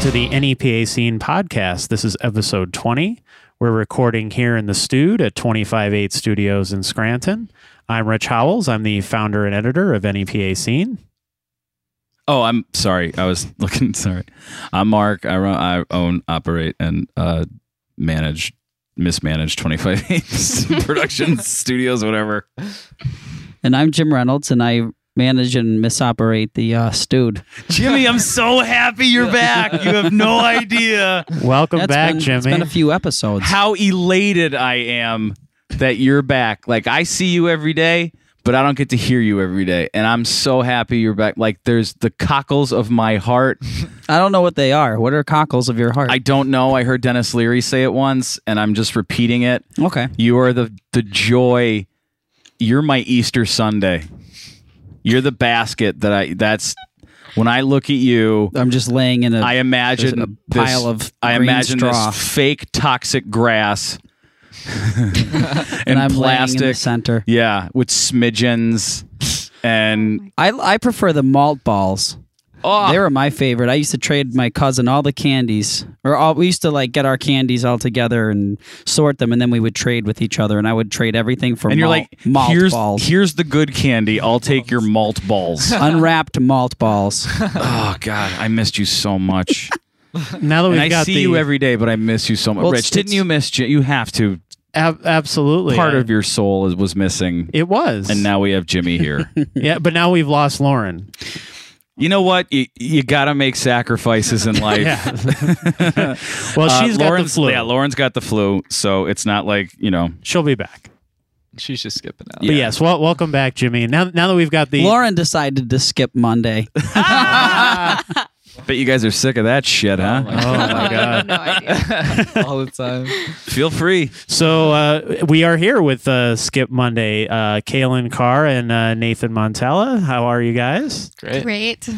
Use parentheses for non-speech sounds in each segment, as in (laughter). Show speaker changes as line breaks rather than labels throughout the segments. to the NEPA Scene podcast. This is episode 20. We're recording here in the Stude at 258 Studios in Scranton. I'm Rich Howells. I'm the founder and editor of NEPA Scene.
Oh, I'm sorry. I was (laughs) looking. Sorry. I'm Mark. I run, I own, operate, and uh, manage, mismanage (laughs) 25 Apes Productions Studios, whatever.
And I'm Jim Reynolds, and I manage and misoperate the uh, stewed.
Jimmy, I'm so happy you're back. You have (laughs) no idea
Welcome
That's
back,
been, It's
Jimmy.
been a few episodes.
how elated I am that you're back. Like I see you every day, but I don't get to hear you every day, and I'm so happy you're back. Like there's the cockles of my heart.
I don't know what they are. What are cockles of your heart?
I don't know. I heard Dennis Leary say it once, and I'm just repeating it.
okay.
You are the the joy. You're my Easter Sunday. You're the basket that I. That's when I look at you.
I'm just laying in a.
I imagine
There's a
this-
pile of
I
green
imagine
straw.
this fake toxic
(laughs)
grass and,
and I'm laying in the
plastic.
center.
Yeah, with smidgens and
I, I prefer the malt balls.
oh,
They were my favorite. I used to trade my cousin all the candies, or all, we used to like get our candies all together and sort them, and then we would trade with each other. And I would trade everything for
and you're
malt,
like
malt
here's (laughs)
balls,
here's the good candy. I'll take your malt balls.
(laughs) unwrapped
(laughs)
malt balls.
oh God, I missed you so
(laughs)
much.
now that
And
we've
I
got
see
the
you every day, but I miss you so much.
Well,
Rich,
it's-
didn't
it's-
you miss? J- you have to.
ab- absolutely
Part
I-
of your soul is, was missing,
it was
and now we have Jimmy
(laughs)
here.
yeah, but now we've lost Lauren.
you know what? You, you got to make sacrifices in life.
(laughs) Yeah. well,
Uh,
she's got the
Lauren's,
flu.
Yeah, Lauren's got the flu, so it's not like you know.
She'll be back.
She's just skipping out.
But
Yeah.
yes, well, welcome back, Jimmy. Now, now that we've got the
Lauren decided to skip Monday.
Bet you guys are sick of that shit, huh?
Oh
my
my
(laughs) I have
god.
no idea.
All the time.
(laughs) Feel free.
So uh, we are here with uh, Skip Monday, uh, Kalen Carr, and uh, Nathan Montella. How are you guys?
(laughs) Great.
Great.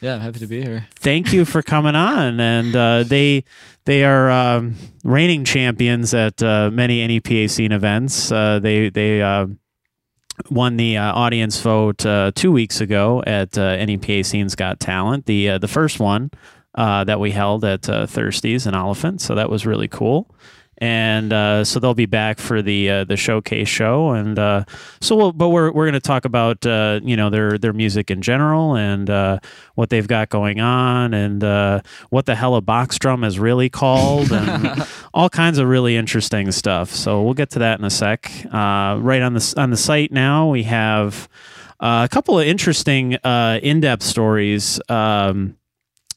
Yeah, I'm happy to be here.
Thank you for coming on. And uh, they they are um, reigning champions at uh, many NEPA scene events. Uh, they they uh, won the uh, audience vote uh, two weeks ago at uh, NEPA scenes Got Talent. The uh, the first one uh, that we held at uh, Thirsties in Oliphant. So that was really cool. And uh, so they'll be back for the uh, the showcase show, and uh, so we'll, but we're we're going to talk about uh, you know their their music in general and uh, what they've got going on and uh, what the hell a box drum is really called and all kinds of really interesting stuff. So we'll get to that in a sec. Uh, right on the s- on the site now we have uh, a couple of interesting uh, in depth stories. Um,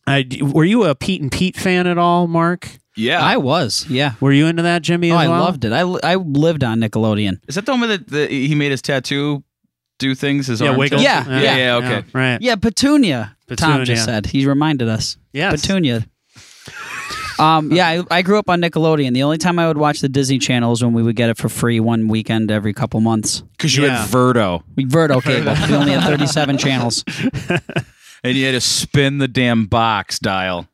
I, d- were you a Pete and Pete fan at all, Mark?
Yeah,
I was, yeah.
Were you into that, Jimmy?
Oh,
as
I
well?
loved it. I, li- I lived on Nickelodeon.
Is that the one that the, he made his tattoo do things? His
Yeah,
arm
Wiggles.
tattoo?
Yeah,
yeah, yeah, okay.
right.
Yeah, Petunia. Tom
Petunia.
just said he reminded us.
Yes.
Petunia. um, yeah, I, I grew up on Nickelodeon. The only time I would watch the Disney Channel is when we would get it for free one weekend every couple months.
Because you
Yeah.
had Verto,
(laughs)
We Verto cable. we only had 37 channels.
and you had to spin the damn box dial.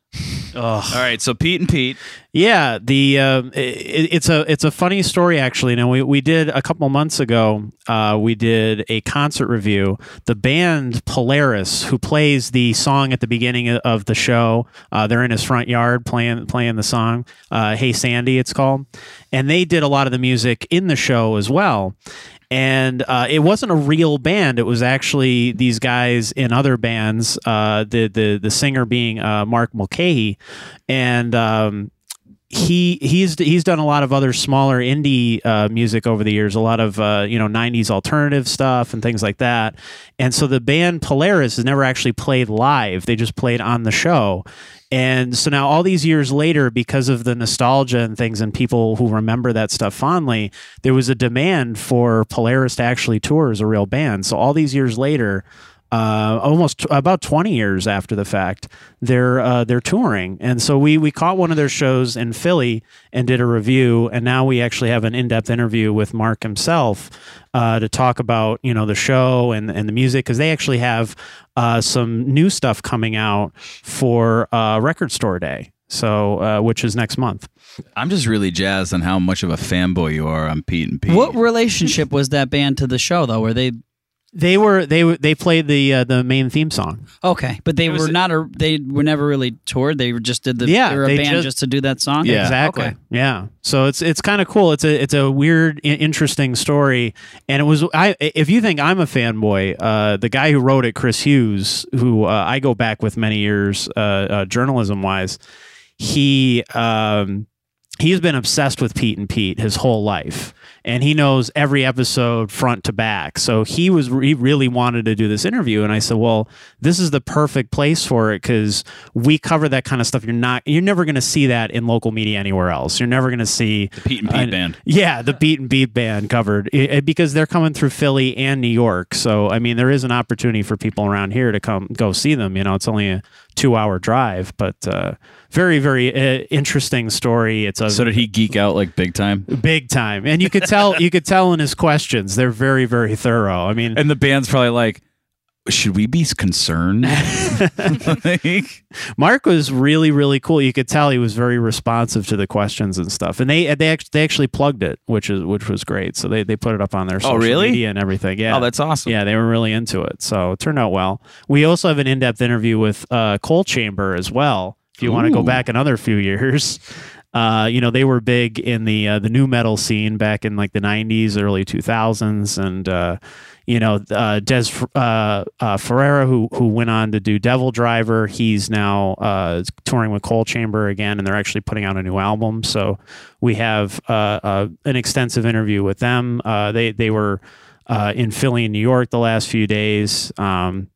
Ugh.
All right, so Pete and Pete.
Yeah, the uh, i it's a it's a funny story actually. Now we, we did a couple months ago. Uh, we did a concert review. The band Polaris, who plays the song at the beginning o- of the show, uh, they're in his front yard playing playing the song. Uh, hey Sandy, it's called, and they did a lot of the music in the show as well. And uh, it wasn't a real band. It was actually these guys in other bands. Uh, the the the singer being uh, Mark Mulcahy, and um, he he's he's done a lot of other smaller indie uh, music over the years, a lot of uh, you know '90s alternative stuff and things like that. And so the band Polaris has never actually played live; they just played on the show. And so now, all these years later, because of the nostalgia and things, and people who remember that stuff fondly, there was a demand for Polaris to actually tour as a real band. So all these years later, uh, almost about 20 years after the fact, they're uh, they're touring, and so we we caught one of their shows in Philly and did a review, and now we actually have an in depth interview with Mark himself uh, to talk about you know the show and and the music because they actually have uh, some new stuff coming out for uh, Record Store Day, so uh, which is next month.
I'm just really jazzed on how much of a fanboy you are on Pete and Pete.
What relationship was that band to the show, though? Were they
They were they were- they played the uh, the main theme song.
Okay, but they
It was-
were not a. They were never really toured. They were just did the.
Yeah,
they were a
they
band
just-
just, to do that song.
Yeah.
exactly.
Okay.
Yeah, so it's it's kind of cool. It's a it's a weird, i- interesting story, and it was. I if you think I'm a fanboy, uh, the guy who wrote it, Chris Hughes, who uh, I go back with many years, uh, uh, journalism wise, he um, he's been obsessed with Pete and Pete his whole life, and he knows every episode front to back. So he was he really wanted to do this interview, and I said, well, this is the perfect place for it because we cover that kind of stuff. You're not you're never going to see that in local media anywhere else. You're never going to see
The Pete and Pete
I-
band.
yeah, the Beat and Beat band covered i i- because they're coming through Philly and New York. So I mean, there is an opportunity for people around here to come go see them. You know, it's only a two-hour drive, but uh, very, very uh, interesting story. It's a
So did he geek out like big time?
big time, and you could tell you could tell in his questions. They're very, very thorough. I mean,
And the band's probably like, should we be
(laughs)
concerned? Like,
Mark was really, really cool. You could tell he was very responsive to the questions and stuff. And they they actually, they actually plugged it, which is which was great. So they, they put it up on their social
Oh, really?
media and everything. Yeah.
Oh, that's awesome.
Yeah, they were really into it. So it turned out well. We also have an in depth interview with uh, Coal Chamber as well. If you want to go
Ooh.
back another few years, (laughs) uh, you know, they were big in the uh, the new metal scene back in like the 90s, early 2000s. And, uh, you know, uh, Des uh, uh, Ferreira, who, who went on to do Devil Driver, he's now uh, touring with Coal Chamber again, and they're actually putting out a new album. So we have uh, uh, an extensive interview with them. Uh, they, they were uh, in Philly and New York the last few days. Um,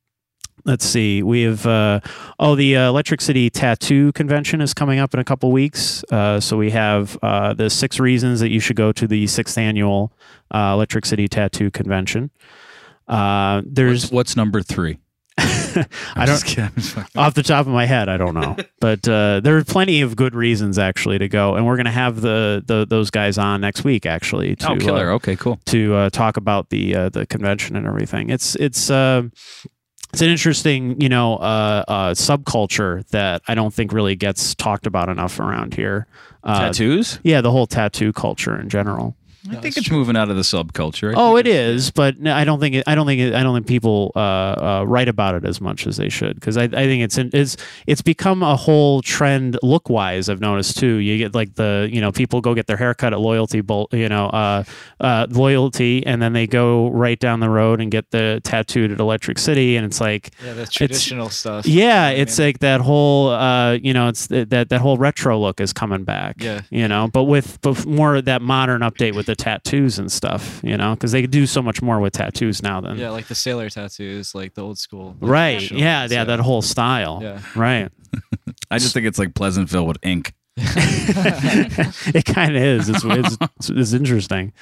let's see, we have uh, oh the uh, Electric City Tattoo Convention is coming up in a couple weeks. Uh, so we have uh, the six reasons that you should go to the sixth annual uh, Electric City Tattoo Convention. Uh, there's
What's, what's number three?
(laughs) I don't (laughs)
don't.
off the top of my head, I don't
(laughs)
know, but uh, there are plenty of good reasons actually to go, and we're gonna have the, the those guys on next week actually. To,
Oh,
uh,
killer. Okay, cool.
to uh, talk about the uh, the convention and everything. It's it's uh, it's an interesting you know uh, uh, subculture that I don't think really gets talked about enough around here. Uh,
Tattoos?
Yeah, the whole tattoo culture in general.
I think it's moving out of the subculture. I
Oh, it is, but no, I don't think it, I don't think it, I don't think people uh, uh, write about it as much as they should because I, I think it's an, it's it's become a whole trend look wise. I've noticed too. You get like the you know people go get their haircut at Loyalty Bolt, you know, uh, uh, Loyalty, and then they go right down the road and get the tattooed at Electric City, and it's like
Yeah, that's traditional
(laughs)
stuff.
yeah,
You know what I
it's
mean?
like that whole uh, you know, it's th- that that whole retro look is coming back.
Yeah.
you know, but with but more of that modern update with the tattoos and stuff. You know, because they do so much more with tattoos now than
yeah, like the sailor tattoos, like the old school. like,
right.
traditional
Yeah,
ones,
yeah, that whole style.
Yeah.
Right.
I just think it's like Pleasantville with
(laughs)
ink.
it kind of is. It's, it's, it's, it's interesting.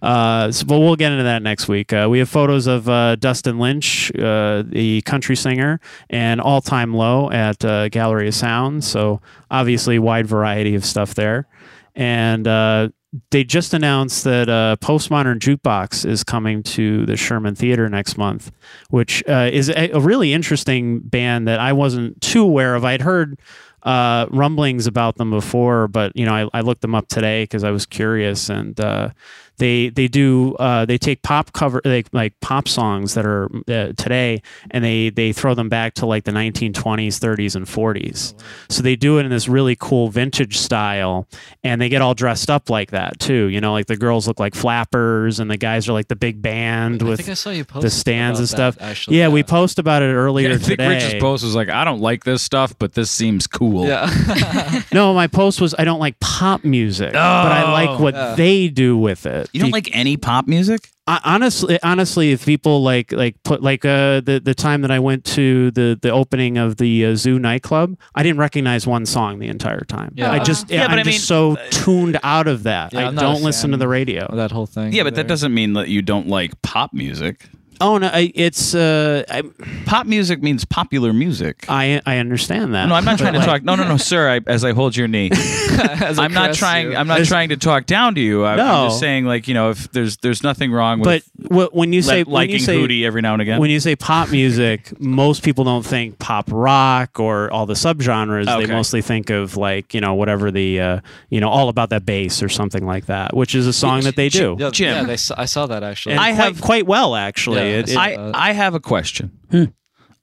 Uh, so, but we'll get into that next week. Uh, we have photos of uh, Dustin Lynch, uh, the country singer, and All Time Low at uh, Gallery of Sound. So obviously, wide variety of stuff there. And uh, they just announced that uh, Postmodern Jukebox is coming to the Sherman Theater next month, which uh, is a, a really interesting band that I wasn't too aware of. I'd heard uh, rumblings about them before, but you know, I, I looked them up today because I was curious, and uh, they they do uh, they take pop cover like like pop songs that are uh, today, and they they throw them back to like the 1920s, 30s, and 40s.
Oh,
So they do it in this really cool vintage style, and they get all dressed up like that too. You know, like the girls look like flappers, and the guys are like the big band
I
with
think I saw you post
the stands and
about
stuff.
that, actually,
yeah, we post about it earlier
(laughs) I think
today.
Rich's post was like, I don't like this stuff, but this seems cool.
Yeah.
No, my post was I don't like pop music, but I like what
Yeah.
they do with it.
Oh. You don't like any pop music?
I, honestly, honestly, if people like like put like uh the the time that I went to the the opening of the uh, Zoo nightclub, I didn't recognize one song the entire time.
Yeah.
I just
Yeah,
I'm
but I
just
mean- uh,
so tuned out of that.
Yeah,
I
I'm not a
don't listen to
fan.
the radio.
(laughs) that whole thing.
Yeah, but that
there.
doesn't mean that you don't like pop music.
Oh no, I, it's uh I,
Pop music means popular music.
I I understand that.
no, I'm not trying to
Uh, But, like,
talk. No, no, no, sir. I, as I hold your knee,
(laughs)
As I
I'm not
caress
trying.
you.
I'm not trying to talk down to you. I,
No.
I'm just saying, like you know, if there's there's nothing wrong with
But wh- when you say
Li- liking
when you say,
Hootie every now and again.
When you say pop music, most people don't think pop rock or all the subgenres.
Okay.
They mostly think of like you know whatever the uh, you know all about that bass or something like that, which is a song that they do.
Yeah,
Jim.
yeah, they saw, I saw that actually.
And
I
I
have-
have quite well actually.
Yeah,
It-
I
it-
saw-
I, I have a question.
Hmm.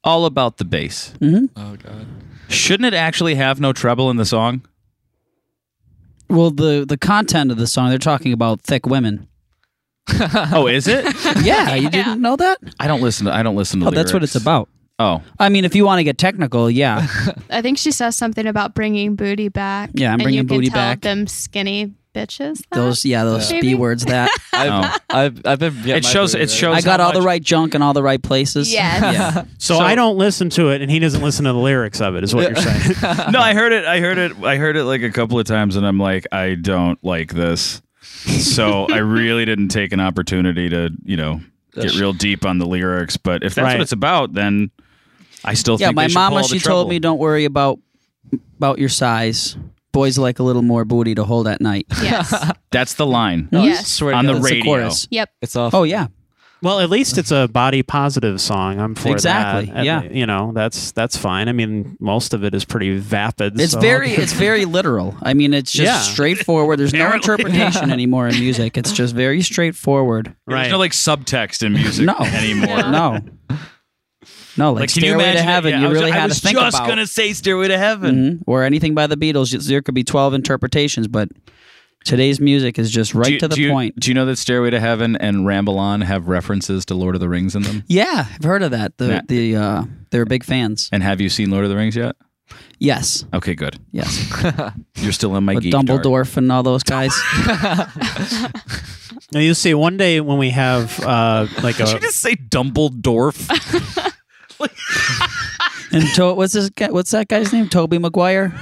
All about the bass.
oh god.
Shouldn't it actually have no treble in the
(laughs)
song?
Well, the the content of the song, they're talking about thick women.
Oh, is it?
Yeah, you didn't know that?
I don't listen to I don't listen to
Oh, that's what it's
lyrics.
about.
Oh.
I mean, if you want to get technical,
(laughs)
yeah.
I think she says something about bringing booty back.
Yeah, I'm
and
bringing
you can
booty
tell
back.
Them skinny bitches. that?
Those, yeah, those
Maybe.
b words.
(laughs)
That
Oh.
I've, I've, I've been. yeah,
It
my
shows-
booty,
it
right?
shows-
I got
how
all the
much-
right junk in all the right places.
Yes.
Yeah.
so, I don't listen to it, and he doesn't listen to the lyrics of it. Is what you're saying?
(laughs) no, I heard it. I heard it. I heard it like a couple of times, and I'm like, I don't like this.
(laughs)
So I really didn't take an opportunity to, you know, get real deep on the lyrics. But if that's
Right.
what it's about, then I still
Yeah,
think
my
they should
mama,
pull the
she
treble.
told me, don't worry about about your size. Boys like a little more booty to hold at night.
(laughs) Yes.
that's the line
Oh, I
Yes.
swear to
on the
God,
That's
radio.
chorus.
yep.
It's off.
Oh yeah,
well, at least it's a body positive song. I'm for
Exactly,
that. At
yeah.
le- you know that's that's fine. I mean, most of it is pretty vapid.
it's
so-
very it's very literal. I mean, it's just
Yeah.
straightforward. There's no
Apparently. (laughs)
interpretation anymore in music. It's just very straightforward.
right.
There's no like subtext in music
(laughs) No.
anymore.
No, no, like,
Like, can you
Stairway to
imagine?
Heaven.
Yeah,
you
I was,
really
I
had
was
to think
just
about
gonna say "Stairway to Heaven."
Mhm. or anything by the Beatles. There could be twelve interpretations, but today's music is just right
Do you-
to the
do you-
point.
Do you know that "Stairway to Heaven" and "Ramble On" have references to "Lord of the Rings" in them?
Yeah, I've heard of that. The
Yeah.
the uh, they're big fans.
And have you seen "Lord of the Rings" yet?
Yes,
Okay, good.
yes.
You're still in my
With
geek dart.
Dumbledore and all
(laughs)
those guys.
(laughs) Now you see, one day when we have uh, like
Did
a
you just say Dumbledore?
and to- what's this guy? What's that guy's name? Toby Maguire.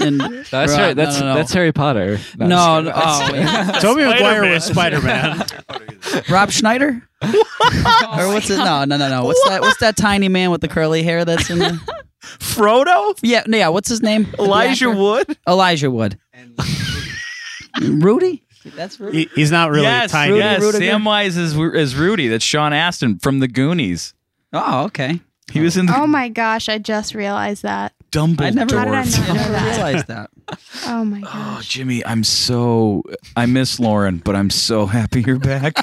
And
That's
Bruh,
right. That's
no, no, no.
that's Harry Potter.
no. no oh, wait.
Toby Maguire was Spider Man.
Rob Schneider. or what's it? No, no, no, no. What's that? What's that tiny man with the curly hair that's in there?
(laughs) Frodo?
Yeah, no, yeah. What's his name? The
Elijah
actor?
Wood?
Elijah Wood. Rudy. That's Rudy.
He- he's not really tiny.
yes.
Rudiger.
Samwise is is Rudy. That's Sean Astin from the Goonies.
Oh, okay.
He was in the
Oh my gosh! I just realized that.
Dumbledore.
Um, I never,
How did I not
I
know
never
that?
realized that.
Oh my
Oh,
gosh.
Jimmy, I'm so I miss Lauren, but I'm so happy you're (laughs) back.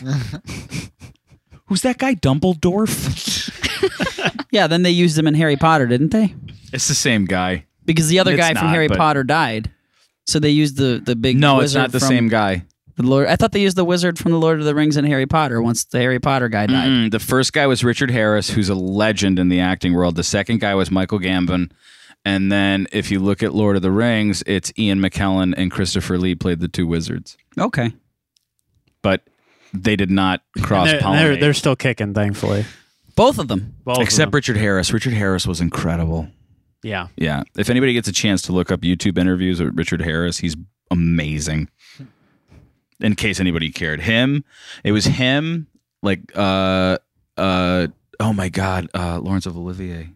Who's that guy, Dumbledore?
(laughs) Yeah, then they used him in Harry Potter, didn't they?
it's the same guy.
Because the other
It's
guy from
not,
Harry
but-
Potter died. So they used the the big
No, it's
wizard
not the
from
same guy.
The Lord, I thought they used the wizard from the Lord of the Rings and Harry Potter once the Harry Potter guy died.
Mm-mm. The first guy was Richard Harris, who's a legend in the acting world. The second guy was Michael Gambon. And then if you look at Lord of the Rings, it's Ian McKellen and Christopher Lee played the two wizards.
Okay,
But they did not cross
They're, they're, they're
pollinate.
still kicking, thankfully.
both of them.
Both of
Except
them.
Richard Harris. Richard Harris was incredible.
yeah,
Yeah. If anybody gets a chance to look up YouTube interviews with Richard Harris, he's amazing. In case anybody cared. Him, it was him, like uh uh oh my god, uh Lawrence of Olivier.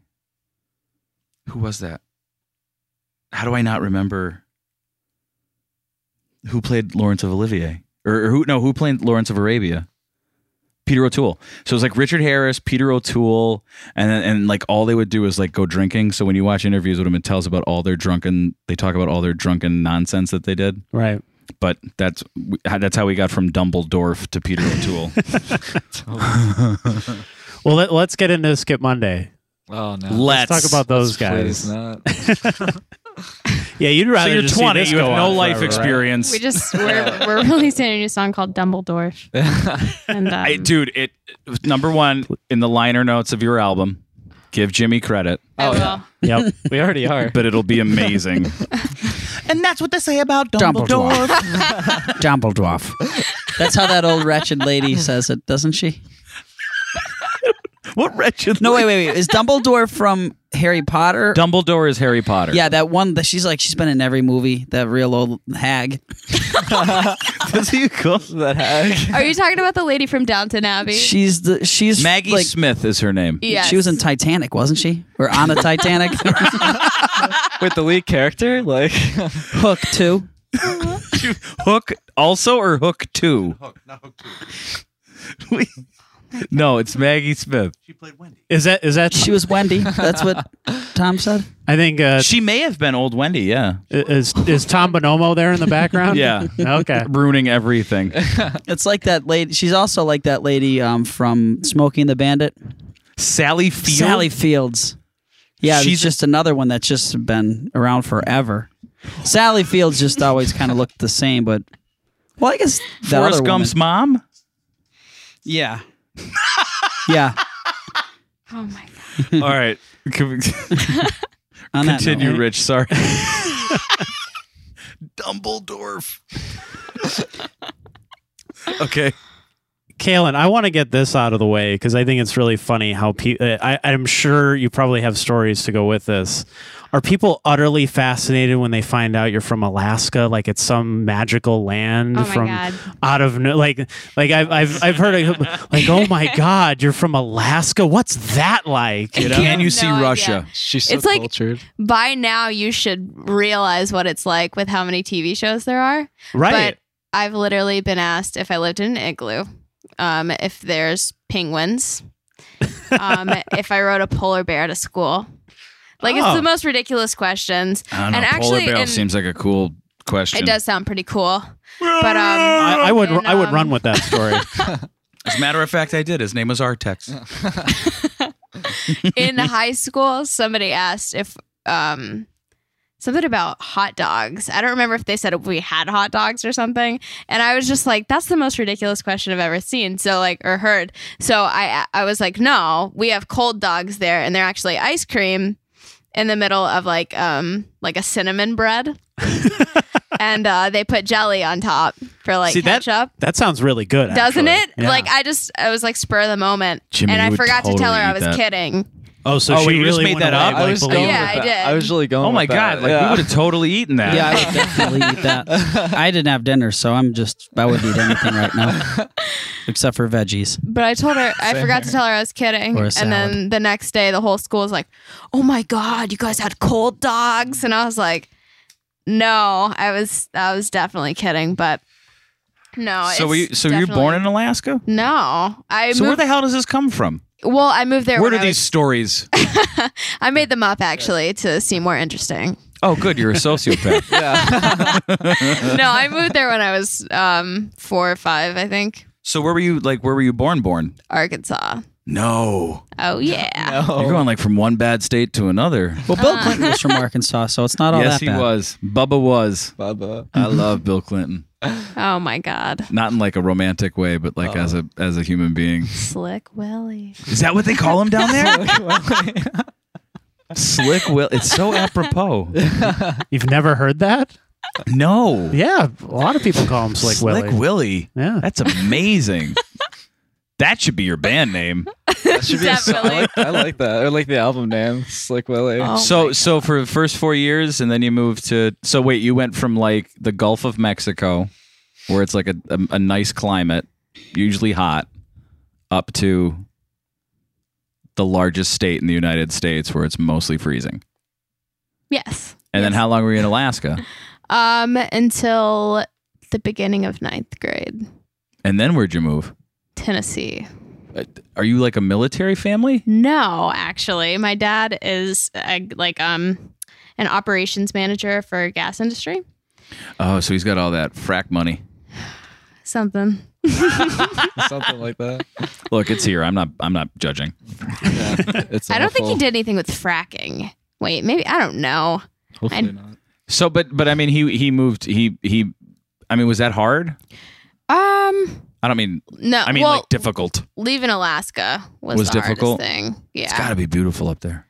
Who was that? How do I not remember who played Lawrence of Olivier? Or, or who no, who played Lawrence of Arabia? Peter O'Toole. So it was like Richard Harris, Peter O'Toole, and then, and like all they would do is like go drinking. So when you watch interviews with them, it tells about all their drunken. They talk about all their drunken nonsense that they did.
right.
But that's that's how we got from Dumbledore to (laughs) Peter O'Toole.
Well, let, let's get into Skip Monday.
Oh no.
Let's,
talk about those guys.
Please not.
Yeah, you'd
So
rather.
you're
just see
20.
this
You have
go
no
on
life
forever, right?
experience.
We just we're, we're releasing a new song called Dumbledore. And um,
I, dude, it number one in the liner notes of your album. Give Jimmy credit,
I
Oh,
will.
yeah.
(laughs)
Yep.
We already are.
but it'll be amazing. and that's what they say about (laughs)
Dumbledore. Dumbledore. That's how that old wretched lady says it, doesn't she?
What wretched?
No, wait, wait, wait. Is Dumbledore from Harry Potter?
Dumbledore is Harry Potter.
yeah, that one that she's like she's been in every movie. That real old hag.
Is he cool?
that hag.
Are you talking about the lady from Downton Abbey?
She's the she's
Maggie
Like,
Smith is her name.
Yes.
She was in Titanic, wasn't she? Or on
(laughs)
the Titanic?
With the lead character, like
Hook too.
Hook also or Hook 2? (laughs) We- no, it's Maggie Smith.
Is that is that?
She was Wendy. That's what Tom said.
I think uh,
She may have been old Wendy. Yeah,
is is Tom Bonomo there in the background?
(laughs) Yeah.
Okay.
ruining everything.
It's like that lady. She's also like that lady um, from Smoking the Bandit,
Sally Field.
Sally Fields. Yeah,
She's
she's
a-
just another one that's just been around forever. Sally Fields just always kind of looked the same, but well, I guess that
Forrest
other
Gump's
woman-
mom.
yeah, yeah.
Oh my
(laughs)
god.
All right, Can we-
On
(laughs)
that
continue,
note.
Rich. Sorry. Dumbledore. (laughs) okay.
Kalen, I want to get this out of the way because I think it's really funny how people. I, I'm sure you probably have stories to go with this. Are people utterly fascinated when they find out you're from Alaska, like it's some magical land
Oh my
from
God.
out of no, like like I've I've I've heard of, like oh
(laughs)
my god, you're from Alaska. What's that like? You know?
Can you
have
see
no idea.
Russia?
She's so
It's like-
cultured.
By now, you should realize what it's like with how many TV shows there are.
right?
But I've literally been asked if I lived in an igloo, um, if there's penguins,
(laughs)
um, if I rode a polar bear to school. Like
Oh.
it's the most ridiculous questions.
I don't know.
And
Polar
actually,
bear
in-
seems like a cool question.
It does sound pretty cool, but um,
I, I would
and,
I would run
um,
with that
(laughs)
story.
As a matter of fact, I did. His name was Artex. (laughs)
in high school, somebody asked if um, something about hot dogs. I don't remember if they said if we had hot dogs or something. And I was just like, that's the most ridiculous question I've ever seen. So like or heard. So I I was like, no, we have cold dogs there, and they're actually ice cream in the middle of like um like a
(laughs)
cinnamon bread. and uh, they put jelly on top for like
See, that-
ketchup.
that sounds really good,
Doesn't
actually.
it?
Yeah.
Like I just I was like spur of the moment,
Jimmy,
and
you
I
would
forgot to tell
totally
her I
eat
was
that.
kidding.
oh, so
Oh,
she
wait, you just
really
made
went
that
away,
up? I
like,
was
believing
going
Yeah,
with
I
that.
did.
I was really going.
Oh
with
my
that.
god! Like we
Yeah.
would have totally eaten that.
Yeah, I would definitely eat that. I didn't have dinner, so I'm just I wouldn't eat anything right now, except for veggies.
But I told her I forgot to tell her I was kidding,
Or a
and then the next day the whole school was like, "Oh my god, you guys had cold dogs," and I was like, "No, I was I was definitely kidding." But no,
so we,
Uh, it's
so you're born in
definitely-
Alaska.
No, I
So where
moved.
the hell does this come from?
well, I moved there.
Where
when
do
I was-
these stories?
(laughs) I made them up actually to seem more interesting.
(laughs) Oh, good. You're a sociopath. (laughs)
Yeah.
no, I moved there when I was um four or five, I think,
so where were you? Like where were you born? Born?
Arkansas.
No.
Oh yeah.
You're
no.
going like from one bad state to another.
Well, Bill Clinton was from Arkansas, so it's not all
yes,
that
he
bad.
was. Bubba was.
Bubba.
I love Bill Clinton.
Oh my God.
Not in like a romantic way, but like as a as a human being.
Slick Willie.
Is that what they call him down (laughs) there? Slick Will. It's so (laughs) apropos.
You've never heard that?
No.
Yeah, a lot of people call him Slick,
Slick
Willie.
Willie.
yeah.
That's (laughs) amazing. that should be your band name.
That should be a song. I
Definitely.
like, (laughs) I like that. I like the album name, Slick (laughs) Willie.
Oh.
so so for the first four years, and then you moved to. So wait, you went from like the Gulf of Mexico, where it's like a a, a nice climate, usually hot, up to the largest state in the United States, where it's mostly freezing.
Yes.
And then how long were you in Alaska?
Um, until the beginning of ninth grade,
And then where'd you move?
Tennessee.
Are you like a military family?
No, actually, my dad is uh like um an operations manager for gas industry.
Oh, so he's got all that frack money.
Something.
Something like that.
Look, it's here. I'm not. I'm not judging.
Yeah. (laughs) It's
I don't think he
awful.
did anything with fracking. Wait, maybe I don't know.
Hopefully
I-
not. (laughs)
So, but but I mean, he he moved. He he. I mean, was that hard?
Um,
I don't mean.
no.
I mean,
well,
like difficult.
leaving Alaska was,
Was
the hardest
difficult?
thing. Yeah,
It's got to be beautiful up there.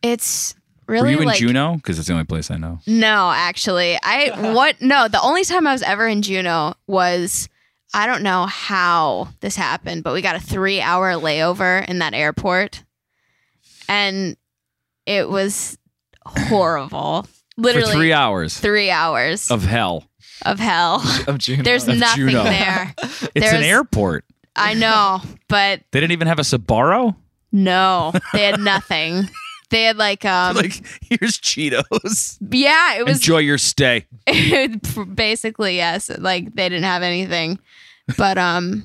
it's really
Were you in
like
Juneau? Because it's the only place I know.
No, actually.
(laughs)
I what no, the only time I was ever in Juneau was I don't know how this happened, but we got a 3-hour layover in that airport. And it was horrible. Literally
For three hours
3 hours of,
of hell.
hell.
Of Juno.
(laughs) There's nothing
Juneau.
there.
(laughs) It's an
There's-
airport.
I know, but
They didn't even have a Sbarro.
no. They had nothing. They
(laughs)
had like um
like, here's Cheetos.
yeah, it was
Enjoy your stay.
(laughs)
(laughs)
basically yes, like they didn't have anything. But um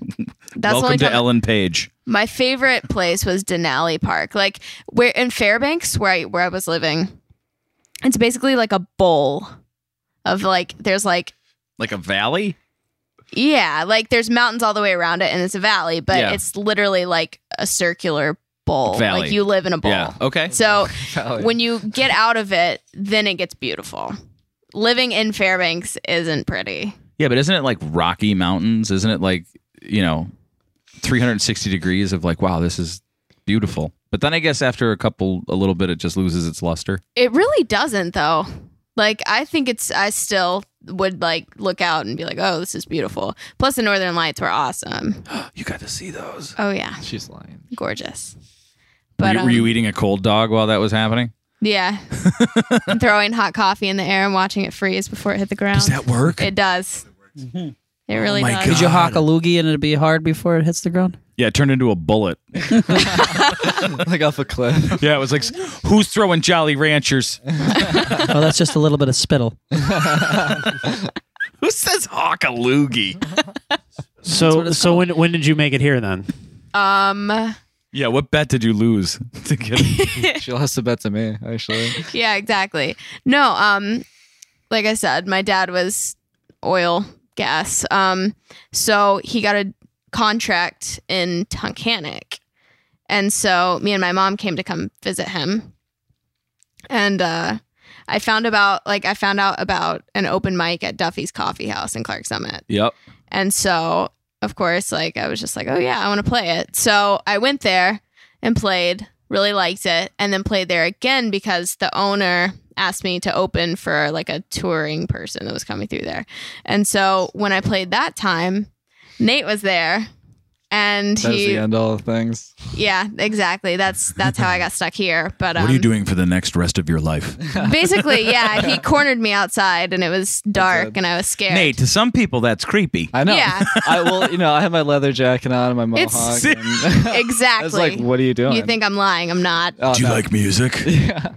That's the only
Welcome to
time-
Ellen Page.
My favorite place was Denali Park. Like where in Fairbanks where I where I was living. It's basically like a bowl of like there's like
Like a valley?
yeah, like there's mountains all the way around it and it's a valley, but
Yeah.
it's literally like a circular bowl.
Valley.
Like you live in a bowl.
Yeah. Okay.
So
Valley.
when you get out of it, then it gets beautiful. Living in Fairbanks isn't pretty.
Yeah, but isn't it like Rocky Mountains? Isn't it like, you know, 360 degrees of like, wow, this is beautiful. But then I guess after a couple, a little bit, it just loses its luster.
It really doesn't though. Like I think it's I still would like look out and be like, "Oh, this is beautiful." Plus the northern lights were awesome.
(gasps) You got to see those.
Oh yeah,
She's lying.
gorgeous.
But,
But
were, you, were you
um,
eating a cold dog while that was happening? (laughs)
yeah, And throwing hot coffee in the air and watching it freeze before it hit the ground.
Does that work? Oh
It does. It really
my
does.
God.
Could you hawk a loogie and it'd be hard before it hits the ground?
yeah, it turned into a bullet.
(laughs) like off a cliff. (laughs)
Yeah, it was like, who's throwing Jolly Ranchers?
oh, that's just a little bit of spittle.
Who says hawk a loogie?
So so when when did you make it here then?
Um.
Yeah, what bet did you lose (laughs) to get
She lost a bet to me, actually.
(laughs) Yeah. Exactly. No. Um. Like I said, my dad was oil gas. Um. So he got a contract in Tunkhannock, and so me and my mom came to come visit him. And uh, I found about like I found out about an open mic at Duffy's Coffee House in Clark Summit.
Yep.
And so, of course, like I was just like, oh yeah, I want to play it. So I went there and played, really liked it, and then played there again because the owner asked me to open for like a touring person that was coming through there. And so when I played that time, Nate was there. And
That was
he,
the end of all things.
yeah, exactly. That's that's how I got stuck here. But um,
What are you doing for the next rest of your life?
Basically, yeah, he cornered me outside, and it was dark,
it.
and I was scared.
Nate, (laughs) to some people, that's creepy.
I know.
Yeah.
(laughs) I well, you know, I had my leather jacket on and my mohawk. (laughs)
It's-
and- I was like,
exactly.
"What are you doing?"
you think I'm lying? I'm not.
Oh, no.
music
(laughs) Yeah.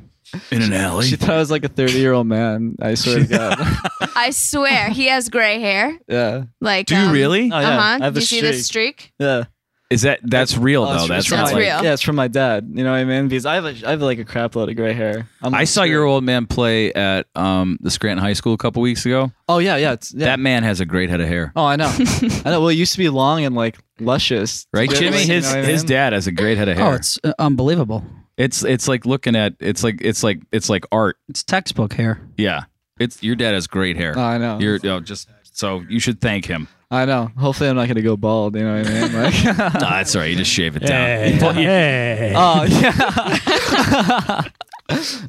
in an alley?
She thought I was like a thirty-year-old man. I
(laughs)
swear to God. (laughs)
I swear he has gray hair.
yeah.
Like,
Do you
um,
really?
Oh, yeah.
Uh
I
huh.
have
You
a
see this streak?
Yeah.
Is that that's real
Oh,
though?
it's-
That's
it's from
not
That's
my-
like
real.
Yeah, it's from my dad. You know what I mean? Because I have a, I have like a crapload of gray hair. I'm
I
like,
saw
sure.
your old man play at um, the Scranton High School a couple weeks ago.
Oh yeah, yeah. It's, yeah.
That man has a great head of hair.
oh,
(laughs)
I know. I know. Well, it used to be long and like luscious,
Right,
Really,
Jimmy?
you know
His
what I
his
mean?
dad has a great head of hair.
Oh,
it's,
it's uh, unbelievable.
it's like looking at it's like it's like it's like art.
It's textbook hair.
Yeah. It's your dad has great hair.
Oh, I know.
You're oh, just so you should thank him.
I know. Hopefully, I'm not gonna go bald. You know what I mean? Like, (laughs)
No, that's all right. You just shave it down.
Hey, hey.
oh yeah. (laughs)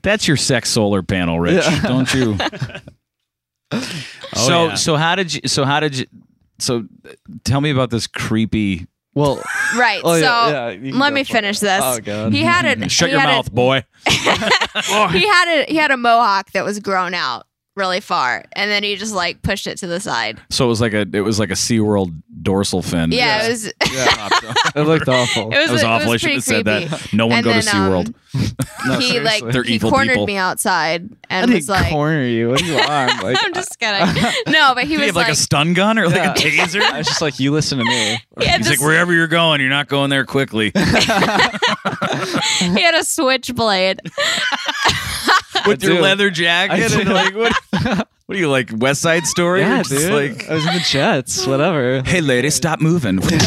That's your sex solar panel, Rich.
Yeah.
Don't you?
Oh,
so
yeah.
so how did you so how did you so uh, tell me about this creepy
Well,
Right.
oh,
so
yeah, yeah, you can
let
go
me
for it.
finish this.
Oh god.
He had a
shut
he
your
had a-
(laughs)
mouth,
(laughs)
boy.
he had a he had a mohawk that was grown out really far, and then he just like pushed it to the side.
So it was like a it was like a SeaWorld dorsal fin.
Yeah, it was it
Yeah. it looked awful.
was,
That was
(laughs) it
awful. I
was
should
pretty
have said
creepy.
that. No one
And
go
then, um,
to SeaWorld.
No,
he like
seriously.
They're
he
evil
cornered
people.
me outside
I
and
didn't
was like,
corner you. What do you want? Like,
(laughs)
(laughs)
I'm just kidding. (laughs) No, but he
Do you
was
have like, a stun gun or like a taser?
(laughs)
I was just like, you listen to me.
he had
He's
this
like, wherever you're going, you're not going there quickly.
he had a switchblade.
With your
do.
leather jacket
I
and
do.
like what? What are you like West Side Story?
Yeah, (laughs)
You're just
dude.
like,
I was in the Jets. Whatever.
hey, lady, stop moving. (laughs) we need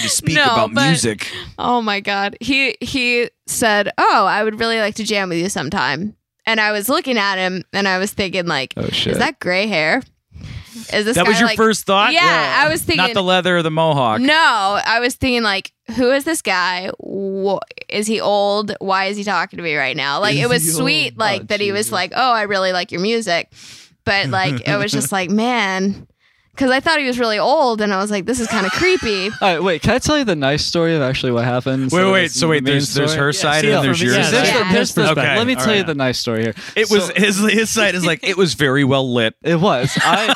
to speak
No,
about
but-
music.
Oh my god. He he said, "Oh, I would really like to jam with you sometime." And I was looking at him and I was thinking like,
Oh shit.
is that gray hair? Is this
That was
guy,
your
like-
first thought.
Yeah, I was thinking
Not the leather or the mohawk.
No, I was thinking like, who is this guy? Wh- is he old? Why is he talking to me right now? Like it
Is
was
he
sweet,
old?
like
Oh,
that he was
Jesus.
like, oh, I really like your music, but like it was
(laughs)
just like, man, because I thought he was really old, and I was like, this is kind of creepy.
All right, wait. Can I tell you the nice story of actually what happened?
Wait, wait. So wait, there's there's her side
see it
and there's
from-
your
yeah,
There's
side.
that's
Yeah.
the, there's the,
Okay,
Let me
all
tell you
right.
the nice story here.
It was
So-
his his side is like it was very well lit.
It was.
(laughs)
I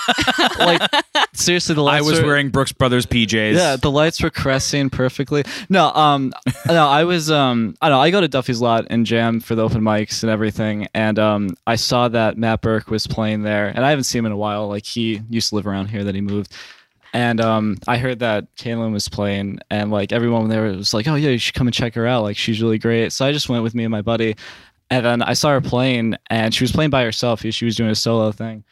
like seriously. The
I
lights
was
were,
wearing Brooks Brothers PJs.
Yeah, the lights were cresting perfectly. No, um, no, I was, um, I don't know. I go to Duffy's lot and jam for the open mics and everything. And um, I saw that Matt Burke was playing there, and I haven't seen him in a while. Like he used to live around here, then he moved. And um, I heard that Kaylin was playing, and like everyone there was like, "Oh yeah, you should come and check her out. Like she's really great." So I just went with me and my buddy, and then I saw her playing, and she was playing by herself. She was doing a solo thing,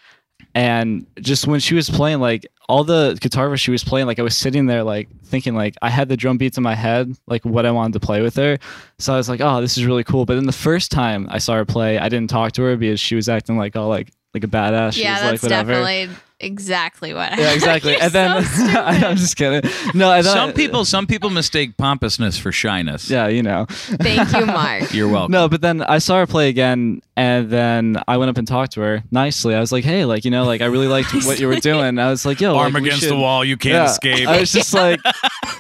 and just when she was playing, like all the guitar she was playing, like I was sitting there, like thinking, like I had the drum beats in my head, like what I wanted to play with her. So I was like, "Oh, this is really cool." But then the first time I saw her play, I didn't talk to her because she was acting like all like like a badass. (laughs) She
yeah,
was like
that's
whatever.
definitely exactly what.
(laughs)
(laughs)
Yeah, exactly.
You're
and then
so
(laughs)
stupid.
I'm just kidding. No, and then
Some
I-
people, some people mistake pompousness for shyness.
Yeah, you know.
Thank you,
(laughs)
Mark.
You're welcome.
No, but then I saw her play again, and then I went up and talked to her nicely. I was like, "Hey, like you know, like I really
(laughs)
liked what you were doing." I was like, "Yo,
Arm
like, we
against
should-
the wall, you can't
yeah.
escape.
I was just like,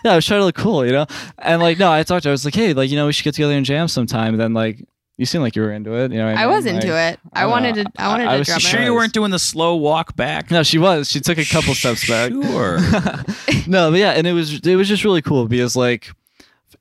"Yeah, I was trying to look cool," you know. And like, no, I talked to her. I was like, "Hey, like you know, we should get together and jam sometime." And then like, you seemed like you were into it. You know, what
I
mean?
was into
Like-
it. I
I
wanted
know.
to. I wanted
Uh, I- I
to
was
drum
just
sure
it.
you weren't doing the slow walk back?
No, she was. She took a couple steps
(laughs)
back.
Sure.
no, but yeah, and it was it was just really cool because like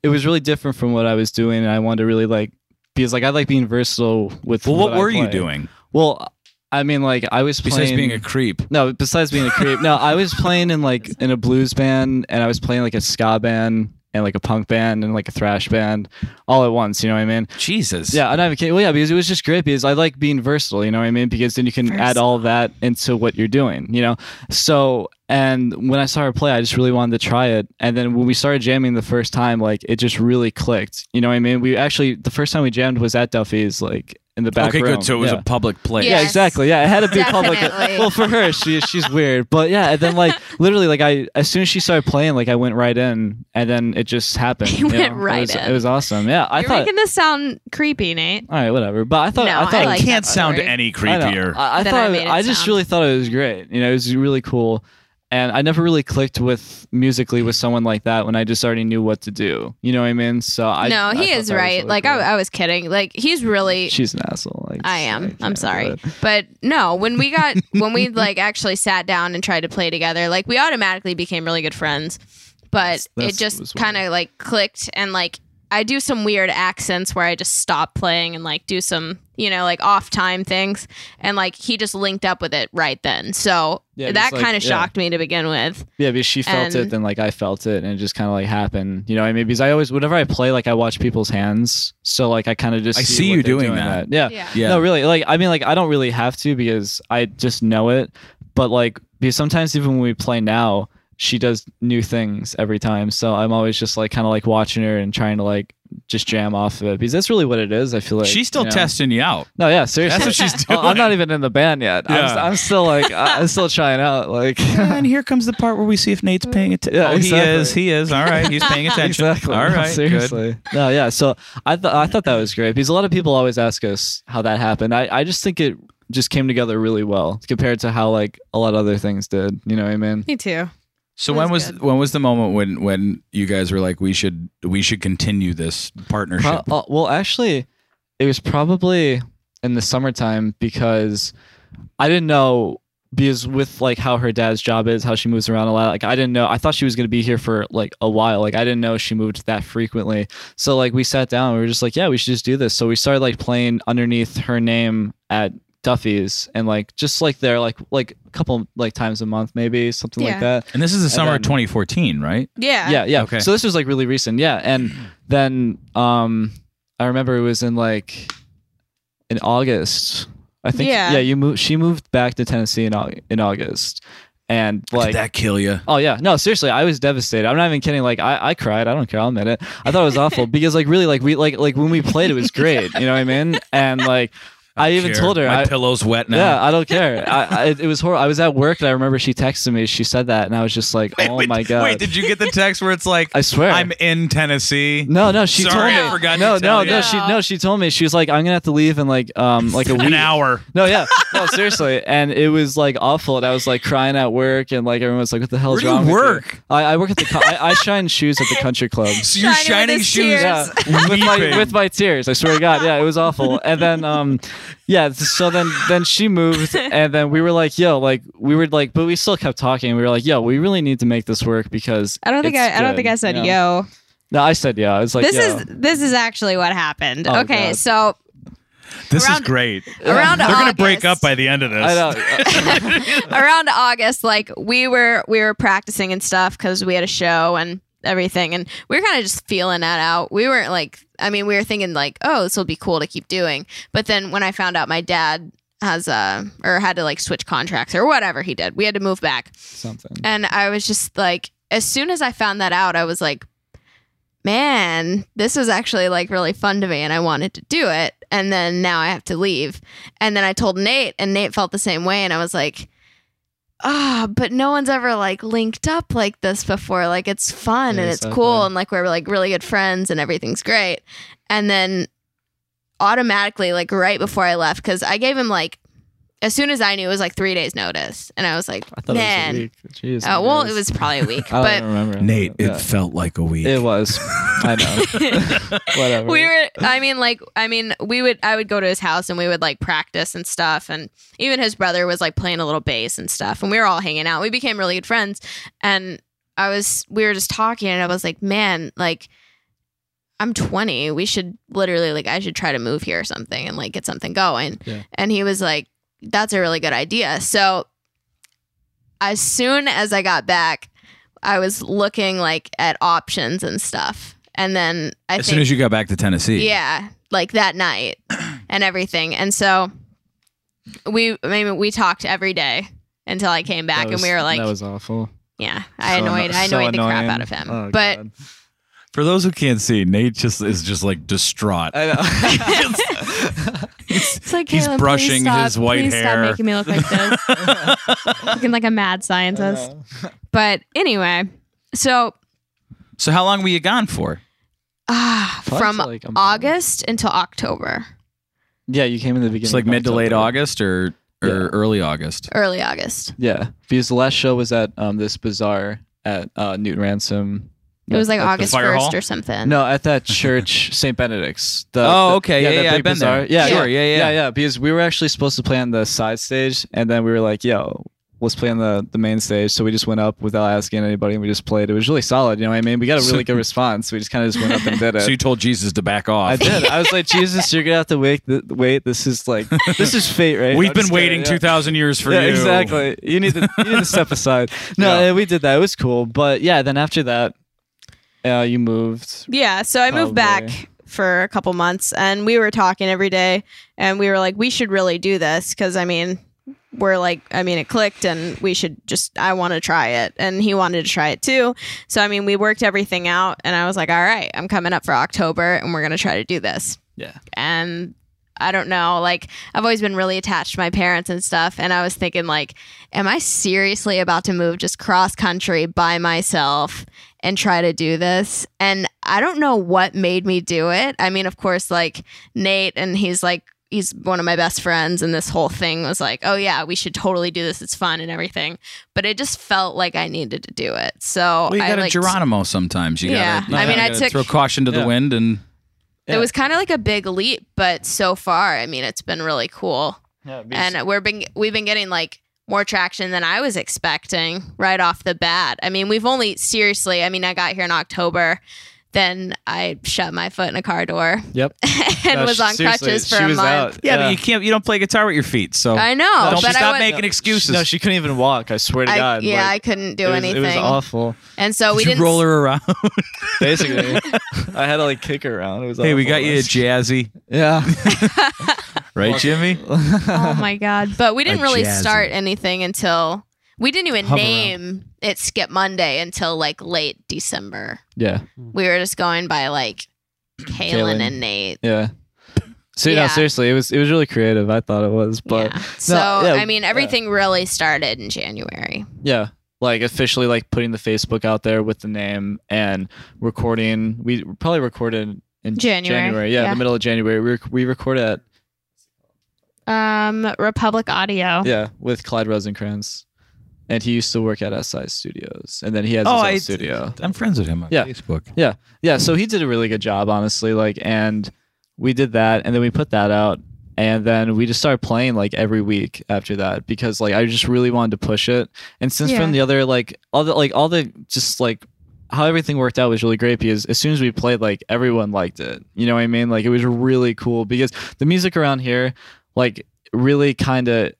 it was really different from what I was doing, and I wanted to really like because like I like being versatile with.
well, what
I
were you
play.
doing
Well, I mean, like I was
besides
playing,
being a creep?
no, besides being a creep. no, I was playing in like in a blues band, and I was playing like a ska band and like a punk band and like a thrash band all at once. You know what I mean?
Jesus.
Yeah, I'm not even kidding. Well, yeah, because it was just great because I like being versatile, you know what I mean? Because then you can add all that into what you're doing, you know? So, and when I saw her play, I just really wanted to try it. And then when we started jamming the first time, like it just really clicked, you know what I mean? We actually, the first time we jammed was at Duffy's, like in the back
Okay,
room.
good. So it was
Yeah.
a public place.
Yeah,
Yes.
exactly. Yeah, it had to be public.
Definitely.
Well, for her, she she's weird, but yeah. And then like
(laughs)
literally, like I as soon as she started playing, like I went right in, and then it just happened.
You went right
it was,
in.
It was awesome. Yeah, I
You're
thought.
making this sound creepy, Nate.
all right, whatever. But I thought
No,
I
I
thought
like
It can't
that
sound
word.
any
I know.
creepier.
I, I
than
thought
I
I,
made it
I just
sound.
really thought it was great. You know, it was really cool. And I never really clicked with musically with someone like that when I just already knew what to do. You know what I mean? So I
no,
I
he
thought
is
that was
right.
really
like
cool.
I, I was kidding. Like he's really.
she's an asshole. Like, I
I am. I'm
can't do
sorry.
it.
But no, when we got when we like actually sat down and tried to play together, like we automatically became really good friends. But
That's- that's-
it
was
just
what-
kind of like clicked and like I do some weird accents where I just stop playing and like do some, you know, like off time things and like he just linked up with it right then. So
Yeah,
that
just, like,
kind of
yeah.
shocked me to begin with.
Yeah, because she felt
And-
it, then like I felt it, and it just kind of like happened. You know, what I mean, because I always, whenever I play, like I watch people's hands, so like I kind of just
I see you
what they're
doing that.
Yeah.
Yeah.
Yeah.
no, really. Like I mean, like I don't really have to because I just know it. But like because sometimes even when we play now, she does new things every time, so I'm always just like kind of like watching her and trying to like just jam off of it because that's really what it is. I feel like
she's still
you know?
testing you
(laughs)
out.
No, yeah, seriously,
That's what she's
(laughs) Oh, I'm
doing.
not even in the band yet. I'm,
Yeah.
I'm still like I- I'm still trying out. Like
and here comes the part where we see if Nate's paying attention.
Yeah,
oh,
exactly.
he is. He is. All right. He's
(laughs)
paying attention.
Exactly.
All right. Good.
Seriously. No, yeah. So I thought I thought that was great because a lot of people always ask us how that happened. I, I just think it just came together really well compared to how like a lot of other things did. You know what I mean?
Me too.
So
That
when
was
was
good.
when was the moment when when you guys were like we should we should continue this partnership?
Pro- uh, well, actually, it was probably in the summertime because I didn't know because with like how her dad's job is, how she moves around a lot. Like I didn't know. I thought she was gonna be here for like a while. Like I didn't know she moved that frequently. So like we sat down. We were just like, yeah, we should just do this. So we started like playing underneath her name at Duffy's and like just like there like like a couple like times a month maybe something
Yeah.
like that.
and this is the summer of
then-
2014, right?
Yeah.
Yeah, yeah.
Okay.
So this was like really recent. Yeah,
(clears throat)
and then um, I remember it was in like in August. I think.
Yeah.
Yeah. you moved. She moved back to Tennessee in Au- in August, and like.
Did that kill you?
Oh yeah, no, seriously, I was devastated. I'm not even kidding. Like I, I cried. I don't care. I'll admit it. I thought it (laughs) was awful because like really like we like like when we played it was great. You know what I mean? And like I, even
Here,
told her
my
I,
pillow's wet now.
yeah, I don't care. I, I, it was horrible. I was at work and I remember she texted me. She said that, and I was just like,
(laughs) Wait,
oh
wait,
my god.
Wait, did you get the text where it's like
(laughs) I swear.
I'm in Tennessee?
No, no, she
Sorry,
told me.
I forgot
no,
to tell
no,
you.
no, she no, she told me. She was like, I'm gonna have to leave in like
(laughs)
um like a week.
an hour.
No, yeah, no, seriously. And it was like awful, and I was like crying at work, and like everyone was like, "What the hell's
Where do you
wrong?" with
work?
I, I work at the. Co- I, I shine shoes at the country club.
(laughs) So you're
Shining
shining
with his
shoes.
tears.
Yeah, with my with my tears. I swear to God, yeah, it was awful. And then um, yeah. So then then she moved, and then we were like, "Yo," like we were like, but we still kept talking. We were like, "Yo, we really need to make this work because."
I don't think
it's
I, I don't
good,
think I said
you know?
yo.
No, I said yeah. I was like,
this
"Yo."
is this is actually what happened.
Oh,
okay,
God.
so
This is
Around-
great.
around
They're gonna break
August.
up by the end of this.
I know.
(laughs)
Uh,
around August, like we were we were practicing and stuff because we had a show and everything, and we were kind of just feeling that out. We weren't like, I mean, we were thinking like, oh, this will be cool to keep doing. But then when I found out my dad has uh or had to like switch contracts or whatever he did, we had to move back,
something.
and I was just like, as soon as I found that out, I was like. Man, this was actually like really fun to me, and I wanted to do it. And then now I have to leave. And then I told Nate, and Nate felt the same way. And I was like, ah, but no one's ever like linked up like this before. Like it's fun
Yeah,
and it's
exactly.
cool and like we're like really good friends and everything's great. And then automatically, like right before I left, because I gave him like as soon as I knew it was like three days notice, and I was like,
I thought it
man,
was a week. Jeez,
oh, well, it
guys.
was probably a week,
(laughs) I
but
don't remember.
Nate, it
Yeah.
felt like a week.
It was. I
(laughs)
know. (laughs) Whatever.
we were i mean like i mean we would i would go to his house and we would like practice and stuff and even his brother was like playing a little bass and stuff and we were all hanging out we became really good friends and i was we were just talking and i was like man like i'm 20 we should literally like i should try to move here or something and like get something going
Yeah.
and he was like that's a really good idea so as soon as i got back i was looking like at options and stuff and then i
as
think
soon as you got back to Tennessee.
yeah, like
(clears throat)
that night and everything. And so we, I mean, we talked every day until I came
That
back,
was-
and we were
that
like,
was awful.
yeah, I
So
annoyed,
anno-
I
so
annoyed the crap
annoying.
out of him.
Oh,
but
God.
For those who can't see, Nate just is just like distraught.
(laughs)
I know.
it's like
He's
"Caleb, please
brushing
stop-
his white
please
hair."
Stop making me look like
(laughs)
this, looking like a mad scientist. But anyway, so
So how long were you gone for?
ah, from
Like a month.
August until October,
Yeah, you came in the beginning.
It's like
of
mid to late
October.
August or or
Yeah.
early August.
early August.
Yeah, because the last show was at um this bazaar at uh, Newt Ransom.
It was like
At the
August
fire hall?
first or something.
No, at that church, St. Benedict's. The,
Oh,
the-
okay. Yeah,
that
yeah,
big
I've been
bazaar.
there.
Yeah,
Sure,
yeah,
yeah, yeah.
yeah, yeah. Because we were actually supposed to play on the side stage, and then we were like, "Yo, let's play on the the main stage." So we just went up without asking anybody, and we just played. It was really solid. You know what I mean? We got a
So-
really
(laughs)
good response. We just kind of just went up and did it.
So you told Jesus to back off. (laughs)
I did. I was like, Jesus, you're gonna have to wait. Th- wait, this is like, this is fate, right?
We've
I'm
been
just
waiting
kidding, yeah.
2,000 years for
yeah,
you.
Exactly. You need to you need to
(laughs)
step aside. No,
Yeah.
yeah, we did that. It was cool. But yeah, then after that, uh, you moved.
Yeah, so I moved back
Probably.
for a couple months and we were talking every day and we were like we should really do this cuz I mean we're like I mean it clicked and we should just I want to try it and he wanted to try it too. So I mean we worked everything out and I was like all right, I'm coming up for October and we're going to try to do this.
Yeah.
And I don't know, like I've always been really attached to my parents and stuff and I was thinking like am I seriously about to move just cross country by myself and try to do this? And I don't know what made me do it. I mean, of course, like Nate, and he's like, he's one of my best friends, and this whole thing was like, oh, yeah, we should totally do this. It's fun and everything. But it just felt like I needed to do it. So
Well, you
I
got to
like,
Geronimo sometimes. You
Yeah,
gotta, you
I mean,
gotta
I
gotta
took-
throw caution to the
Yeah.
wind and
it was kind of like a big leap, but so far, I mean, it's been really cool.
Yeah,
and we're been we've been getting like more traction than I was expecting right off the bat. I mean, we've only seriously. I mean, I got here in October, then I shut my foot in a car door
yep.
(laughs) and
No,
was
she-
on
seriously,
crutches for
she
a
was
month.
out.
yeah, but you can't. You don't play guitar with your feet, so
I know,
don't
but
stop
I would,
making excuses.
No, she couldn't even walk. I swear to
I-
God.
yeah, I
like,
couldn't do
it was,
anything.
It was awful.
And so we
Did you
didn't
roll her around. (laughs)
Basically, (laughs) I had to like kick her around. It was.
hey, we
awful.
got you a jazzy,
(laughs) Yeah.
right,
(laughs)
Jimmy?
oh (laughs) my god! But we didn't
Like
really
jazzy.
start anything until we didn't even
Hover around.
name it Skip Monday until like late December.
yeah.
We were just going by like Kalen
Kalen.
and Nate.
Yeah. So no,
Yeah.
seriously, it was it was really creative. I thought it was, but
yeah. so
yeah,
I mean, everything really started in January.
Yeah. Like officially like putting the Facebook out there with the name and recording. We probably recorded in
January,
Yeah,
yeah.
in the middle of January. We rec- we recorded at
Um,
(laughs)
Republic Audio.
yeah, with Clyde Rosencrantz. And he used to work at SI Studios. And then he has
Oh,
his own
I-
studio.
I'm friends with him on
Yeah.
Facebook.
Yeah, so he did a really good job, honestly. Like and we did that and then we put that out and then we just started playing like every week after that because like I just really wanted to push it. And since
Yeah.
from the other like all the like all the just like how everything worked out was really great because as soon as we played, like everyone liked it. You know what I mean? Like it was really cool because the music around here, like really kind of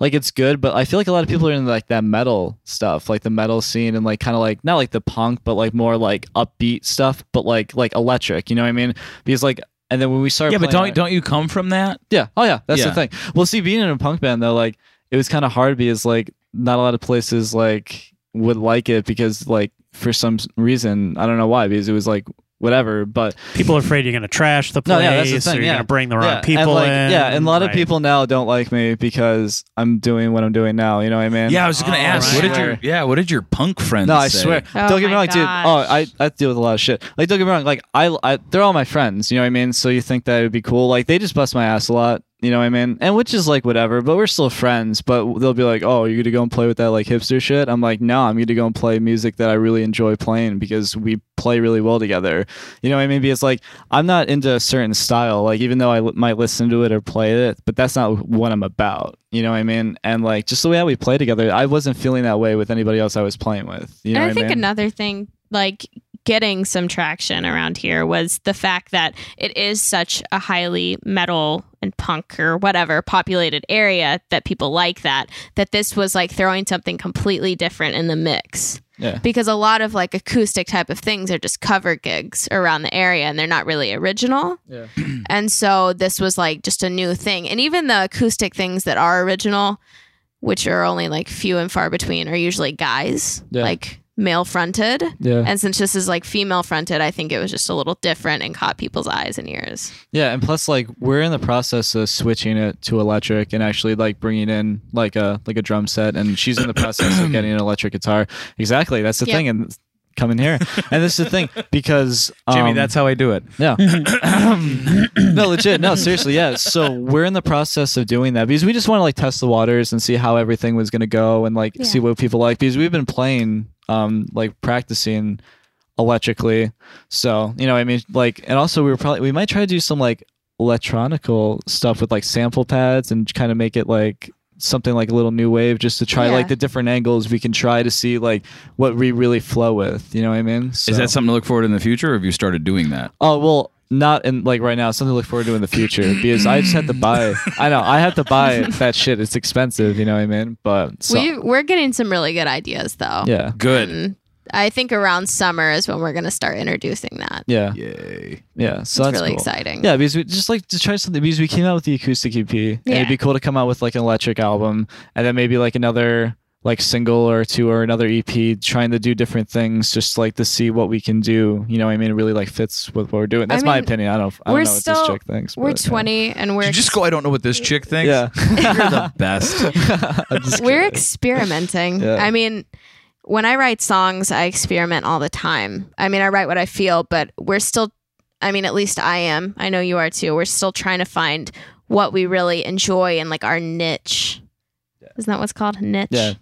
like it's good, but I feel like a lot of people are into like that metal stuff, like the metal scene and like kind of like not like the punk, but like more like upbeat stuff, but like like electric. You know what I mean? Because like and then when we started,
yeah, but
playing-
don't don't you come from that?
yeah. Oh yeah, that's
Yeah.
the thing. Well, see, being in a punk band though, like it was kind of hard because like not a lot of places like would like it because like for some s- reason I don't know why because it was like whatever. But
People are afraid you're going to trash the place,
No, yeah, that's the
or
thing,
you're
yeah.
going to bring the
yeah,
wrong people
and, like,
in.
yeah, and a lot of
Right.
people now don't like me because I'm doing what I'm doing now. You know what I mean?
Yeah, I was just gonna
Oh,
ask.
right.
What did your
Sure.
yeah? What did your punk friends?
No, I
say?
swear.
Oh
don't get me
my
wrong, dude.
gosh.
Oh, I, I deal with a lot of shit. Like, don't get me wrong. Like, I, I they're all my friends. You know what I mean? So you think that it would be cool? Like, they just bust my ass a lot. You know what I mean? And which is like whatever, but we're still friends. But they'll be like, "Oh, you're gonna go and play with that like hipster shit." I'm like, "No, I'm gonna go and play music that I really enjoy playing because we play really well together." You know what I mean? Because like I'm not into a certain style. Like even though I li- might listen to it or play it, but that's not what I'm about. You know what I mean? And like just the way that we play together, I wasn't feeling that way with anybody else I was playing with. You know
and
what
I think
mean?
another thing, like getting some traction around here, was the fact that it is such a highly metal and punk or whatever populated area that people like that. That this was like throwing something completely different in the mix.
Yeah.
Because a lot of like acoustic type of things are just cover gigs around the area and they're not really original.
Yeah.
and so this was like just a new thing. And even the acoustic things that are original, which are only like few and far between, are usually guys,
Yeah.
like male fronted.
Yeah.
And since this is like female fronted, I think it was just a little different and caught people's eyes and ears.
Yeah, and plus like we're in the process of switching it to electric and actually like bringing in like a like a drum set and she's in the process of getting an electric guitar. Exactly, that's the
Yep.
thing and coming here. and this is the
(laughs)
thing because um,
Jimmy, that's how I do it. (laughs)
yeah. no, legit. No, seriously. Yeah. So we're in the process of doing that because we just want to like test the waters and see how everything was going to go and like
Yeah.
see what people like because we've been playing, um, like practicing electrically. So, you know, I mean, like, and also we were probably, we might try to do some like electronical stuff with like sample pads and kind of make it like, something like a little new wave just to try
Yeah.
like the different angles we can try to see like what we really flow with you know what i mean
Is
So-
that something to look forward to in the future, or have you started doing that?
Oh well, not in like right now. Something to look forward to in the future because I just had to buy. I know I had to buy that shit. It's expensive, you know what I mean? But so,
we, we're getting some really good ideas though.
yeah,
Good.
And I think around summer is when we're going to start introducing that.
yeah,
Yay.
yeah. So
It's
that's
really
cool.
exciting.
Yeah, because we just like to try something. Because we came out with the acoustic EP, and
Yeah.
it'd be cool to come out with like an electric album, and then maybe like another like single or two or another EP, trying to do different things, just like to see what we can do. You know, what I mean, it really like fits with what we're doing.
I
That's my
mean,
opinion. I don't. I don't
we're
know what
still-
this chick thinks.
We're
but, yeah.
20 and we're
Did you just go. I don't know what this chick thinks. (laughs)
Yeah.
You're
(laughs)
the best.
I'm just
we're
kidding.
experimenting.
(laughs) Yeah.
I mean, when I write songs, I experiment all the time. I mean, I write what I feel, but we're still, I mean, at least I am. I know you are too. We're still trying to find what we really enjoy and like our niche. Isn't that what's called niche?
Yeah.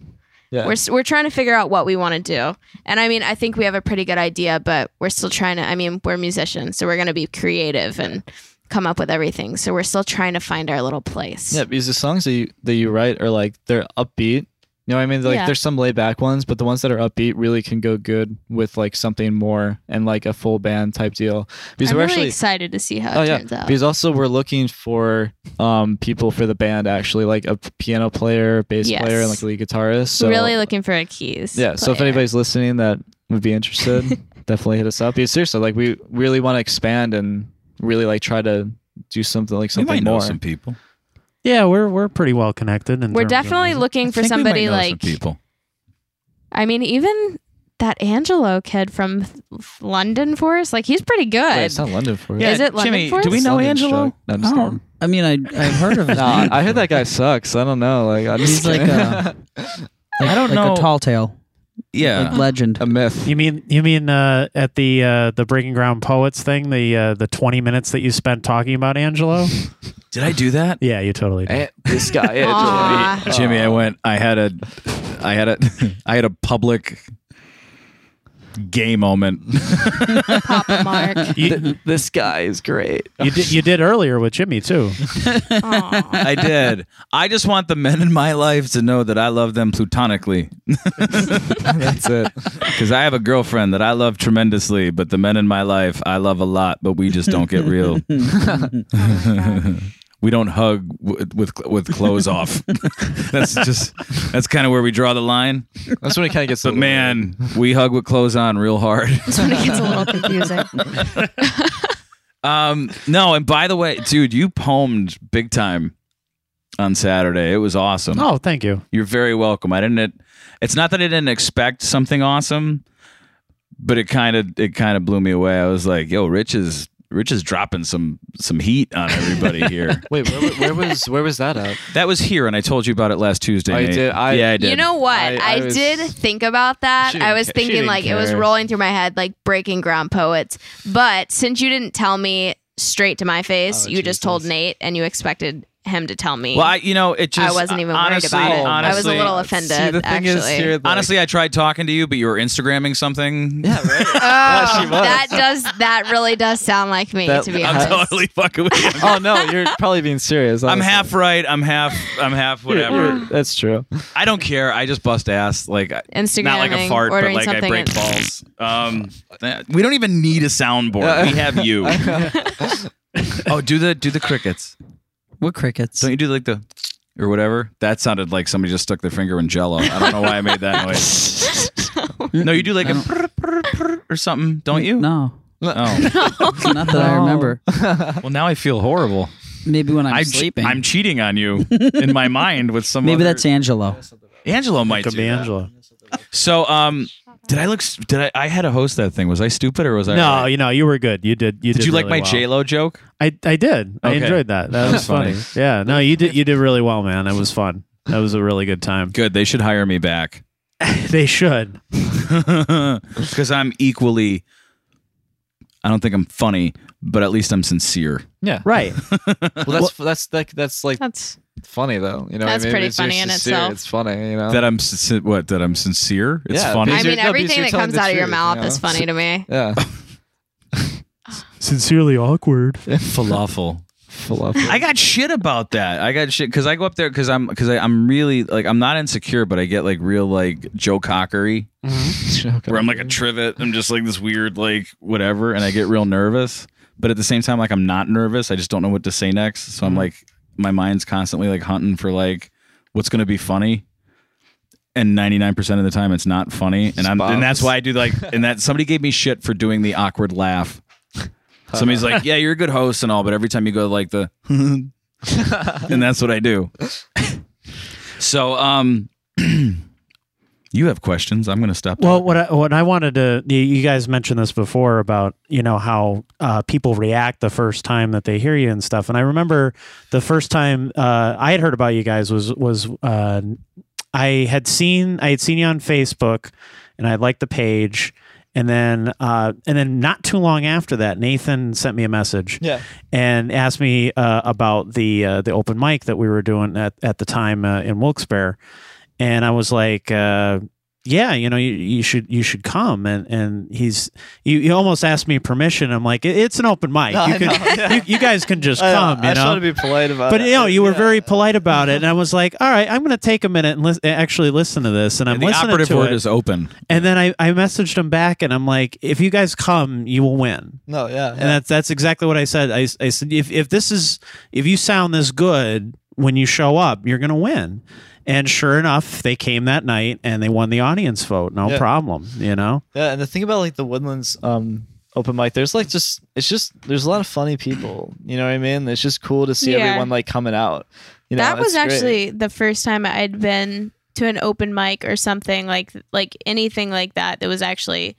Yeah.
We're, s- we're trying to figure out what we want to do. And I mean, I think we have a pretty good idea, but we're still trying to, I mean, we're musicians, so we're going to be creative and come up with everything. So we're still trying to find our little place.
Yeah, because the songs that you, that you write are like they're upbeat. You know what I mean? Like
Yeah.
there's some laid back ones, but the ones that are upbeat really can go good with like something more and like a full band type deal. Because
I'm
we're
really
actually
excited to see how
Oh
it
yeah.
turns out.
Because also we're looking for um people for the band actually, like a p- piano player, bass
Yes.
player, and like a lead guitarist. So
really looking for a keys.
Yeah. So if
player.
anybody's listening that would be
(laughs)
interested, definitely hit us up. Because seriously, like we really want to expand and really like try to do something like
You
something
might know
more.
some people.
Yeah, we're we're pretty well connected. In
we're
terms of
definitely
music.
looking
I
for
think we might
somebody
know some
like
people.
I mean, even that Angelo kid from F- London for us, like he's pretty good.
Wait, it's not London for
Yeah, Is it London
Jimmy,
for
do we
us?
know
London
Angelo?
Strike. No, I'm just
Oh.
kidding.
I mean, I I've heard
(laughs)
of his
(laughs) Nah,
name.
I heard that guy sucks. I don't know. Like uh, I'm
He's
just
like
kidding.
a-
I don't
like
know.
a
(laughs)
tall tale, like
yeah.
legend.
(laughs) a myth.
You mean you mean uh, at the uh, the Breaking Ground Poets thing, the uh, the twenty minutes that you spent talking about (laughs) Angelo?
Did I do that?
yeah, you totally. Did.
Eh, this guy. yeah, (laughs)
Aw.
(laughs)
just-
Jimmy, I went. I had a, I had a, I had a public gay moment.
Papa
(laughs)
Mark.
You,
Th- this guy is great.
you did you did earlier with Jimmy (laughs) too.
Aw.
I did. I just want the men in my life to know that I love them plutonically. (laughs)
That's it.
Because I have a girlfriend that I love tremendously, but the men in my life I love a lot, but we just don't get real. (laughs) we don't hug w- with with clothes off. (laughs) that's just that's kind of where we draw the line.
That's when it kind of gets. a
But
little-
man, we hug with clothes on real hard. (laughs)
That's when it gets a
(laughs)
little confusing.
Um, no, and by the way, dude, you poemed big time on Saturday. It was awesome.
Oh, thank you.
You're very welcome. I didn't. It, it's not that I didn't expect something awesome, but it kind of it kind of blew me away. I was like, "Yo, Rich is Rich is dropping some some heat on everybody here."
wait, where, wa- where was where was that at?
that was here, and I told you about it last Tuesday.
I
Nate.
did- I-
yeah, I did.
You know what?
I-
I,
I was-
did think about that.
She didn't
I was
ca- she
thinking
didn't
like it was
care.
rolling through my head like breaking ground poets. But since you didn't tell me straight to my face,
Oh,
you just told
Jesus.
Nate and you expected him to tell me.
well, I, you know, it just
I wasn't even
honestly,
worried about it. I was
honestly-
a little
See,
(laughs) offended
the thing
actually.
is here, like-
Honestly, I tried talking to you, but you were Instagramming something. Yeah, (laughs)
Oh,
she was.
that does that really does sound like me
That-
to be
I'm
honest.
totally fucking with
(laughs)
you.
(laughs) Oh no, you're probably being serious.
I'm
honestly.
half right. I'm half. I'm
(laughs)
half. Whatever.
That's true.
I don't care. I just bust ass. Like I-
Instagramming,
not like a fart, but
ordering
like I
something
break
and- (laughs)
balls. Um, that- we don't even need a soundboard. We have you. (laughs) oh, do the do the crickets.
What crickets?
Don't you do like the or whatever? That sounded like somebody just stuck their finger in Jello. I don't know why I made (laughs) that noise. No, you do like a prr, prr, prr or something, don't you? (laughs)
No,
Oh,
not that I remember.
well now I feel horrible.
Maybe when I'm,
I'm, che-
sleeping.
I'm cheating on (laughs) you in my mind with some.
Maybe
other-
that's Angelo.
Angelo might
Could
do
be
that.
Angela.
So, um, did I look? s- Did I? I had to host that thing. Was I stupid or was I?
No,
right?
you know you were good. You did. You
Did you like
really
my
well.
J Lo joke?
I I did. I
Okay.
enjoyed that. (laughs) That was funny.
funny.
Yeah. No, you did. You did really well, man. It was fun. That was a really good time.
Good. They should hire me back
(laughs)
(laughs)
They should.
because I'm equally. I don't think I'm funny, but at least I'm sincere.
Yeah.
Right.
(laughs) Well, that's that's that, that's like
That's
funny though. You know, what I
That's
mean?
pretty
It's- you're
funny in
sincere,
itself.
It's funny, you know.
That I'm sin- what? That I'm sincere. It's
Oh. Yeah,
funny.
I
because
mean
you're- no, because
everything
you're
that
telling
comes
the
out of your
truth, (laughs)
mouth
you know?
is funny to me.
yeah.
(laughs) Sincerely awkward.
falafel.
(laughs) Falafel.
I got shit about that. I got shit because I go up there because I'm because I'm really like I'm not insecure, but I get like real like Joe Cockery where I'm like a trivet. I'm just like this weird like whatever, and I get real nervous. But at the same time, like I'm not nervous. I just don't know what to say next. So I'm like my mind's constantly like hunting for like what's gonna be funny. And 99% of the time it's not funny. And I'm and that's why I do like and that somebody gave me shit for doing the awkward laugh. Somebody's like, Yeah, you're a good host and all, but every time you go like the (laughs) and that's what I do. so um (clears throat) you have questions. I'm gonna stop.
Well, what I, what I wanted to you- you guys mentioned this before about you know how uh, people react the first time that they hear you and stuff. And I remember the first time uh, I had heard about you guys was was uh, I had seen I had seen you on Facebook, and I liked the page. And then, uh, and then, not too long after that, Nathan sent me a message
(laughs) Yeah.
and asked me uh, about the uh, the open mic that we were doing at, at the time uh, in Wilkes-Barre, and I was like, uh, "Yeah, you know, you, you should you should come." And and he's you, you almost asked me permission. I'm like, "It- "It's an open mic.
No,
you,
I
could-
know.
(laughs) you, you guys can just
I,
come." You
I
know?
try to be polite about
but
it.
you know, you were
Yeah. Mm-hmm.
very polite about it, and I was like, "All right, I'm going to take a minute and lis- eh, actually listen to this." And I'm
the
listening
operative
to
word
it,
is open.
and then I, I messaged him back, and I'm like, "If you guys come, you will win."
No, yeah.
and that's that's exactly what I said. I, I said if if this is if you sound this good when you show up, you're gonna win. And sure enough, they came that night and they won the audience vote. No
Yeah.
problem, you know.
Yeah, and the thing about like the Woodlands um open mic, there's like just it's just there's a lot of funny people. You know what I mean? It's just cool to see
Yeah.
everyone like coming out. You know,
that was
it's great.
actually the first time I'd been to an open mic or something like like anything like that. That was actually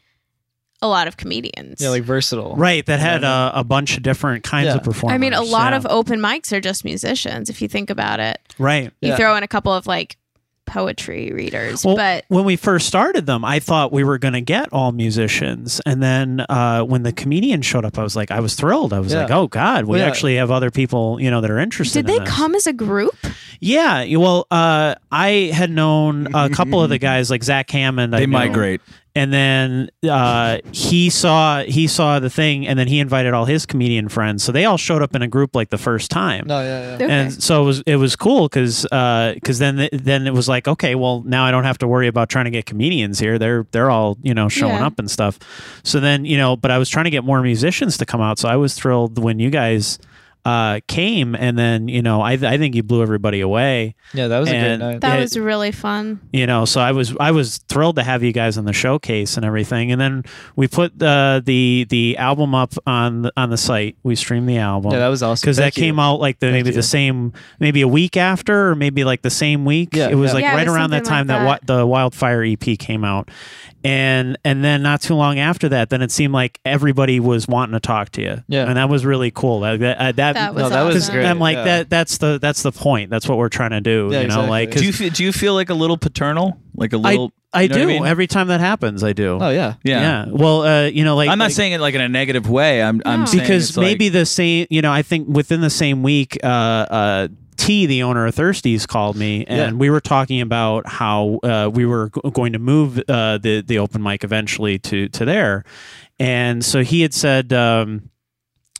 a lot of comedians.
yeah, like versatile.
Right, that had
had,
a, a bunch of different kinds
Yeah.
of performers.
I mean, a lot
yeah.
of open mics are just musicians. If you think about it,
right.
you
Yeah.
throw in a couple of like poetry readers,
Well,
but
when we first started them, I thought we were going to get all musicians, and then uh, when the comedian showed up, I was like, I was thrilled. I was
Yeah.
like, oh god, we
Yeah.
actually have other people, you know, that are
did
interested.
they
in this.
come as a group?
Yeah, you- well, uh, I had known a couple of
(laughs)
the guys like Zach Hammond. I
They
knew.
migrate.
and then uh, he saw he saw the thing, and then he invited all his comedian friends, so they all showed up in a group like the first time.
No, yeah, yeah.
Okay.
And so it was it was cool because then th- then it was like okay well now I don't have to worry about trying to get comedians here they're they're all you know showing
Yeah.
up and stuff so then you know but I was trying to get more musicians to come out so I was thrilled when you guys uh, came and then you know I I think you blew everybody away
Yeah, that was a good
And-
night.
That
Yeah.
was really fun.
you know so i was i was thrilled to have you guys on the showcase and everything and then we put uh, the the album up on the, on the site we streamed the album
Yeah, that was awesome.
because that
Thank you.
came out like the,
Thank
maybe
you.
the same maybe a week after or maybe like the same week
Yeah,
it was
yeah.
like
Yeah, it
right
was
around that
something
time
like
that, wi- the wildfire ep came out and and then not too long after that then it seemed like everybody was wanting to talk to you
Yeah.
and that was really cool that that, uh, that,
That was
No, that was
because
awesome.
great.
I'm like
yeah.
that. That's the that's the point. That's what we're trying to do.
Yeah,
you know,
exactly.
like 'cause
Do you feel, do you feel like a little paternal? Like a little?
I
you know
do
what I mean?
every time that happens. I do.
Oh yeah.
yeah.
Well, uh, you know, like
I'm not
like-
saying it like in a negative way. I'm I'm
No.
saying
because
it's like-
maybe the same. You know, I think within the same week, uh, uh, T, the owner of Thirsties, called me, and
Yeah.
we were talking about how uh, we were g- going to move uh, the the open mic eventually to to there, and so he had said. Um,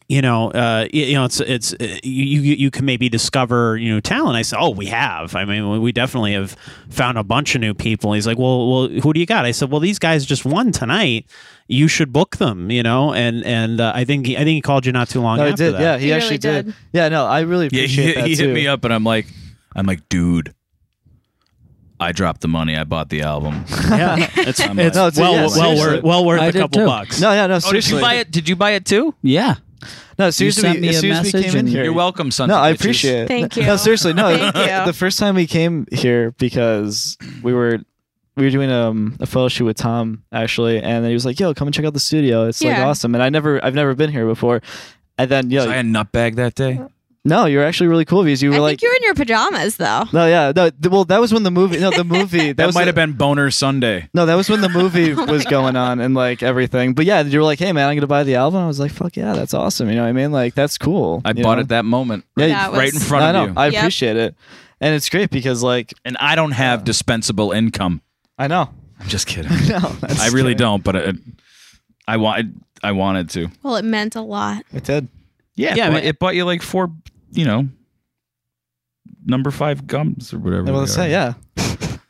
you know, uh, y- you know, it's it's uh, you you you can maybe discover you know talent. I said, oh, we have. I mean, we- we definitely have found a bunch of new people. And he's like, well, well, who do you got? I said, well, these guys just won tonight. You should book them. You know, and and uh, I think he, I think he called you not too long
No, he
after
did.
that.
Yeah, he,
He really
actually did.
did.
Yeah, no, I really
yeah,
appreciate
he,
that
he
too.
hit me up and I'm like, I'm like, dude, I dropped the money. I bought the
(laughs)
album.
Yeah, (laughs) it's,
I'm
it's
like- No, it's-
well
yeah,
well
seriously.
worth well worth
I
a
did
couple
too.
bucks.
No, yeah, no.
Oh, did
Seriously.
you buy it? Did you buy it too?
Yeah.
No, seriously.
sent me
as
a
soon as we
message
came in
and-
here,
You're welcome, son.
No,
of
I
bitches.
appreciate it.
Thank
No,
you.
seriously, no.
Thank
the,
you.
the first time we came here because we were we were doing um, a photo shoot with Tom actually, and then he was like, "Yo, come and check out the studio. It's like
Yeah.
awesome." And I never, I've never been here before. And then,
Was I
yeah,
a nutbag that day?
no, you're actually really cool because you
I
were
think
like,
you were in your pajamas though.
no, yeah, no. th- Well, that was when the movie, no, the movie
(laughs)
that,
That,
was
might
the-
have been Boner Sunday.
No, that was when the movie was going on and like everything. But yeah, you were like, "Hey, man, I'm gonna buy the album." I was like, "Fuck yeah, that's awesome." You know what I mean? Like, that's cool.
I
you
bought
know?
it that moment,
Yeah, you-
That was-
right in front
I
of
know.
you.
I
Yep.
appreciate it, and it's great because like
and I don't have dispensable income.
I know.
I'm just kidding. (laughs)
No, that's
I really
kidding.
don't, but I, I wanted. I wanted to.
Well, it meant a lot.
It did.
Yeah,
Yeah,
it,
I
bu-
mean-
it bought you like four, you know, number five gums or whatever.
Well,
they
let's
are.
say yeah.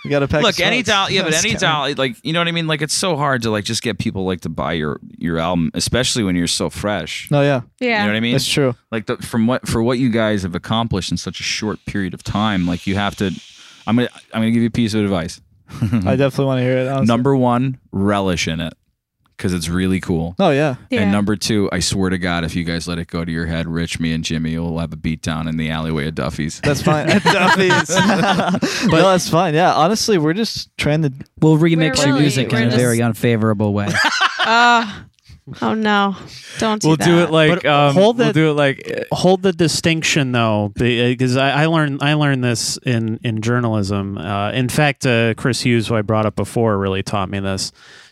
You got to pack.
Look,
your
any
smokes.
doll,
(laughs)
yeah, but
That's
any
kinda-
doll, like you know what I mean. Like it's so hard to like just get people like to buy your your album, especially when you're so fresh.
No, yeah,
You know what I mean?
that's true.
like the, from what for what you guys have accomplished in such a short period of time. Like you have to. I'm gonna I'm gonna give you a piece of advice. mm.
I definitely want to hear it. Honestly.
Number one, relish in it because it's really cool.
No, yeah,
And number two, I swear to God, if you guys let it go to your head, Rich, me, and Jimmy will have a beat down in the alleyway at Duffy's.
(laughs)
that's fine. Duffy's. (laughs) no, that's fine. Yeah, honestly, we're just trying to.
We'll remix your
really-
music
we're
in a
just-
very
(laughs)
unfavorable way.
Oh, oh no. Don't do
We'll
that.
do it like
But
um,
hold
we'll
that-
do it like uh,
hold the distinction though because I, I learned i learned this in in journalism uh, in fact uh, chris hughes who i brought up before really taught me this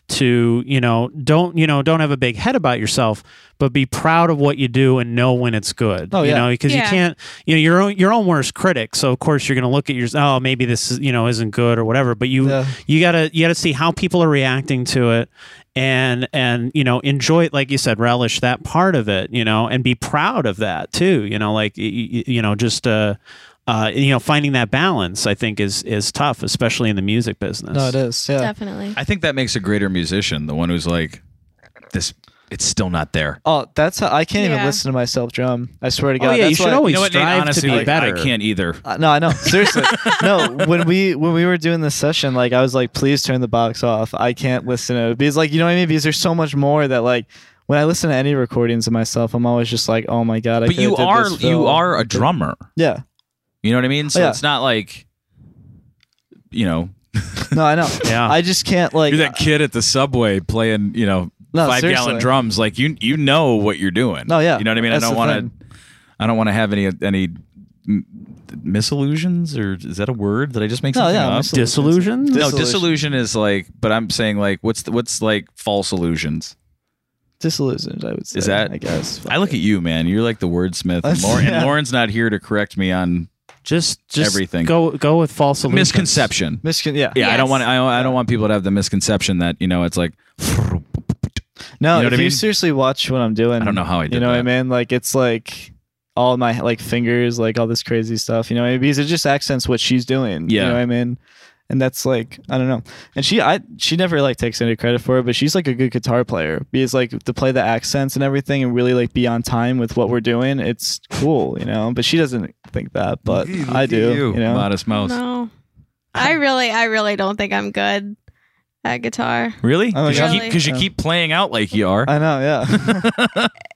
to you know don't you know don't have a big head about yourself but be proud of what you do and know when it's good
Oh,
you
yeah.
know because you
Yeah.
can't you know your own your own worst critic so of course you're going to look at your oh maybe this is, you know isn't good or whatever but you
Yeah.
you gotta you gotta see how people are reacting to it and and you know enjoy it like you said relish that part of it you know and be proud of that too you know like y- y- you know just uh uh, you know, finding that balance, I think, is is tough, especially in the music business.
No, it is. Yeah.
Definitely.
I think that makes a greater musician, the one who's like, this, it's still not there.
Oh, that's how I can't even
Yeah.
listen to myself drum. I swear to
oh
God.
yeah, you
that's
should
why-
always
Nate?
strive to be
like,
better.
I can't either.
Uh, no, I know. Seriously, no. When we when we were doing this session, like I was like, please turn the box off. I can't listen to it because, like, you know what I mean? Because there's so much more that, like, when I listen to any recordings of myself, I'm always just like, oh my god. I
But
coulda
you
did
are
this
you
fill.
are a drummer.
Yeah.
You know what I mean? So
Oh, Yeah.
it's not like, you know, (laughs)
No, I know.
Yeah.
I just can't like. uh,
you're that kid at the subway playing, you know,
No,
five gallon
seriously.
drums. Like you, you know what you're doing.
No, yeah.
You know what I mean?
That's
I don't
the
want
thing.
to. I don't want to have any any m- misillusions, or is that a word? Did I just make
No,
something
yeah,
up?
misil-
Disillusion?
Dis-
no, disillusion is like, but I'm saying like, what's the, what's like false illusions?
disillusioned. I would say.
Is that-
I guess. (laughs)
I look at you, man. You're like the wordsmith, and, Lauren, and Lauren's not here to correct me on
Just just
Everything.
Go go with false illusions.
misconception.
Michigan, yeah.
Yeah, I don't
Yes.
want I don't, I don't want people to have the misconception that you know it's like
No,
You know
if
what I mean?
you seriously watch what I'm doing,
I don't know how I did
You know
that.
what I mean? Like it's like all my like fingers, like all this crazy stuff. You know, what I mean? because it just accents what she's doing.
Yeah.
you know what I mean. And that's like I don't know. And she I she never like takes any credit for it, but she's like a good guitar player. Because like to play the accents and everything and really like be on time with what we're doing, it's cool, you know. But she doesn't think that, but I do. You, know,
modest mouse.
No. I really, I really don't think I'm good at guitar.
Really?
Oh,
Because
yeah.
you, keep- 'cause you
Yeah.
keep playing out like you are.
I know. Yeah,
(laughs)
(laughs)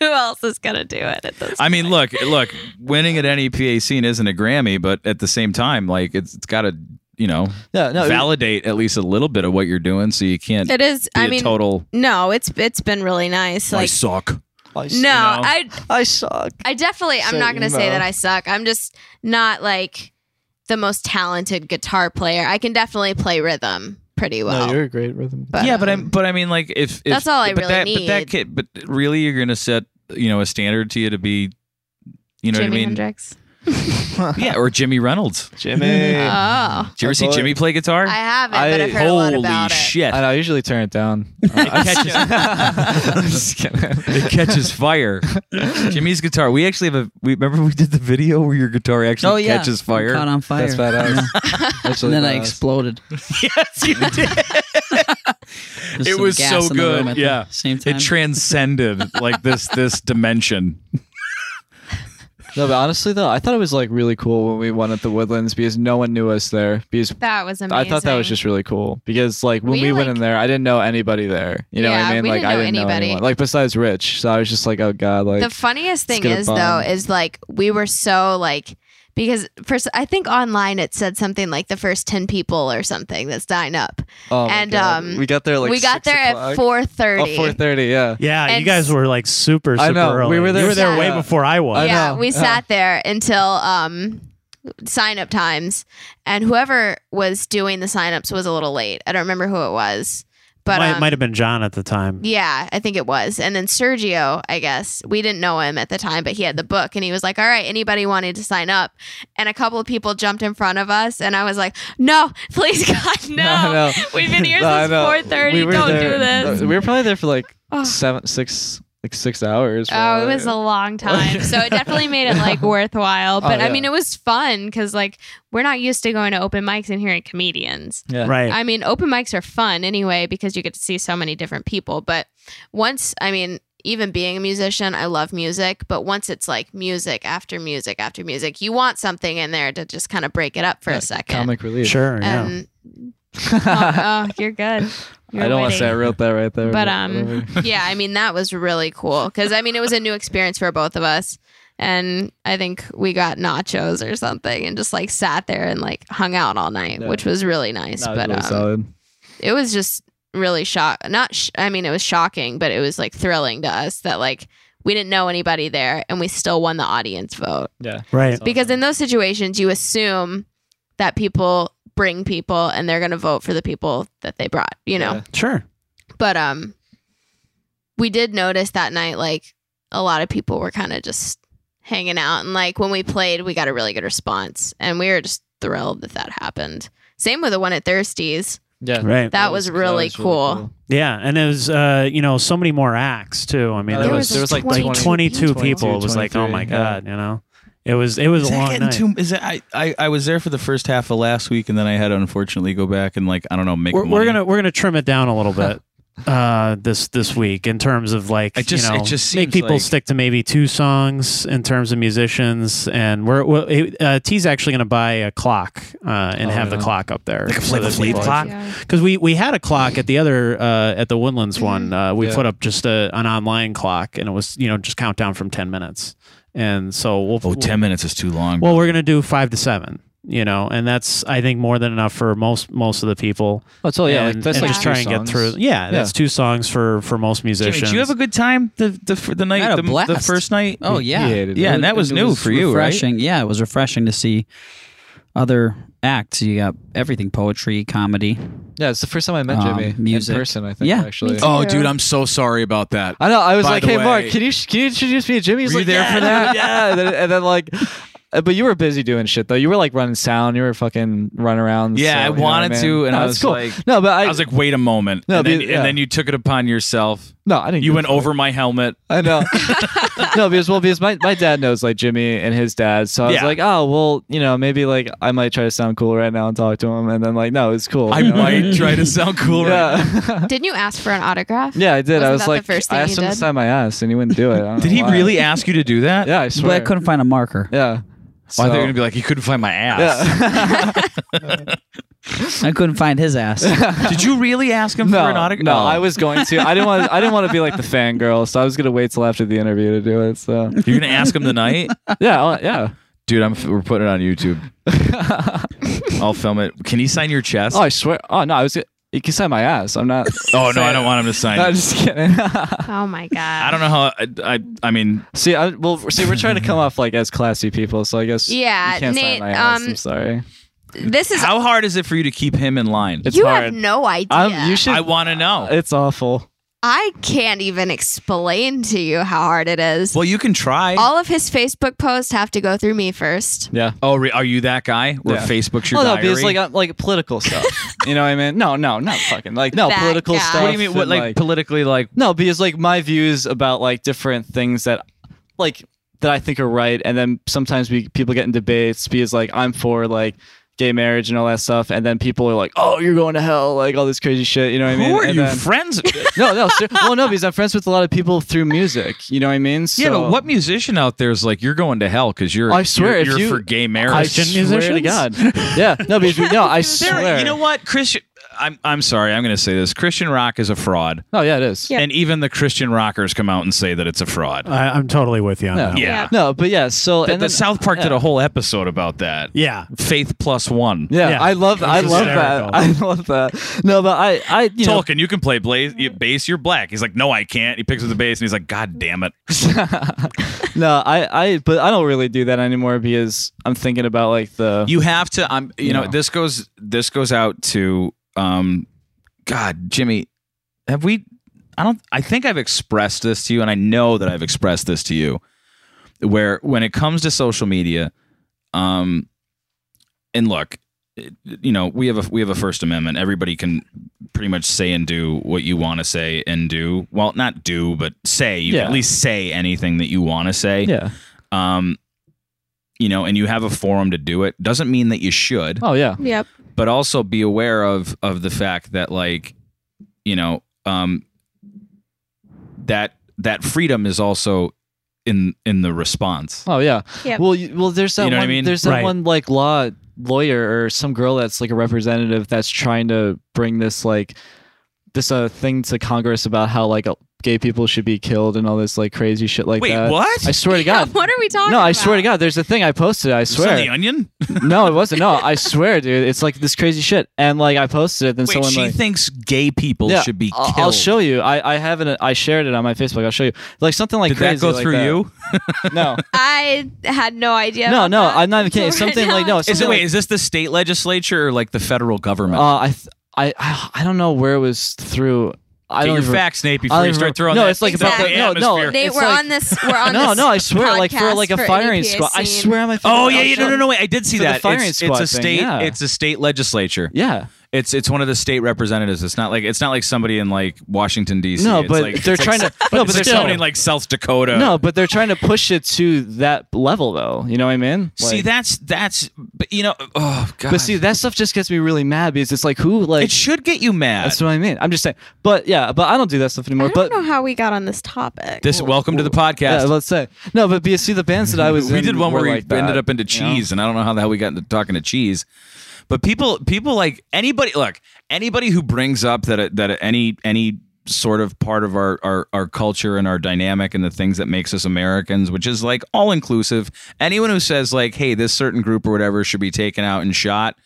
Who else is gonna do it at this?
I mean, look, look, winning at any PA scene isn't a Grammy, but at the same time, like it's, it's got to, you know,
yeah. No,
validate at least a little bit of what you're doing, so you can't
It is.
be
I
a
mean,
total.
no, it's it's been really nice.
I
Like,
suck.
I,
no,
know.
I
I suck.
I definitely
So
I'm not gonna say
emo.
that I suck. I'm just not like the most talented guitar player. I can definitely play rhythm pretty well.
no, you're a great rhythm.
but,
(laughs) yeah, but I'm,
um,
but I mean, like if, if
That's all I
but
really
that, But that
need.
kid, but really, you're gonna set you know a standard to you to be, you know
Jimi
what I mean?
Hendrix.
Yeah, or Jimmy Reynolds.
(laughs)
Jimmy.
Oh,
Did you ever see
boy.
Jimmy play guitar?
I haven't, but I've
I-
heard a lot
Holy
about
shit!
I know. I usually turn it down.
catches-
I'm just kidding.
it catches fire. Jimmy's guitar. We actually have a. We remember we did the video where your guitar actually
Oh yeah,
catches
Caught
fire.
on fire.
That's badass.
(laughs)
That's
and
really
then I
badass.
exploded.
(laughs) yes,
(laughs)
you did.
There's
It
some
was
gas
so
in the
good,
room at the
yeah.
same time.
It transcended like this this dimension.
No, but honestly though, I thought it was like really cool when we won at the Woodlands because no one knew us there. Because
that was
I
amazing.
thought that was just really cool because like when we,
We,
went
like-
in there, I didn't know anybody there. You know what
Yeah,
I mean?
we
like
didn't
I
know
didn't
anybody.
know anyone. Like besides Rich, so I was just like, oh god, like
the funniest
let's
thing
get a
is though
bomb.
is like we were so like because first I think online it said something like the first ten people or something that sign up.
oh my
and,
God.
um,
we got there like
we
6
got there
o'clock.
at four thirty.
Oh, 4:30, yeah.
Yeah, you
And-
guys were like super super
I know,
early.
we were there-
you were there way
Yeah.
before I was.
I
yeah,
know. Uh-huh.
we
Yeah.
sat there until um sign up times and whoever was doing the sign ups was a little late. I don't remember who it was. But
might,
um,
might have been John at the time.
yeah, I think it was. And then Sergio, I guess we didn't know him at the time, but he had the book and he was like, "All right, anybody wanting to sign up?" And a couple of people jumped in front of us, and I was like, "No, (laughs) please, God, no!
(laughs) no.
We've been here
No, (laughs) I
since
know.
four thirty.
We were
Don't
there-
do this."
We were probably there for like
Oh.
seven, six, like six hours.
Oh, it
probably.
was a long time. So it definitely made it
(laughs)
like worthwhile. But I
Oh, yeah.
mean, it was fun because like we're not used to going to open mics and hearing comedians.
yeah.
Right.
I mean, open mics are fun anyway because you get to see so many different people. But once, I mean, even being a musician, I love music. But once it's like music after music after music, you want something in there to just kind of break it up for
Yeah,
a second.
Comic relief.
sure. Yeah.
and
(laughs)
oh, oh, (laughs) you're good. You're
I don't want to say I
winning.
wrote that right there,
But, um, (laughs)
whatever. (laughs)
yeah, I mean that was really cool because I mean it was a new experience for both of us, and I think we got nachos or something and just like sat there and like hung out all night,
Yeah.
which was really nice.
No, it was
but
really
um,
solid.
it was just really shock. Not sh- I mean it was shocking, but it was like thrilling to us that like we didn't know anybody there and we still won the audience vote
Yeah.
right.
because in those situations you assume that people bring people and they're going to vote for the people that they brought. You know.
Yeah.
Sure.
But um we did notice that night like a lot of people were kind of just hanging out and like when we played we got a really good response and we were just thrilled that that happened. Same with the one at Thirsties.
Yeah.
Right.
That was really cool.
Yeah, and it was uh, you know so many more acts too. I mean,
Oh,
there
there
was,
was like
22
twenty two people.
22,
it was like, oh my
23, yeah.
god, you know, it was it was
Is
a
that
long
getting
night.
too- is that- I, I, I was there for the first half of last week, and then I had to unfortunately go back and like I don't know make.
we're, we're
money.
gonna we're gonna trim it down a little
(laughs)
bit uh, this this week in terms of like
It just-
you know
it just
make
seems
people
like-
stick to maybe two songs in terms of musicians, and we're, we're it, uh, T's actually gonna buy a clock uh, and
Oh,
have the
yeah.
clock up there,
Like a Flavor
that people-
Flav
clock. because we we had a clock at the other uh, at the Woodlands
Mm-hmm.
one. Uh, we
Yeah.
put up just a, an online clock, and it was you know just countdown from ten minutes, and so we'll
Oh, 10 minutes is too long.
Well, we're gonna do five to seven, you know, and that's I think more than enough for most most of the people.
Oh, so yeah,
and,
like that's
and
like
just
two
try and get
songs.
through. Yeah, that's two songs for for most
Jimmy,
musicians.
did you have a good time the the, the
I
night
had
the,
a blast.
the first night?
Oh yeah,
Yeah, it
Yeah, and that was new for you, right?
refreshing. Yeah, it was refreshing to see other acts. You got everything: poetry, comedy.
Yeah, it's the first time I met
Um,
Jimmy
music.
in person. I think
Yeah.
actually.
Oh, dude, I'm so sorry about that.
I know. I was
By
like,
the
hey,
way-
Mark, can you can you introduce me to Jimmy? He's
Were you
like,
there
(laughs) yeah,
for that?
yeah. And then, and then, like, Uh, But you were busy doing shit though. You were like running sound. You were fucking running around.
Yeah,
so,
I
you know what
wanted
mean?
to, and
No,
I
it's
was
cool.
like,
no, but I,
I was like, wait a moment.
No,
and, then,
but-
and then
yeah.
you took it upon yourself.
no, I didn't.
You
give a
went
fuck.
over my helmet.
I know. no, because well, because my, my dad knows like Jimmy and his dad, so I was
Yeah.
like, oh well, you know, maybe like I might try to sound cool right now and talk to him, and then like, no, it's cool.
I
you know? (laughs)
might try to sound cool. right now.
Oh, Yeah. (laughs)
Didn't you ask for an autograph?
yeah, I did.
Wasn't
I was
that the
like,
first thing
I
you
asked him to
did?
sign my ass, and he wouldn't do it. I don't
Did
know
he
why.
really ask you to do that?
Yeah, I
But I
swear.
couldn't find a marker.
Yeah.
Why they're
(laughs) So-
gonna be like, he couldn't find my ass.
(laughs) Yeah.
I couldn't find
(laughs)
his ass.
(laughs) Did you really ask him
no,
for an autograph?
no, I was going to. I didn't want. I didn't want to be like the fangirl, so I was gonna wait till after the interview to do
(laughs)
it. So
You're gonna ask him
(laughs)
tonight,
yeah, I'll- yeah.
dude. I'm. We're putting it on
(laughs)
YouTube. I'll film it. Can he sign your chest?
Oh, I swear. Oh no, I was. You can sign my ass. I'm not.
Oh, no, I don't want him to sign.
No, (laughs) I'm
it.
just kidding.
Oh my
(laughs)
god.
I don't know how. I. I, I mean,
see, I, well, see, we're trying to come off like as classy people, so I guess.
Yeah,
you can't sign
Nate,
my ass.
um,
I'm sorry.
This is
how hard is it for you to keep him in line?
It's
you
hard.
have no idea.
I'm, Um, you should.
I want to know.
(laughs) it's awful.
I can't even explain to you how hard it is.
well, you can try.
All of his Facebook posts have to go through me first.
Yeah.
oh, re- are you that guy where
Yeah.
Facebook's your
Well, no,
diary?
because like uh, like political stuff.
(laughs)
you know what I mean? No, no, not fucking like no
That
political
guy.
stuff.
what do you mean? What
and,
like, politically? Like
No, because like my views about like different things that like that I think are right, and then sometimes we people get in debates because like I'm for like gay marriage and all that stuff, and then people are like, "Oh, you're going to hell!" Like all this crazy shit. You know what I mean?
who are
And
you
then- (laughs)
friends? with?
no, no, ser- well, no, because I'm friends with a lot of people through music. You know what I mean? So,
yeah, but what musician out there is like you're going to hell because you're
I swear,
you're,
if
you're
you-
for gay marriage.
I
Christian
swear to
musicians?
God, yeah, no, because we-
(laughs)
no, I
There-
swear.
you know what, Christian? I'm I'm sorry. I'm going to say this. Christian rock is a fraud,
No, Oh, yeah, it is.
Yeah.
and even the Christian rockers come out and say that it's a fraud.
I, I'm totally with you on
Yeah.
that.
yeah.
Yeah.
No, but yeah. So
The,
and
the
then-
South Park did
yeah.
a whole episode about that.
Yeah.
Faith plus one.
Yeah,
Yeah.
I love, I
It's
love
hysterical.
that. (laughs) I love that. No, but I, I, you know,
Tolkien, you can play blaze, you- bass. You're black. He's like, no, I can't. He picks up the bass and he's like, God damn it.
(laughs) no, I, I, but I don't really do that anymore because I'm thinking about like the.
You have to. I'm. You know,
Yeah.
this goes. This goes out to. Um, God, Jimmy, have we? I don't. I think I've expressed this to you, and I know that I've expressed this to you. Where when it comes to social media, um, and look, it- you know, we have a we have a First Amendment. Everybody can pretty much say and do what you want to say and do. Well, not do, but say. You can
Yeah.
at least say anything that you want to say
yeah.
um, you know, and you have a forum to do it, doesn't mean that you should,
Oh yeah.
Yep.
but also be aware of of the fact that like, you know, um, that that freedom is also in in the response.
Oh yeah.
Yep.
Well, you, well, there's that
You know what I
one.
mean?
There's that
Right.
one like law lawyer or some girl that's like a representative that's trying to bring this like this uh thing to Congress about how like uh, gay people should be killed and all this like crazy shit like
Wait,
that.
what?
I swear to God.
(laughs) what are we talking
No,
about?
I swear to God, there's a thing I posted. I
Is this on the
swear.
onion?
No, it wasn't. No, I swear, dude. It's like this crazy shit. And like I posted it, then
Wait,
someone
she
like
thinks gay people should be
I'll-
killed.
I'll show you. I, I haven't. I shared it on my Facebook. I'll show you. Like something like
Did
crazy
that go
like
through
(laughs)
you? (laughs)
No,
I had no idea.
no,
about
no.
that
I'm not even
(laughs)
kidding.
until right
Something
now.
like no.
Is it
something
wait? Is this the state legislature or like the federal
like-
government?
Uh, I th- I I I don't know where it was through. I
Get
don't
your
even-
facts, Nate,
I
before
don't
you
even
start
remember-
throwing
No,
that
it's like
thing
about
in
the, no, no.
atmosphere.
Nate,
it's
we're
like-
on this. We're
(laughs)
on
No,
this.
no. I swear, like for
podcast
like a
for
firing
NEPA
squad. I
scene.
swear on my. fucking-
Oh
I'll
yeah, yeah, no,
show
no,
you.
no, wait. I did see
For the
that.
firing
it's,
squad
it's a
thing,
state.
yeah.
It's a state legislature.
Yeah.
It's it's one of the state representatives. It's not like it's not like somebody in like Washington D.C.
No,
It's
but
like,
they're
it's
trying
like,
to- no,
it's
but
like
still.
somebody in like South Dakota.
No, but they're trying to push it to that level, though. You know what I mean?
see
Like-
that's that's but you know oh god.
But see, that stuff just gets me really mad because it's like who like
it should get you mad.
That's what I mean. I'm just saying. But yeah, but I don't do that stuff
I
anymore.
don't
But
know how we got on this topic.
this welcome to the
yeah,
podcast.
let's say no. But because see, the bands that I was
(laughs) we
in
did one
were
where we
like
ended
that,
up into
you know?
cheese, and I don't know how the hell we got into talking to cheese. But people, people like anybody. Look, anybody who brings up that that any any sort of part of our our, our culture and our dynamic and the things that makes us Americans, which is like all inclusive. Anyone who says like, "Hey, this certain group or whatever should be taken out and shot,"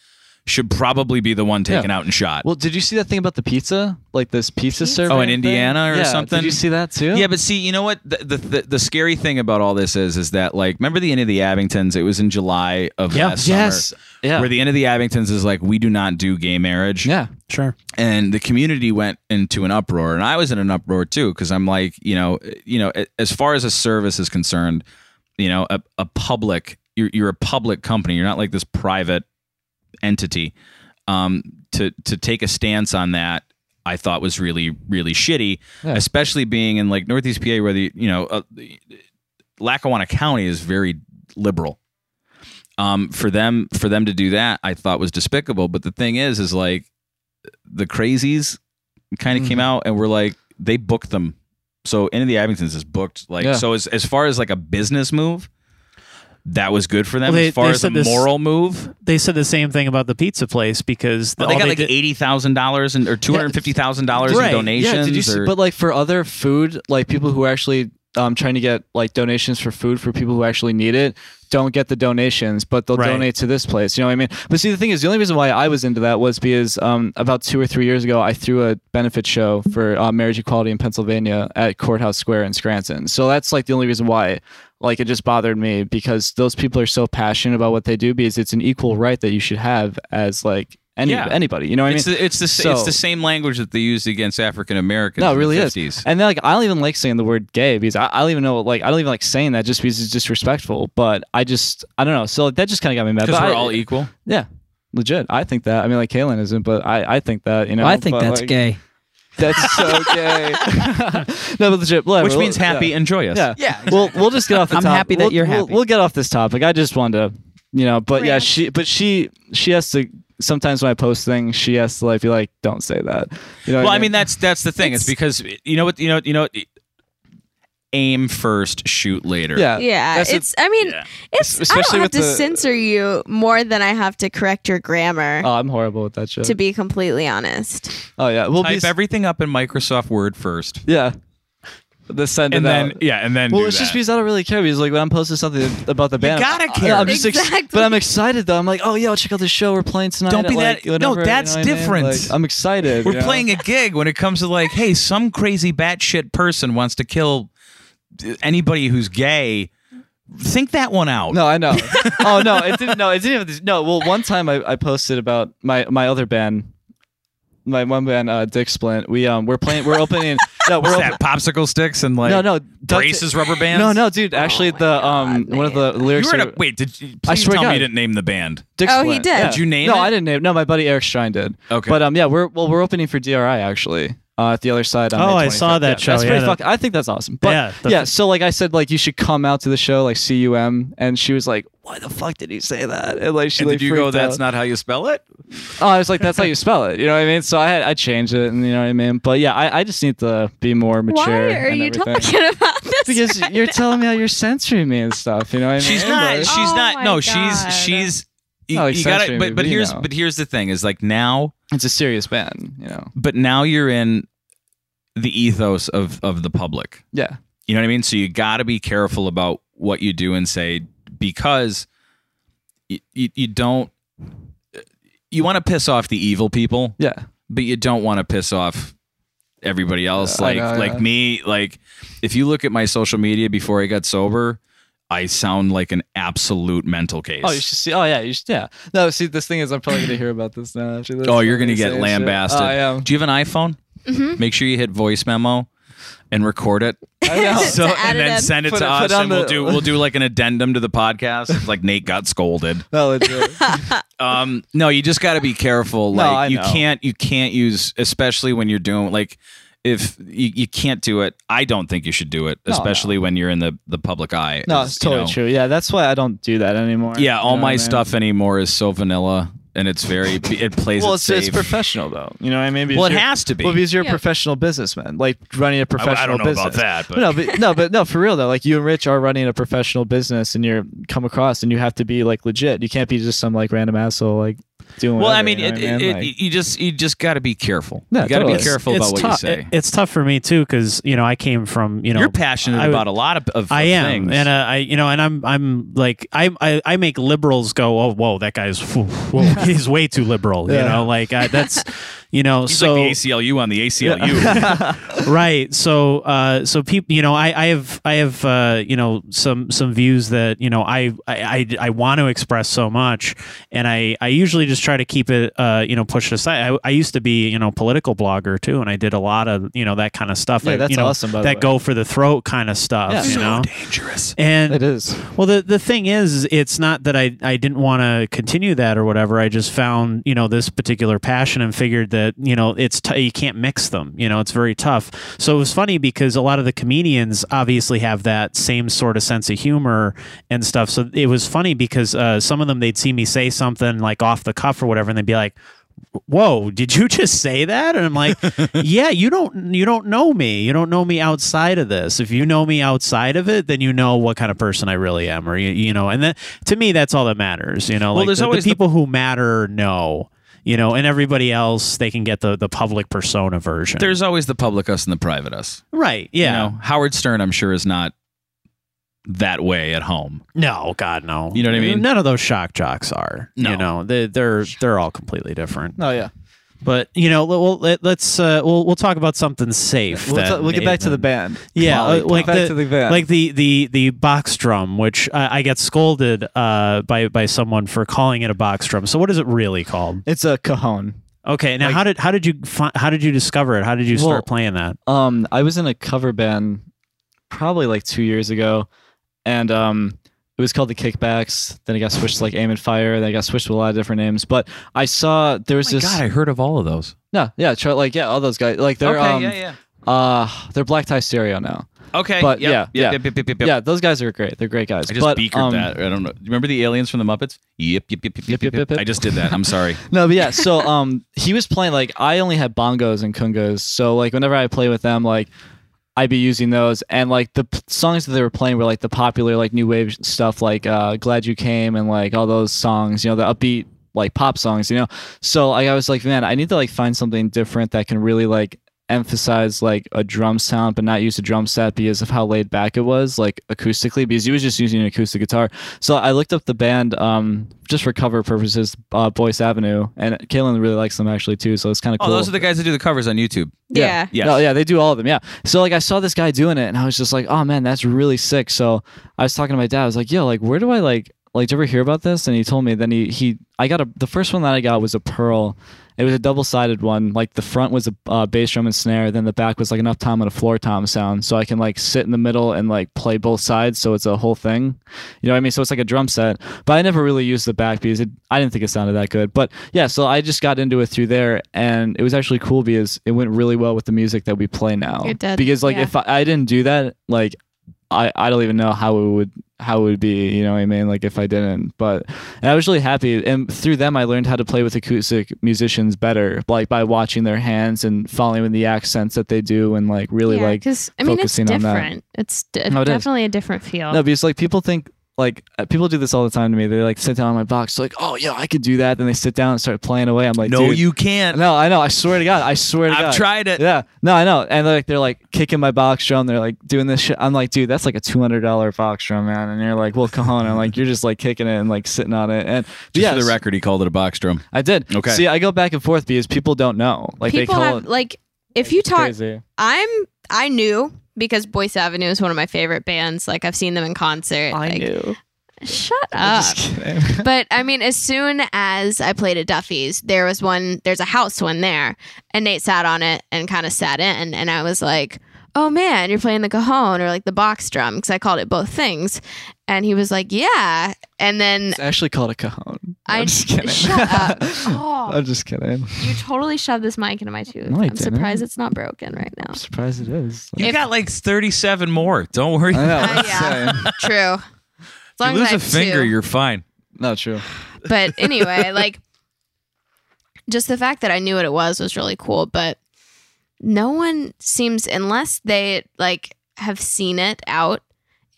should probably be the one taken out and shot.
Well, did you see that thing about the pizza? Like this pizza server?
in Oh, Indiana or something?
Did you see that too?
Yeah, but see, you know what? The, the the the scary thing about all this is, is that like, remember the end of the Abingtons? It was in July of
Yeah.
last
yes,
summer.
yeah,
Where the end of the Abingtons is like, we do not do gay marriage.
yeah.
Sure.
And the community went into an uproar, and I was in an uproar too, because I'm like, you know, you know, a- as far as a service is concerned, you know, a, a public you're you're a public company. You're not like this private entity. Um, to to take a stance on that, I thought was really really shitty,
Yeah.
especially being in like Northeast PA, where the you know uh, the- Lackawanna County is very liberal. Um, for them for them to do that, I thought was despicable. But the thing is, is like the crazies kind
Mm-hmm.
of came out and were like they booked them. So Into the Abingtons is booked. Like
Yeah.
so as as far as like a business move, that was good for them.
Well, they-
as far
they
as a
said this-
moral move,
They said the same thing about the pizza place because
well,
all
they got like
did-
eighty thousand dollars and or two hundred fifty thousand dollars
Right.
in donations.
Yeah, did you see,
or-
but like for other food, like people who are actually um, trying to get like donations for food for people who actually need it don't get the donations, but they'll
Right.
donate to this place. You know what I mean? But see, the thing is, the only reason why I was into that was because um, about two or three years ago, I threw a benefit show for uh, marriage equality in Pennsylvania at Courthouse Square in Scranton. So that's like the only reason why. Like it just bothered me because those people are so passionate about what they do because it's an equal right that you should have as like any
Yeah.
anybody. You know what I mean?
it's the, it's the it's
so-
the same language that they used against African Americans.
No, it
in
really
the
is.
50s.
And then like I don't even like saying the word gay because I, I don't even know like I don't even like saying that just because it's disrespectful. But I just I don't know. So like, that just kind of got me mad.
Because
But
we're
I-
all e-, equal.
yeah, legit. I think that. I mean, like Kaylin isn't, but I I think that you know.
Well, I think
but,
that's
like,
gay.
(laughs) That's so
(laughs)
gay. no, but legit. whatever.
Which means
Yeah.
happy, enjoy us.
Yeah. Yeah. We'll we'll just get off the
I'm
top-
happy that
we'll-
you're
we'll-
happy.
We'll get off this topic. I just wanted to, you know, but yeah,
Rant.
she but she she has to sometimes when I post things, she has to like be like, don't say that. You know what
Well, I mean that's that's the thing. It's, because you know what you know you know aim first, shoot later.
yeah.
Yeah,
That's the-
it's. I mean,
Yeah.
it's. I
Especially
don't have
with
to
the-
censor you more than I have to correct your grammar.
Oh, I'm horrible with that shit.
to be completely honest,
Oh yeah, we'll
Type
be
everything up in Microsoft Word first,
yeah. The send
and
it
then
out.
yeah, and then
well,
do
it's just
that.
because I don't really care because like when I'm posting something about the band,
gotta
I- I-
care.
I'm just ex-
Exactly.
but I'm excited though. I'm like, oh yeah, check out this show we're playing tonight.
Don't be
at, like,
that- no,
whatever," you
that's
know what I mean?
different.
Like, I'm excited.
We're
you know?
playing a gig when it comes to like, hey, some crazy batshit person wants to kill anybody who's gay. Think that one out.
No,
(laughs)
I know. oh no, it didn't. No, it didn't. Have this, no, well, one time I, I posted about my my other band, my one band, uh, Dick Splint. We um we're playing. We're opening. no, we're
What's
opening.
that? Popsicle sticks and like
No, no, duct tape-
braces, rubber bands.
No, no, dude. Actually,
Oh my
the um
God,
one of the lyrics.
You were in a
were-
wait. Did you, please
I swear
tell
to
me
God.
you didn't name the band?
Dick
Oh, he
Splint.
did.
Yeah.
Did you name
no,
it?
I didn't name. No, my buddy Eric Strine did.
Okay.
But um, yeah, we're well, we're opening for DRI actually uh, at the other side. On
Oh,
May
I saw
25th.
that
Yeah,
show,
That's pretty
yeah.
fucking. I think that's awesome. But
Yeah,
yeah,
the-
So like I said, like you should come out to the show, like cum, and she was like, "Why the fuck did you say that?" And like she
and
like
did you go?
freaked
That's
out.
not how you spell it.
Oh, I was like, "That's how you spell it." You know what I mean? So I had I changed it, and you know what I mean. But yeah, I, I just need to be more mature.
why are
and
you
everything.
talking (laughs) about this?
Because
right
you're telling me how you're censoring me and stuff. You know what I mean?
She's not.
Like-
She's
Oh
not.
my
No,
God.
she's she's. You,
No, like
you gotta.
censoring
But but
me, you
here's
know.
but here's the thing is like now
it's a serious ban. You know?
but now you're in the ethos of of the public.
Yeah.
You know what I mean? So you got to be careful about what you do and say because you, you, you don't you want to piss off the evil people,
Yeah.
but you don't want to piss off everybody else
Yeah, I
like
know,
like
yeah.
me like if you look at my social media before I got sober, I sound like an absolute mental case.
Oh, you should see. Oh, yeah, you should. Yeah. No, see, this thing is, I'm probably gonna hear about this now. After this,
Oh, you're gonna
Somebody's
get
saying shit.
lambasted.
Oh,
(laughs)
I am.
Do you have an iPhone? Make sure you hit voice memo and record it.
I know. (laughs)
so
To add
and
it
then
in.
send it
Put
to
it-
us,
put on
and we'll
the-
do we'll do like an addendum to the podcast. It's like Nate got scolded. (laughs)
No, legit.
Um, no, you just got to be careful.
No,
Like
I
you
know.
can't you can't use especially when you're doing like if you, you can't do it. I don't think you should do it,
No,
especially when you're in the the public eye.
no,
is,
it's
you
totally
know.
true. Yeah, that's why I don't do that anymore.
Yeah, all
You know what I
my
mean?
stuff anymore is so vanilla, and it's very it plays.
Well,
it
it's, it's
safe.
professional though. You know what I mean?
Well, it
Because you're-
has to be.
Well, because you're a
Yeah.
professional businessman, like running a
I- I,
professional
don't know
business.
about that, but
No, but no, but no, for real though. Like you and Rich are running a professional business, and you're come across, and you have to be like legit. You can't be just some like random asshole like doing.
Well, I
whatever,
mean,
you know
it,
what I
it,
mean?
it,
Like-
you just you just got to be careful.
Yeah,
you got to be
totally.
careful
It's
about what
tou-
you say.
it- it's tough for me too because you know I came from you know
You're passionate
I would-
about a lot of, of
I
of
am,
things.
and uh, I, you know, and I'm, I'm like, I, I, I (laughs) make liberals go, oh, whoa, that guy's, whoa, whoa, he's way too liberal, you
Yeah.
know, like I, that's, you know,
(laughs) He's
so
like the ACLU on the (laughs) ACLU.
right so uh so people you know i i have i have uh you know some some views that you know i i i, I want to express so much and i i usually just try to keep it uh you know pushed aside i, I used to be you know political blogger too and i did a lot of you know that kind of stuff
Yeah,
I,
that's
you know,
awesome, by the
that
way.
go for the throat kind of stuff
Yeah.
you know
Dangerous.
and
It is.
well, the the thing is, is it's not that I I didn't want to continue that or whatever. I just found you know this particular passion and figured that you know it's t- you can't mix them. You know, it's very tough. So it was funny because a lot of the comedians obviously have that same sort of sense of humor and stuff. So it was funny because uh, some of them they'd see me say something like off the cuff or whatever, and they'd be like whoa did you just say that and i'm
(laughs)
like yeah you don't you don't know me you don't know me outside of this if you know me outside of it then you know what kind of person i really am or you, you know and that to me that's all that matters you know
Well,
like
there's
the, the
always the-
people who matter know you know and everybody else they can get the the public persona version
There's always the public us and the private us.
right
You
yeah
know, Howard Stern, I'm sure, is not that way at home.
no god no
You know what I mean?
none of those shock jocks are
No.
you know they, they're they're all completely different
No, yeah.
but you know well let, let's uh we'll, we'll talk about something safe
We'll,
then,
t- we'll get back to the
Nathan.
band.
Yeah,
Molly
uh, like
Pop. back
the-
to the band.
like the the the box drum, which I, I got scolded uh, by by someone for calling it a box drum. So what is it really called?
it's a cajon.
Okay, now how did how did you fi- how did you discover it? How did you start
Well-
playing that?
Um, I was in a cover band probably like two years ago, and um, it was called the Kickbacks. Then it got switched to like Aim and Fire. Then it got switched to a lot of different names. But I saw there was this
Oh I heard of all of those.
no, yeah, try, like yeah, all those guys like they're um,
yeah.
uh, they're Black Tie Stereo now.
Okay.
But
yep,
yeah,
yep,
yeah.
yep, yep, yep, yep.
Yeah, those guys are great. They're great guys.
I just
but,
beakered
um,
that. I don't know. Remember the aliens from the Muppets? Yep, yep, yep, yep, yep, yep,
yep, yep.
I just did that. I'm sorry.
No, but yeah. So um, he was playing like I only had bongos and kungos. So like whenever I play with them, like I'd be using those, and like the p- songs that they were playing were like the popular like new wave stuff, like uh, "Glad You Came" and like all those songs. You know, the upbeat like pop songs. You know, so like I was like, man, I need to like find something different that can really like emphasize like a drum sound but not use a drum set because of how laid back it was like acoustically because he was just using an acoustic guitar so I looked up the band um, just for cover purposes, uh, Boyce Avenue, and Kaylin really likes them actually too. So it's kind of
(laughs) Oh,
cool.
those are the guys that do the covers on YouTube.
Yeah.
Yes.
No, yeah, they do all of them. Yeah. So like I saw this guy doing it, and I was just like, oh man, that's really sick. So I was talking to my dad. I was like, yo, like where do I like like did you ever hear about this? And he told me. Then he he I got a the first one that I got was a pearl. It was a double sided one. Like the front was a uh, bass drum and snare. Then the back was like an up tom and a floor tom sound. So I can like sit in the middle and like play both sides. So it's a whole thing. You know what I mean? So it's like a drum set. But I never really used the back because it, I didn't think it sounded that good. But yeah, so I just got into it through there. And it was actually cool because it went really well with the music that we play now.
It did,
Because like
yeah.
if I, I didn't do that, like I, I don't even know how it would how it would be, you know what I mean? Like if I didn't. But and I was really happy. And through them I learned how to play with acoustic musicians better, like by watching their hands and following the accents that they do and like really
yeah,
like
'cause, I mean, it's
focusing on that.
different. It's d-
No, it is.
definitely a different feel.
No, because like people think like uh, people do this all the time to me. They like sit down on my box, like, oh yeah, I could do that. Then they sit down and start playing away. I'm
(laughs)
like,
No,
"Dude,
you can't.
No, I know. I swear to God, I swear to God.
I've tried it.
Yeah, no, I know. And like they're like kicking my box drum. They're like doing this shit. I'm like, dude, that's like a two hundred dollar box drum, man. And you're like, well, cajon. I'm like, you're just like kicking it and like sitting on it. And
Just
yeah,
for the record, he called it a box drum.
I did.
Okay.
See, I go back and forth because people don't know. Like
People
they call
have
it
like if you talk
crazy.
I'm I knew because Boyce Avenue is one of my favorite bands. Like I've seen them in concert.
I
like,
knew.
Shut
I'm
up.
just
(laughs)
kidding.
but I mean, as soon as I played at Duffy's, there was one, there's a house one there, and Nate sat on it and kind of sat in. And I was like, oh man, you're playing the cajon or like the box drum, because I called it both things. And he was like, yeah. And then
(laughs) It's actually called a cajon.
I-
I'm
(laughs)
just kidding. (laughs)
shut up. Oh.
I'm just kidding.
you totally shoved this mic into my tooth.
No, I
I'm
didn't.
surprised it's not broken right now.
I'm surprised it is.
You
If-
got like 37 more. Don't worry.
(laughs)
I know.
Uh,
that's
yeah.
insane.
True. As
you
long
lose
as I
a
have
finger,
two.
you're fine.
Not true. (laughs)
but anyway, like just the fact that I knew what it was was really cool, but no one seems unless they like have seen it out,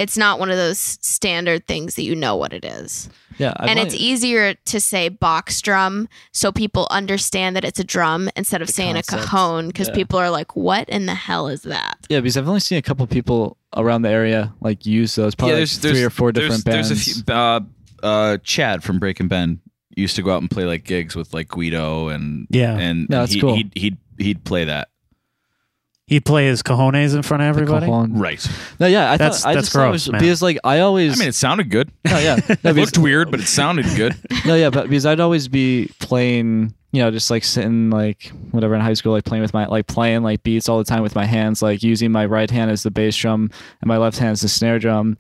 it's not one of those standard things that you know what it is.
Yeah. I
and
blame
it's
you.
easier to say box drum so people understand that it's a drum instead of
The
saying
concept.
a cajon because
Yeah.
people are like, what in the hell is that?
Yeah, because I've only seen a couple people around the area like use those. Probably like, three or four different
there's,
bands.
There's a few. Uh, uh, Chad from Breaking Bend used to go out and play like gigs with like Guido and
Yeah.
and
No, that's
he,
cool.
he'd, he'd he'd play that
He play his cojones in front of everybody.
right.
No, yeah, I
That's-
thought I
that's
just thought it
gross,
was-
man.
because like I always
I mean, it sounded good. (laughs)
no, yeah, no,
It
because,
looked weird, but it sounded good. (laughs)
(laughs) no, yeah, but because I'd always be playing, you know, just like sitting like whatever in high school, like playing with my like playing like beats all the time with my hands, like using my right hand as the bass drum and my left hand as the snare drum.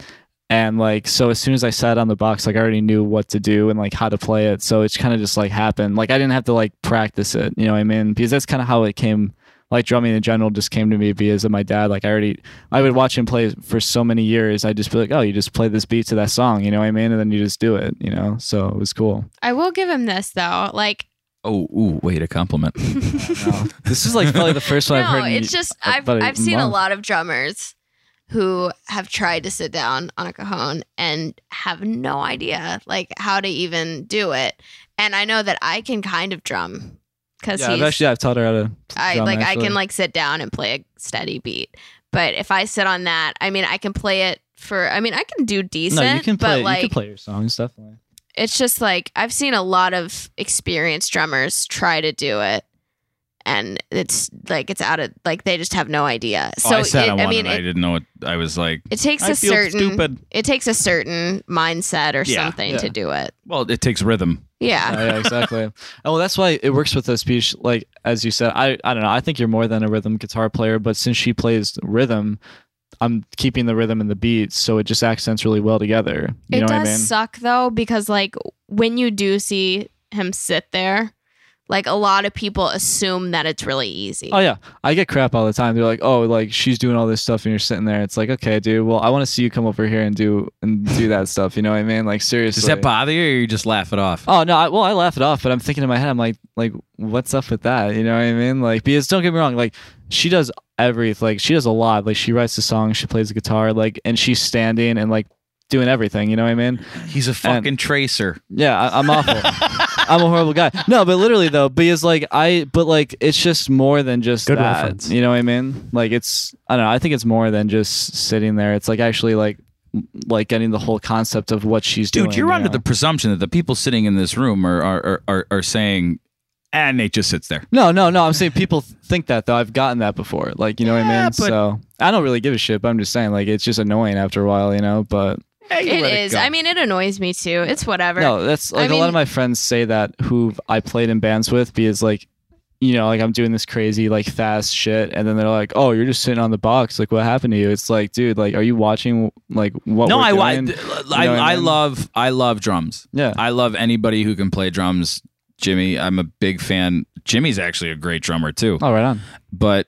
And like so as soon as I sat on the box, like I already knew what to do and like how to play it. So it's kind of just like happened. Like I didn't have to like practice it, you know what I mean? Because that's kind of how it came like drumming in general just came to me because of my dad. Like I already I would watch him play for so many years. I'd just be like, Oh, you just play this beat to that song, you know what I mean? And then you just do it, you know? So it was (laughs) cool.
I will give him this though. Like,
Oh, ooh, wait, a compliment.
This is like probably the first one I've
no,
heard. in-
it's just I've
about a
I've seen a
month.
lot of drummers who have tried to sit down on a cajon and have no idea like how to even do it. And I know that I can kind of drum because
yeah, I've
he's
actually I've taught her how to.
I
drum,
like I
actually.
can like sit down and play a steady beat. But if I sit on that, I mean I can play it for I mean I can do decent,
No, you can
but
play.
like
you can play your songs
(laughs)
definitely.
it's just like I've seen a lot of experienced drummers try to do it, and it's like it's out of like they just have no idea.
Oh,
So
Oh, I sat
it,
on
I
one
mean,
and I
it,
didn't know what I was like.
it takes a
I feel
certain
stupid.
it takes a certain mindset or
Yeah,
something
yeah.
to do it.
Well, it takes rhythm.
Yeah,
Oh, yeah, exactly. And well, that's why it works with the speech. Like as you said, I I don't know. I think you're more than a rhythm guitar player, but since she plays rhythm, I'm keeping the rhythm and the beat, so it just accents really well together. You
it
know
does
what I mean?
suck though because like when you do see him sit there, like a lot of people assume that it's really easy.
Oh yeah, I get crap all the time. They're like, "Oh, like she's doing all this stuff, and you're sitting there." It's like, okay, dude. Well, I want to see you come over here and do and do that stuff. You know what I mean? Like seriously.
Does that bother you, or you just laugh it off?
Oh no! I, well, I laugh it off, but I'm thinking in my head, I'm like, like, what's up with that? You know what I mean? Like, because don't get me wrong, like, she does everything. Like, she does a lot. Like, she writes the song, she plays the guitar, like, and she's standing and like doing everything. You know what I mean?
He's a fucking tracer.
Yeah, I, I'm
(laughs)
awful. I'm a horrible guy. No, but literally though, because like I, but like it's just more than just
Good
that.
reference.
You know what I mean? Like it's, I don't know. I think it's more than just sitting there. It's like actually like, like getting the whole concept of what she's doing.
Dude, you're
you
under
know?
the presumption that the people sitting in this room are are are, are, are saying, "Ah, Nate just sits there."
No, no, no. I'm saying people th- think that though. I've gotten that before. Like, you know what I mean?
but-
so I don't really give a shit. But I'm just saying, like, it's just annoying after a while, you know. But
it is. I mean, it annoys me too. It's whatever.
no, that's like a lot
mean-
of my friends say that who I played in bands with because like, you know, like I'm doing this crazy like fast shit, and then they're like, "Oh, you're just sitting on the box. Like, what happened to you?" It's like, dude, like, are you watching like what?
no,
we're
I, I, I,
doing? You know what
I
I mean?
love I love drums.
yeah.
I love anybody who can play drums. Jimmy, I'm a big fan. Jimmy's actually a great drummer too.
Oh, right on.
But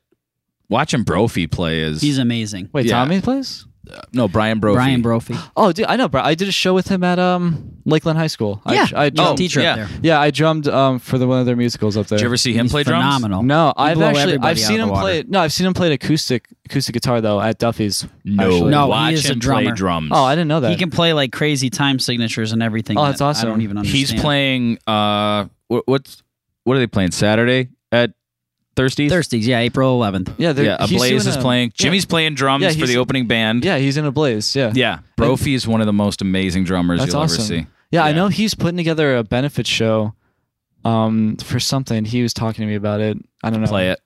watching Brophy play is
He's amazing.
Wait,
Yeah.
Tommy plays?
no Brian Brophy.
Brian Brophy.
(gasps) Oh, dude, I know. Bro. I did a show with him at um Lakeland High School.
yeah, Oh.
I, I
he's a
drummed-
teacher
Oh, yeah.
up there.
Yeah, I drummed um for the one of their musicals up there.
Did you ever see him
He's
play drums?
phenomenal.
No, I've
blow
actually
everybody
I've
out
seen
of
him
the water.
play. No, I've seen him play an acoustic acoustic guitar though at Duffy's.
No,
Actually.
No, he
watch
is a
him play
drummer.
drums.
Oh, I didn't know that.
He can play like crazy time signatures and everything.
Oh, that's
that
awesome.
I don't even understand.
He's playing. Uh, what, what's what are they playing Saturday at Thirsty?
Thursdays. Yeah, April 11th.
yeah, they're-
Yeah,
he's
Ablaze
doing
is
a-
playing. Jimmy's playing drums
Yeah,
for
he's-
the opening band.
Yeah, he's in Ablaze. Yeah.
yeah. Brophy is one of the most amazing drummers
That's
you'll
awesome.
ever see.
Yeah, I
Yeah.
know he's putting together a benefit show um for something. He was talking to me about it. I don't know.
Play it.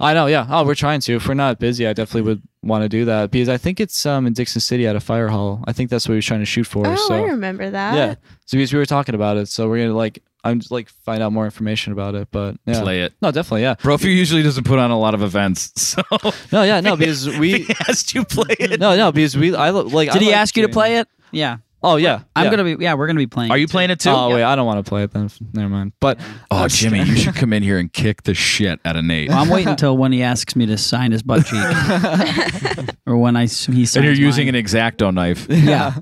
I know, yeah. Oh, we're trying to. If we're not busy, I definitely would want to do that because I think it's um in Dixon City at a fire hall. I think that's what he was trying to shoot for.
oh,
so
I remember that.
yeah. So because we were talking about it, so we're gonna like I'm just, like find out more information about it. But yeah.
Play it.
No, definitely, yeah.
Brophy usually doesn't put on a lot of
(laughs)
events, so
No, yeah,
(laughs)
no, because we
he has to play
(laughs)
it.
No, no, because we I lo- like.
Did
I
he
like
ask you to
doing-
play it? Yeah.
Oh yeah,
I'm
yeah.
gonna be. Yeah, we're gonna be playing.
Are you
too.
playing it too?
Oh wait, I don't want to play it then. Never mind. But
Oh, Jimmy,
(laughs)
you should come in here and kick the shit out of Nate. (laughs)
Well, I'm waiting until when he asks me to sign his butt cheek, or when I s- he signs.
and you're using
mine.
an exacto
(laughs)
knife
Yeah,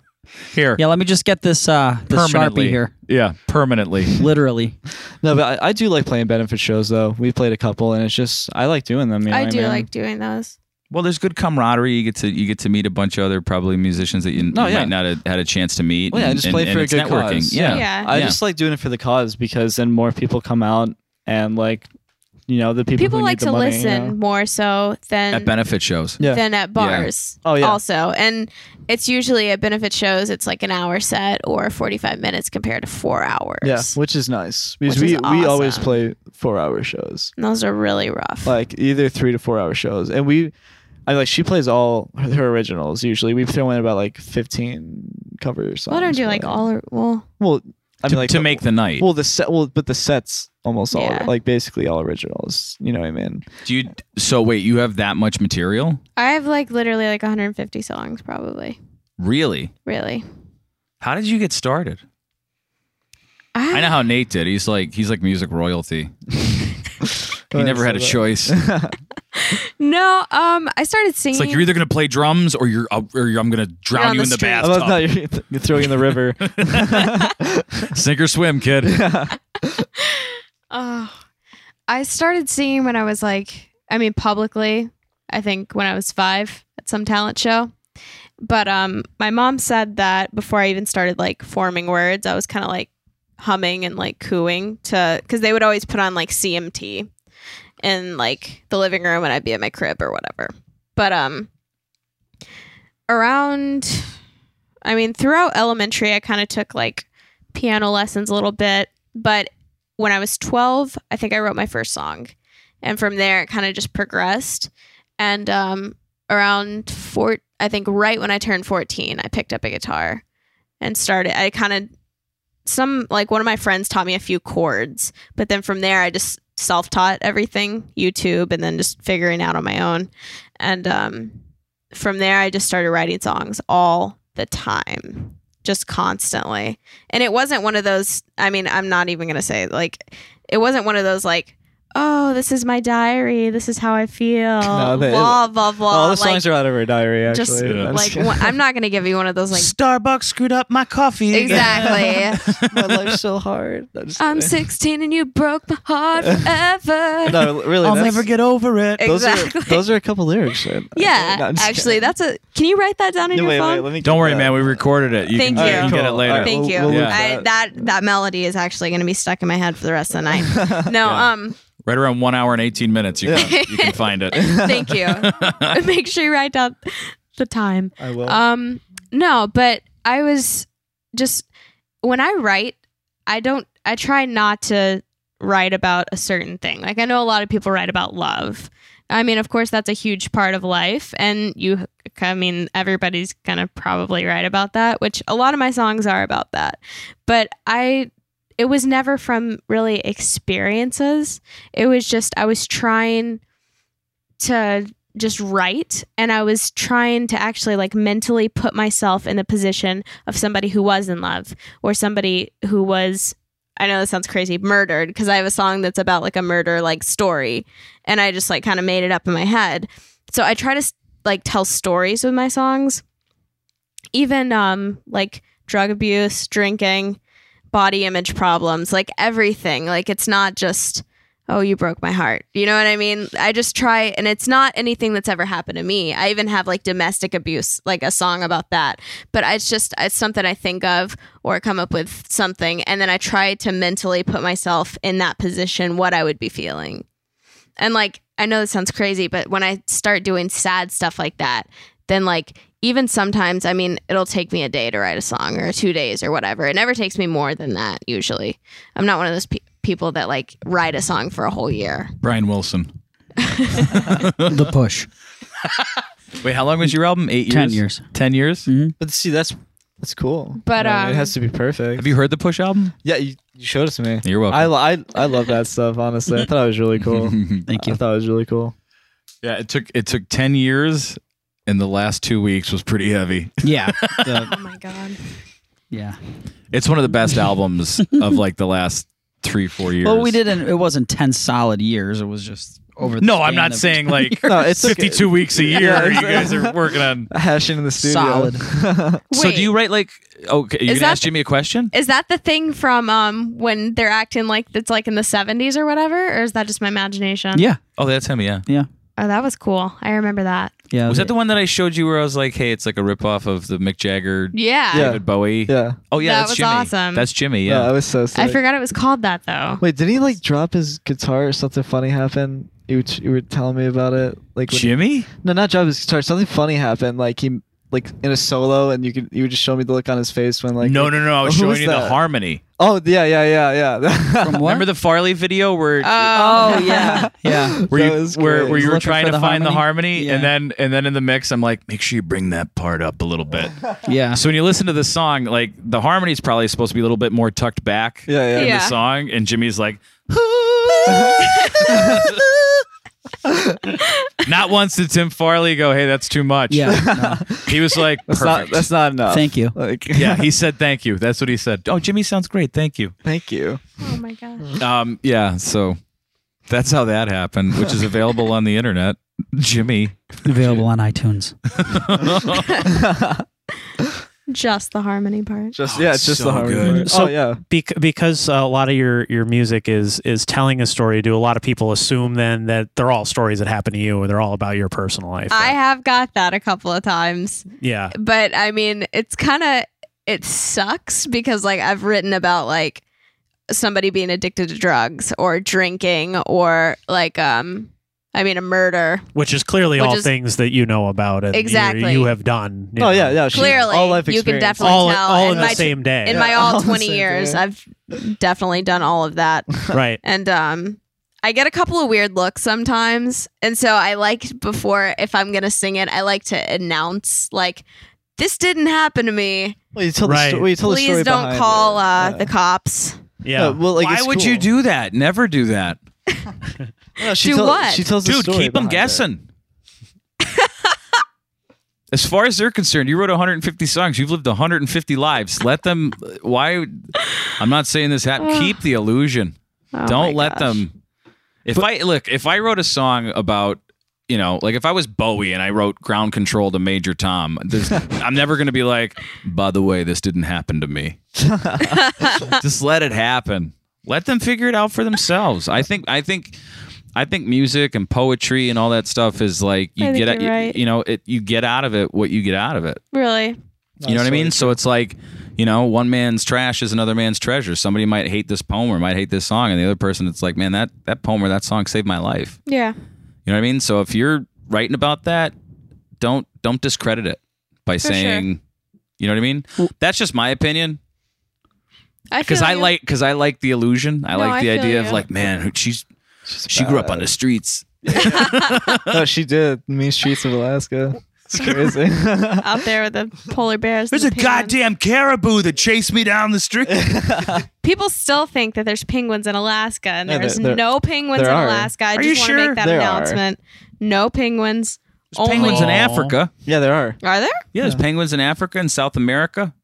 here
yeah. Let me just get this uh this
permanently
sharpie here.
Yeah, permanently.
Literally,
no, but I, I do like playing benefit shows though. We played a couple, and it's just I like doing them. You know
I
what
do
mean?
like doing those.
Well, there's good camaraderie. You get to you get to meet a bunch of other probably musicians that you
No,
you
Oh, yeah.
might not have had a chance to meet.
Well, yeah, just play for a
it's
good
networking.
cause.
Yeah.
Yeah.
I
Yeah.
just like doing it for the cause because then more people come out and like you know the people.
People
who need
like
the
to
money, you
listen
know?
more so than
at benefit shows.
Yeah.
than at bars.
Oh, yeah.
Also, and it's usually at benefit shows. It's like an hour set or forty five minutes compared to four hours.
Yeah, which is nice because
Which
we
is
we always
awesome.
play four hour shows,
And those are really rough.
like either three to four hour shows, and we, I like she plays all her originals. Usually, we throw in about like fifteen cover songs.
Why don't you
but-
like all? Or, well,
Well, I
to,
mean, like
to
the-
make the night.
well the set well, but the sets almost
Yeah.
all like basically all originals. You know what I mean?
Do you? So wait, you have that much material?
I have like literally like 150 songs probably.
Really?
Really.
How did you get started?
I,
I know how Nate did. He's like he's like music royalty. He never had a choice.
No, um, I started singing.
It's like you're either gonna play drums or you're or you're, I'm gonna drown
on
you
the
in the
street.
I was
bathtub.
not you're you're throwing in the
(laughs)
river.
Sink or swim, kid.
Oh, I started singing when I was like, I mean, publicly, I think when I was five at some talent show.
but um my mom said that before I even started like forming words, I was kind of like humming and like cooing to cuz they would always put on like CMT in like the living room and I'd be at my crib or whatever. But um around I mean throughout elementary I kind of took like piano lessons a little bit, but when I was 12, I think I wrote my first song. And from there it kind of just progressed and um around four i think right when i turned 14 i picked up a guitar and started i kind of some like one of my friends taught me a few chords but then from there i just self-taught everything youtube and then just figuring out on my own and um, from there i just started writing songs all the time just constantly and it wasn't one of those i mean i'm not even gonna say like it wasn't one of those like oh this is my diary this is how i feel
No, they-
blah blah blah
all Oh, the
like,
songs are out of her diary. Actually,
just
That's-
like one, i'm not gonna give you one of those like
Starbucks screwed up my coffee. (laughs)
Exactly.
my life's so hard. I'm, just
um,
I'm
(laughs)
kidding.
16 and you broke my heart forever.
(laughs) No, really. that's-
over it.
Those
exactly
are those are a couple lyrics. Right?
(laughs) yeah
No, I'm just
actually
kidding.
that's a can you write that down in
No,
your
wait,
phone
wait, let me
Don't
get (laughs)
worry,
that.
man. We recorded it. You
Thank
can,
you.
can get it
Cool.
later.
All right,
Thank
we'll-
you.
we'll
look
I,
at
that that melody is actually going to be stuck in my head for the rest of the night.
(laughs)
(laughs) No,
Yeah.
um,
Right around one hour and eighteen minutes, you can, you can find it.
thank
(laughs)
you. (laughs) Make sure you write down the time.
I will.
Um, no, but I was just when I write,
I don't I try not to write about a certain thing. Like I know a lot of people write about love. I mean, of course that's a huge part of life and you I mean everybody's going to probably write about that, which a lot of my songs are about that. But I it was never from really experiences. It was just I was trying to just write and I was trying to actually like mentally put myself in the position of somebody who was in love or somebody who was I know this sounds crazy, murdered because I have a song that's about like a murder like story and I just like kind of made it up in my head. So I try to s- like tell stories with my songs. Even um like drug abuse, drinking, body image problems, like everything. Like it's not just oh you broke my heart. You know what I mean? I just try and it's not anything that's ever happened to me. I even have like domestic abuse, like a song about that. But it's just it's something I think of or come up with something and then I try to mentally put myself in that position what I would be feeling. And like I know this sounds crazy, but when I start doing sad stuff like that, then like even sometimes I mean it'll take me a day to write a song or 2 days or whatever. It never takes me more than that usually. I'm not one of those pe- people that like write a song for a whole year.
Brian Wilson.
(laughs) the push.
Wait, how long was your album? Eight years. Mm.
Ten years.
Ten years.
but see, that's that's cool.
But,
I mean,
um,
it has to be perfect.
Have you heard the Push album?
yeah, you, you showed it to me.
You're
I,
welcome.
lo- I I love that stuff. Honestly, I thought it was
(laughs)
really cool.
Thank
Uh,
you.
I thought it was really cool.
yeah, it took it took ten years, and the last two weeks was pretty heavy.
Yeah. (laughs) The-
oh my god,
yeah.
It's one of the best albums of like the last three, four years.
Well, we didn't. It wasn't ten solid years. It was just over. The
No, I'm
span
not
of (laughs)
saying like (laughs)
No, it's okay.
52 weeks a year.
Yeah,
you
it's-
guys are working on.
Hashing in the studio.
Solid.
So
(laughs)
Wait.
do you write like? Okay, you
Is
gonna
that-
ask Jimmy a question?
is that the thing from um when they're acting like it's like in the 70s or whatever, or is that just my imagination?
Yeah.
Oh, that's him. Yeah.
Oh, that was cool. I remember that.
Yeah.
Was that the one that I showed you where I was like, hey, it's like a ripoff of the Mick Jagger,
Yeah.
Yeah.
David Bowie?
Yeah.
Oh, yeah,
That
that's
was
Jimmy.
awesome.
That's Jimmy,
Yeah, I
yeah.
was so
I
sick.
forgot it was called that though.
Wait, did he like drop his guitar or something funny happened? You, t- you were telling me about it. Like when-
Jimmy?
no, not drop his guitar. Something funny happened. Like he like in a solo, and you could you would just show me the look on his face when like
no, no, no. I was
Oh, Who
showing
was
you the
that?
harmony.
Oh yeah, yeah, yeah, yeah. (laughs)
From what?
Remember the Farley video where.
Oh, (laughs)
yeah. yeah.
where
That
you
was
where,
great.
where you were
Looking
trying
for
to
the
find the harmony
harmony?
and
Yeah.
then and then in the mix I'm like make sure you bring that part up a
(laughs)
little bit. (laughs)
Yeah.
so when you listen to the song like the harmony is probably supposed to be a little bit more tucked back
yeah, yeah.
in
Yeah.
the song and Jimmy's like not once did Tim Farley go hey that's too much.
Yeah. no.
He was like
That's
perfect.
not that's not enough.
Thank you.
Like
yeah, he said thank you. That's what he said. Oh, Jimmy sounds great. Thank you.
(laughs) thank you.
Oh my gosh.
Um yeah, so that's how that happened, which is available on the internet. Jimmy.
Available on iTunes.
Just the harmony part.
Just
Oh,
yeah,
it's
just
so
the harmony.
good.
part.
So-
oh yeah,
(laughs) Bec- because uh, a lot of your, your music is is telling a story. Do a lot of people assume then that they're all stories that happen to you, or they're all about your personal life?
I have got that a couple of times.
yeah,
but I mean, it's kind of it sucks because like I've written about like somebody being addicted to drugs or drinking or like um I mean a murder.
which is clearly
Which
all
is-
things that you know about and you-
Exactly.
you have done. you
oh
know.
yeah, yeah. she-
Clearly,
all life
you can
experience. Oh,
definitely
all
tell
all
in
in the
my-
same day,
In
Yeah, (laughs)
my
all
all
the
20
same
years,
thing.
I've definitely done all of
(laughs)
that.
(laughs) right?
And um I get a couple of weird looks sometimes. And so I like before if I'm going to sing it, I like to announce like this didn't happen to me.
Well, you tell the,
Right.
sto- well, you tell the story
Please don't
behind
call
it.
uh,
Yeah.
the cops.
Yeah,
No, well, like,
Why
it's
would
cool.
you do that? Never do that.
No, she
Do
tell-
what?
She tells the
Dude,
story
keep them
behind it.
guessing. (laughs) as far as they're concerned, you wrote 150 songs. You've lived 150 lives. Let them. Why? I'm not saying
(sighs)
this happened. keep the illusion.
Oh
Don't
my
let
gosh.
them. If I look, if I wrote a song about, you know, like if I was Bowie and I wrote "Ground Control" to Major Tom,
(laughs)
there's, I'm never going to be like, by the way, this didn't happen to me.
(laughs)
Just let it happen. Let them figure it out for themselves. I think. I think. I think music and poetry and all that stuff is like you
I think
get out,
you're
you,
right.
you know it you get out of it what you get out of it.
Really?
you know what I
That's
mean? So it's like, you know, one man's trash is another man's treasure. Somebody might hate this poem or might hate this song, and the other person, it's like, man, that that poem or that song saved my life.
Yeah.
You know what I mean? So if you're writing about that, don't don't discredit it by
sure.
saying, you know what I mean? That's just my opinion
I
because
feel
I
you.
like because I like the illusion. I
No,
like
I
the
feel
idea of
you.
like, man, who- she's
She's
she grew up
bad.
on the streets.
No, she did. The mean streets of Alaska. It's crazy.
(laughs)
out there with the polar bears. and the penguins.
caribou that chased me down the street.
People still think that there's penguins in Alaska, and
Yeah,
there's
there- there-
no penguins in
there are.
Alaska. I
Are
just want
you
to
sure?
make that
There are.
announcement. No penguins. Only
penguins in
Aw.
Africa.
yeah, there are.
Are there?
Yeah, there's penguins in Africa and South America.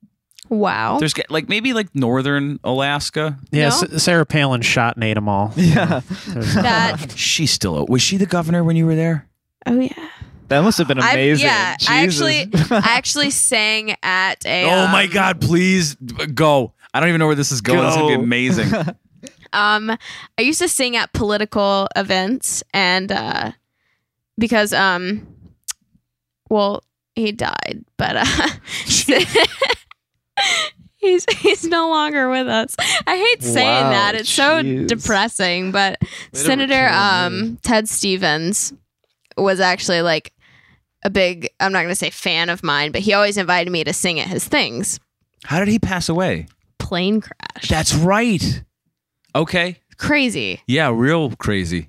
Wow.
There's got- like maybe like northern Alaska.
yeah.
No?
S- Sarah Palin shot and ate them
(laughs)
all.
Yeah,
There's-
That
She's still was she the governor when you were there?
Oh yeah.
that must have been
I-
amazing.
yeah, I
(laughs)
actually-
Jesus.
I actually sang at a.
Oh my
um,
God! Please b- go. I don't even know where this is going. This is gonna be
Go. (laughs)
(laughs)
amazing.
Um, I used to sing at political events, and uh, because um, well, he died, but uh, (laughs) he's he's no longer with us. I hate saying
Wow,
that; it's so
jeez.
depressing. But
to
Senator
kill
um Ted Stevens was actually like a big. I'm not going to say fan of mine, but he always invited me to sing at his things.
How did he pass away?
Plane crash.
That's right. Okay.
Crazy.
Yeah, real crazy.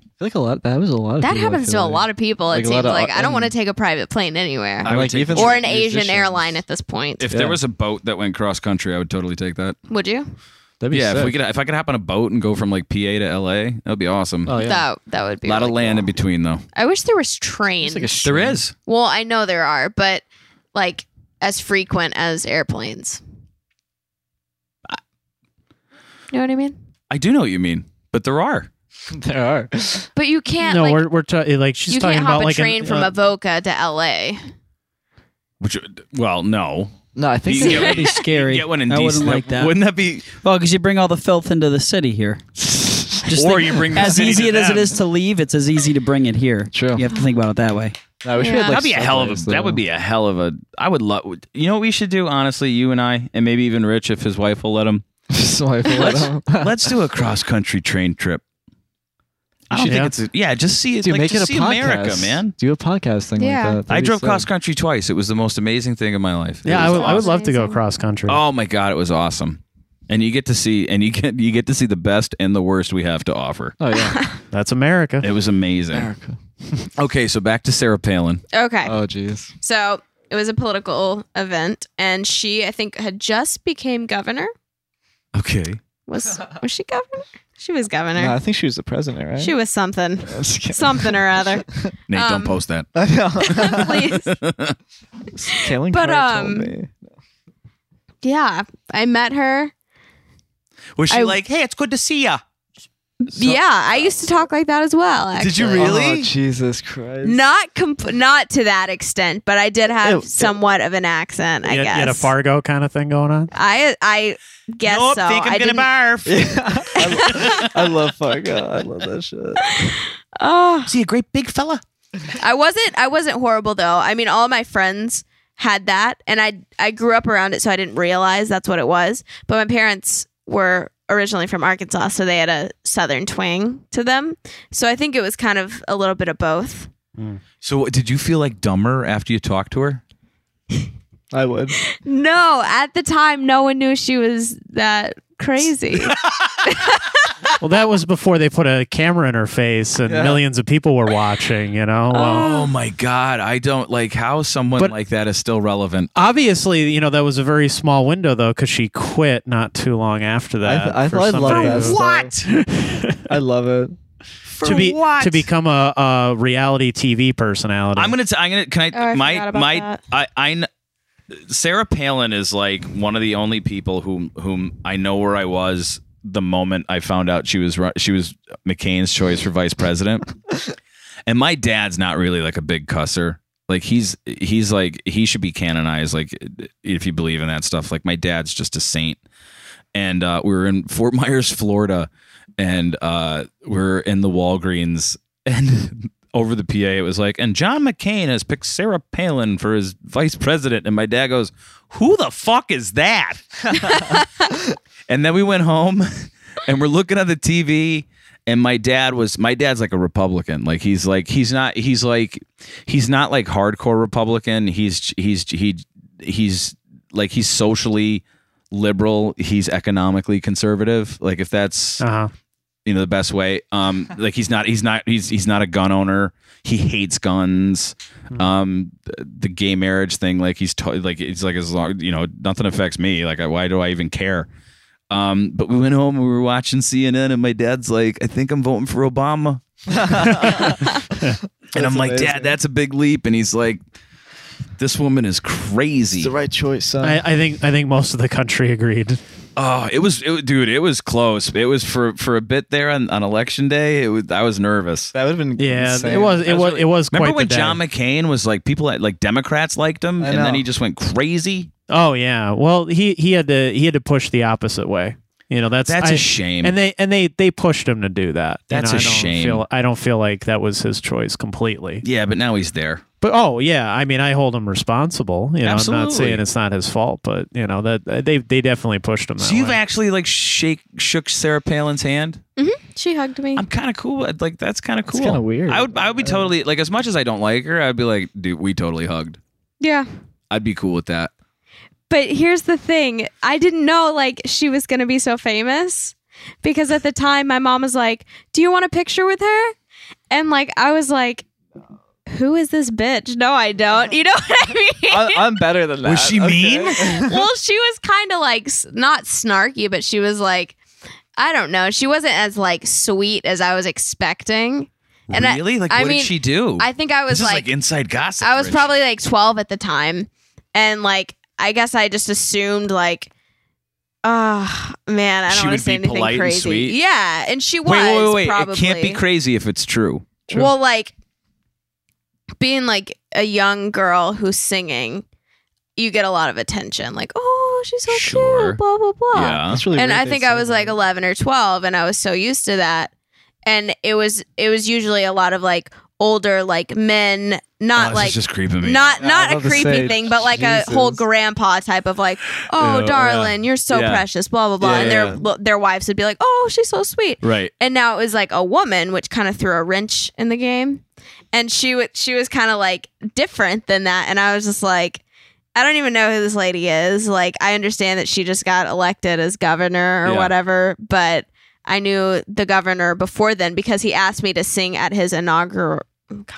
I feel like a lot. That was a lot. Of
That
people, I
happens to
feel
a
like.
lot of people. It
Like a
seems
lot of-
like I don't want to
and-
take a private plane anywhere
I would
Like
take-
even
or
like
an Asian
musicians.
airline at this point.
If
Yeah.
there was a boat that went cross country, I would totally take that.
Would you?
That'd be
Yeah, if
sick.
we could, if I could hop on a boat and go from like PA to LA, that would be awesome.
Oh yeah.
That that would be.
a lot of
really
land in
cool.
between though.
I wish there was trains.
There is.
well, I know there are, but like as frequent as airplanes. You know what I mean?
I do know what you mean, but there are.
(laughs) there are.
But you can't.
no,
like,
we're we're ta- eh, like she's
you
talking
can't hop
about
a
like an-
train from
uh,
Avoca to L.A.
Which, well, no.
No, I think
You
they- (laughs)
get-
That'd be scary.
Get one in
I
DC.
wouldn't like that.
Wouldn't that be?
Well, because you bring all the filth into the
(laughs)
city here. Just
or
think-
you bring the
as
city
easy
to
(laughs) as it
them.
is to leave, it's as easy to bring it here.
True.
You have to think about it that way.
I wish we
Yeah.
had, like,
That'd be a hell of
subways,
a.
uh,
That
(laughs)
would
though.
be a hell of a. I would love. You know what we should do? Honestly, you and I, and maybe even Rich, if his wife will let him.
So I feel
(laughs)
(laughs)
Let's-
like-
Let's do a cross country train trip. I don't
Yeah.
think it's. A, yeah, just see it.
Dude,
like,
make it
just
a
see
podcast.
America, man.
Do a podcast thing
Yeah.
like that. That'd
I
be
drove
sick.
cross country twice. It was the most amazing thing of my life. It
Yeah, I
was
would, I would love to go
amazing.
cross country.
Oh my god, it was awesome. And you get to see and you get you get to see the best and the worst we have to offer.
Oh yeah.
(laughs)
That's America.
It was amazing.
America.
Okay, so back to Sarah Palin.
Okay.
Oh jeez.
So it was a political event, and she, I think, had just became governor.
Okay. (laughs)
Was was she governor? She was governor.
No, I think she was the president, right?
She
(laughs)
was something,
was.
something
(laughs)
or other.
Nate,
Um,
don't post that.
(laughs)
Please.
Kaylin
But,
but, um,
um, Yeah, I met her.
Was she
I-
like, "Hey, it's good to see ya."
yeah, I used to talk like that as well. Actually.
you really?
Oh, Jesus Christ.
Not comp- not to that extent, but I did have
Ew.
somewhat of an accent. I
you, had-
guess.
you had a Fargo kind of thing going
(laughs)
on.
I I guess
nope,
so.
think I'm
I
gonna
didn't-
barf.
(laughs) I, lo- I love Fargo. I love that shit.
Oh,
See a great big fella.
I wasn't I wasn't horrible though. I mean, all my friends had that, and I I grew up around it, so I didn't realize that's what it was. But my parents were originally from Arkansas, so they had a southern twang to them. So I think it was kind of a little bit of both.
So, uh, did you feel like dumber after you talked to her?
I would.
No, at the time, no one knew she was that crazy.
Well, that was before they put a camera in her face and
Yeah.
millions of people were watching, you know? Well,
Oh my god, I don't like how someone
But-
like that is still relevant.
obviously, you know, that was a very small window, though, because she quit not too long after
I,
that.
th- I,
for
thought I love
somebody
that.
who-
story.
(laughs)
I love it.
to be to become a, a reality TV personality.
I'm gonna. T- I'm gonna. Can I?
Oh, I forgot
my
about
my.
that.
I I. kn- Sarah Palin is like one of the only people whom whom I know where I was the moment I found out she was ru- she was McCain's choice for vice
(laughs)
president. and my dad's not really like a big cusser. Like he's he's like he should be canonized. Like if you believe in that stuff. Like my dad's just a saint. And uh, we were in Fort Myers, Florida, and uh, we're in the Walgreens, (laughs) and over the PA it was like, and John McCain has picked Sarah Palin for his vice president, and my dad goes, "Who the fuck is that?" and then we went home, and we're looking at the TV. And my dad was my dad's like a Republican. Like he's like he's not he's like he's not like hardcore Republican. He's he's he he's like he's socially liberal. He's economically conservative. Like if that's
uh-huh.
you know the best way um like he's not he's not he's he's not a gun owner he hates guns um th- the gay marriage thing like he's to- like it's like as long you know nothing affects me like I, why do i even care um but we went home and we were watching cnn and my dad's like i think i'm voting for obama and i'm like
amazing.
dad that's a big leap and he's like this woman is crazy
It's the right choice, son.
I, I think I think most of the country agreed.
Oh, it was, it, was- dude. It was close. It was for for a bit there on, on election day. It was. I was nervous.
that would have been
Yeah,
insane.
it was it was it was
Remember
quite
when
the day.
John McCain was like people that- like Democrats liked him,
I
and then
know.
he just went crazy.
Oh yeah. Well, he he had to he had to push the opposite way. You know, that's
That's
I-
a shame.
And they and they they pushed him to do that. You
That's
know,
a
I don't
shame.
Feel, I don't feel like that was his choice completely.
yeah, but now he's there.
But oh yeah, I mean, I hold him responsible. You know, I'm
Absolutely.
not saying it's not his fault, but you know that uh, they they definitely pushed him. That
So you've
way.
actually like shake shook Sarah Palin's hand.
(laughs) she hugged me.
I'm kind of cool. I'd- Like that's kind of cool.
kinda weird. Uh,
I would I would be totally like as much as I don't like her, I'd be like, dude, we totally hugged.
yeah.
I'd be cool with that.
But here's the thing I didn't know like she was going to be so famous because at the time my mom was like, Do you want a picture with her? And like, I was like, Who is this bitch? No, I don't. You know what I mean?
(laughs)
I, I'm better than that.
Was
(laughs)
she
okay?
well, she was kind of like s- not snarky, but she was like, I don't know. She wasn't as like sweet as I was expecting. And I-
really? like
I
what
mean,
did she do?
I think I was
this is
like,
like inside gossip.
I was
Rich.
probably like 12 at the time. And like, I guess I just assumed like, oh man, I
She
don't want
would
to say
be
anything
polite and
crazy.
sweet?
Yeah. And she was
wait, wait, wait, wait.
probably.
It can't be crazy if it's true.
True.
Well, like being like a young girl who's singing, you get a lot of attention. Like, oh, she's so
Sure.
cute, blah, blah, blah
yeah.
That's really
and
weird
I
they
think
say
I was
that.
like 11 or 12 and I was so used to that and it was it was usually a lot of like older like men not
Oh, this
like
is just creeping me.
not
Yeah, I
not a
was about to
creepy
say,
thing, but like a
Jesus.
whole grandpa type of like, oh
Yeah,
darling, you're so
Yeah.
precious, blah blah blah,
Yeah,
and
yeah.
their lo- their wives would be like, oh she's so sweet,
right.
and now it was like a woman, which kind of threw a wrench in the game, and she wa she was kind of like different than that, and I was just like. I don't even know who this lady is. Like, I understand that she just got elected as governor or
Yeah.
whatever, but I knew the governor before then because he asked me to sing at his inaugural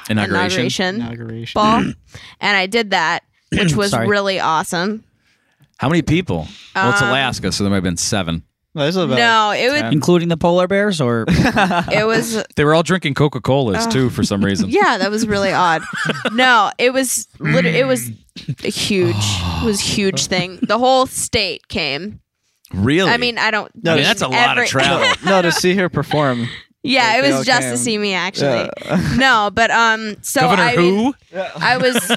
Inauguration?
Inauguration.
ball,
(clears throat)
and I did that, which was
Sorry.
really awesome.
How many people? well, it's
Um,
Alaska, so there might have been seven.
No, there's about- (laughs)
No, it was
including the polar bears
(laughs)
or
it was
They were all drinking Coca Colas
Ugh.
too for
(laughs)
some reason.
Uh, yeah, that was really odd. No, it was lit- it was a huge it was a huge thing. The whole state came.
Really?
I mean, I don't.
I mean, that's a lot
every-
of travel.
no, to see her perform.
(laughs) Yeah,
Like,
it
they
was
all
just to
came.
see me
Yeah. (laughs)
actually. No, but um, so
Governor
I mean-
who?
I was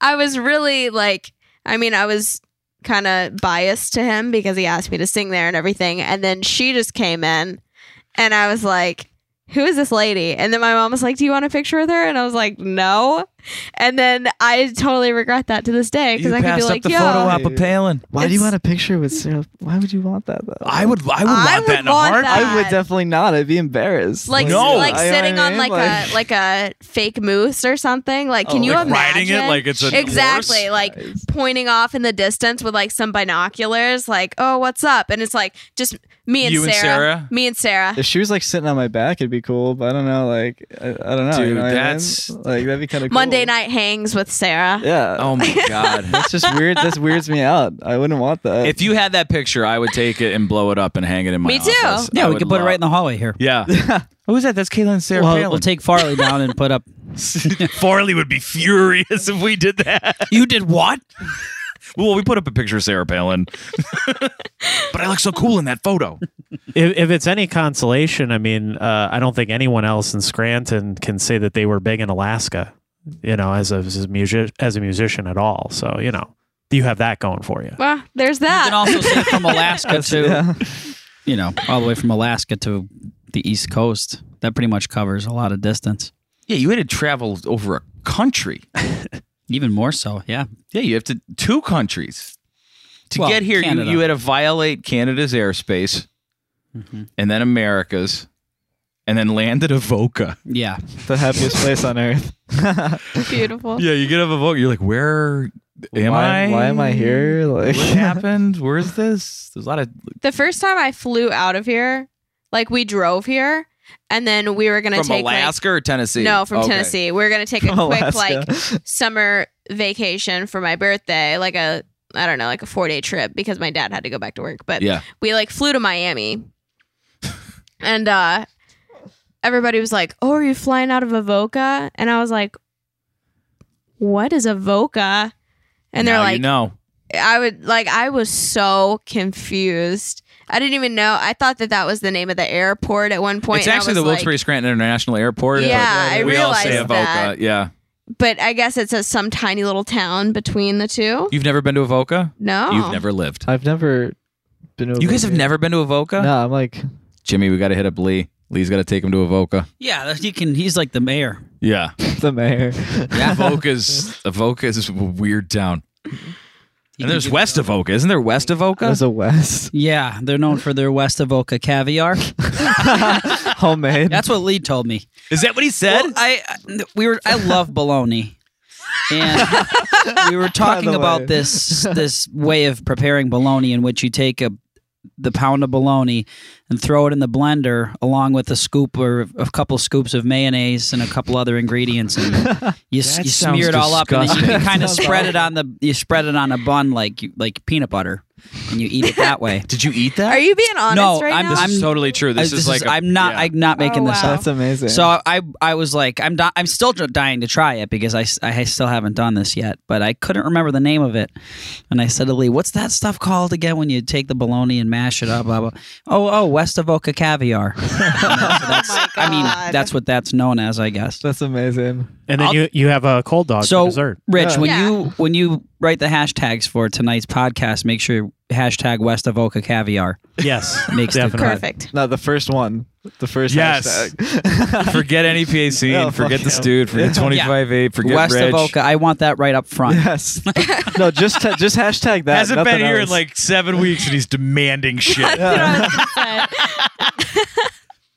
I was really like I mean I was kind of biased to him because he asked me to sing there and everything and then she just came in and I was like who is this lady? And then my mom was like, "Do you want a picture with her?" And I was like, "No." And then I totally regret that to this day because I could be like, "Yo,
op of
Palin.
Why do you
It's-
want a picture with Sarah? Why would you want that though?
I would. I would
I
want
would
that in a
want
heart.
that.
I would definitely not. I'd be embarrassed.
like
No.
like
I- I
sitting on
mean,
like, a like a fake moose or something. Like, can
Oh,
you
Like
imagine
riding it like it's a
exactly
horse?
like pointing off in the distance with like some binoculars, like, oh, what's up? And it's like just me and,
You and
Sarah,
Sarah?
Me and Sarah.
If she was like sitting on my back, it'd be cool. But I don't know. Like I, I don't know. you
Dude,
know what I mean?
that's-
like that'd be kind of cool.
Monday night hangs with Sarah.
Yeah.
Oh
(laughs)
my god.
That's just weird. This weirds me out. I wouldn't want that.
If you had that picture, I would take it and blow it up and hang it in my
Me too.
office.
yeah
I
we
would
could put it
love-
right in the hallway here
Yeah.
(laughs)
Who's that? That's Caitlin Sarah
Well, we'll take Farley down and
(laughs)
put up.
(laughs)
Farley would be furious if we did that.
You did what?
(laughs) Well, we put up a picture of Sarah Palin. (laughs) but I look so cool in that photo.
If, if it's any consolation, I mean, uh, I don't think anyone else in Scranton can say that they were big in Alaska, you know, as a, as a, music, as a musician at all. So, you know, you have that going for you.
Well, there's
You
(laughs)
that.
can also say from Alaska to
yeah.
you know all the way from Alaska to the East Coast. That pretty much covers a lot of distance.
Yeah, you had to travel over a country.
Even more so, yeah.
Yeah, you have to two countries. To
Well,
get here, you,
Canada.
you had to violate Canada's airspace
Mm-hmm.
and then America's and then land at
(laughs)
Avoca.
Yeah.
the happiest place on earth. why,
(laughs) Beautiful.
Yeah, you get up Avoca. You're like, where am I?
Why am I here? Like
What (laughs) happened? Where's this? There's a lot of
The first time I flew out of here, like we drove here, and then we were gonna
from
take like-
Alaska or Tennessee?
no, from
Okay.
Tennessee. We were gonna take a quick like summer vacation for my birthday, like a I don't know, like a four day trip because my dad had to go back to work. But
Yeah.
we like flew to Miami, and uh, everybody was like, "Oh, are you flying out of Avoca?" And I was like, "What is Avoca?" And they're
Now
like,
you know.
I would like I was so confused. I didn't even know. I thought that that was the name of the airport at one point.
It's
and I
actually the
was like-
Wilkes-Barre Scranton International Airport.
Yeah,
but
I
we all say
realized
Avoca.
that.
Yeah,
But I guess it's a some tiny little town between the two.
you've never been to Avoca.
No,
You've never lived.
I've never been. over
You guys have
here.
never been to Avoca.
No, I'm like
Jimmy, we got to hit up Lee. Lee's got to take him to Avoca.
Yeah, that- he can he's like the mayor.
Yeah,
the mayor.
yeah. (laughs) Avoca's Avoca's a weird town.
He
and
can
there's
give-
West Avoca. Isn't there West Avoca?
As a West, (laughs)
(laughs)
Yeah, they're known for their West Avoca caviar.
homemade.
That's what Lee told me.
Is that what he said?
Well, I I- we were I love bologna. And we were talking
the
about
way.
this this way of preparing bologna in which you take a the pound of bologna and throw it in the blender along with a scoop or a couple scoops of mayonnaise and a couple other ingredients and you, s-
That
you
sounds
smear it all up and then you
disgusting.
kind of spread it on the you spread it on a bun like you, like peanut butter and you eat it
(laughs)
that way.
Did you eat that?
Are you being honest
No,
right
I'm-
now?
this
I'm-
is totally true. This,
I,
is like a-
I'm not
yeah.
I'm not
Oh,
making this
wow.
up.
That's amazing.
So I I was like I'm di- I'm still dr- dying to try it because I, s- I still haven't done this yet, but I couldn't remember the name of it, and I said to Lee, "What's that stuff called again when you take the bologna and mash it up?" Blah blah. Oh oh, West
(laughs)
Avoca caviar. You know, so that's- I mean
Oh God.
that's what that's known as, I guess.
that's amazing.
And then you, you have a cold dog
So-
for dessert.
Rich,
Yeah.
when
Yeah.
you when you write the hashtags for tonight's podcast, make sure hashtag West of Oka Caviar.
Yes,
(laughs) Makes the
definitely.
Perfect.
No, the first one. The first
Yes.
hashtag.
Forget E any PAC,
Oh,
and forget
fuck
the
yeah.
dude, forget 25-8, forget
West
Reg.
of Oka. I want that right up front.
yes. No, just ta- just hashtag that.
Hasn't
nothing
been here in
else.
like seven weeks, and he's demanding shit.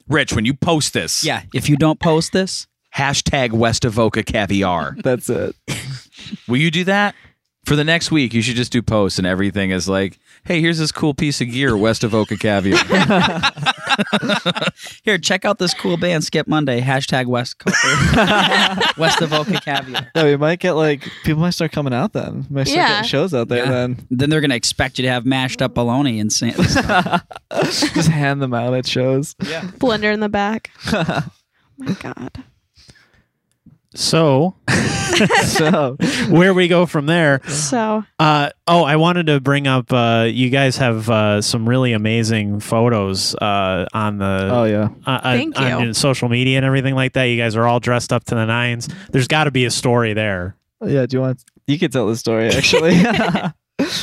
Rich, when you post this,
Yeah. If you don't post this,
hashtag West of Oka Caviar.
That's it.
Will you do that? For the next week, you should just do posts and everything is like, hey, here's this cool piece of gear west of Oka Caviar. (laughs)
here, check out this cool band, Skip Monday, hashtag West,
(laughs)
Co- West of Oka Caviar.
No, we might get like people might start coming out then. We might start
Yeah.
getting shows out there
(laughs)
Yeah.
then.
Then they're going to expect you to have mashed up bologna and San-
Just hand them out at
(laughs)
shows.
Blender in
(laughs)
the back.
Oh
my God.
So
So
where we go from there?
So
Uh, oh, I wanted to bring up. Uh, you guys have uh, some really amazing photos uh, on the
oh yeah.
uh, uh,
Thank
on
you.
in social media and everything like that. You guys are all dressed up to the nines. There's got to be a story there.
Yeah, do you want you can tell the story
(laughs)
actually. (laughs)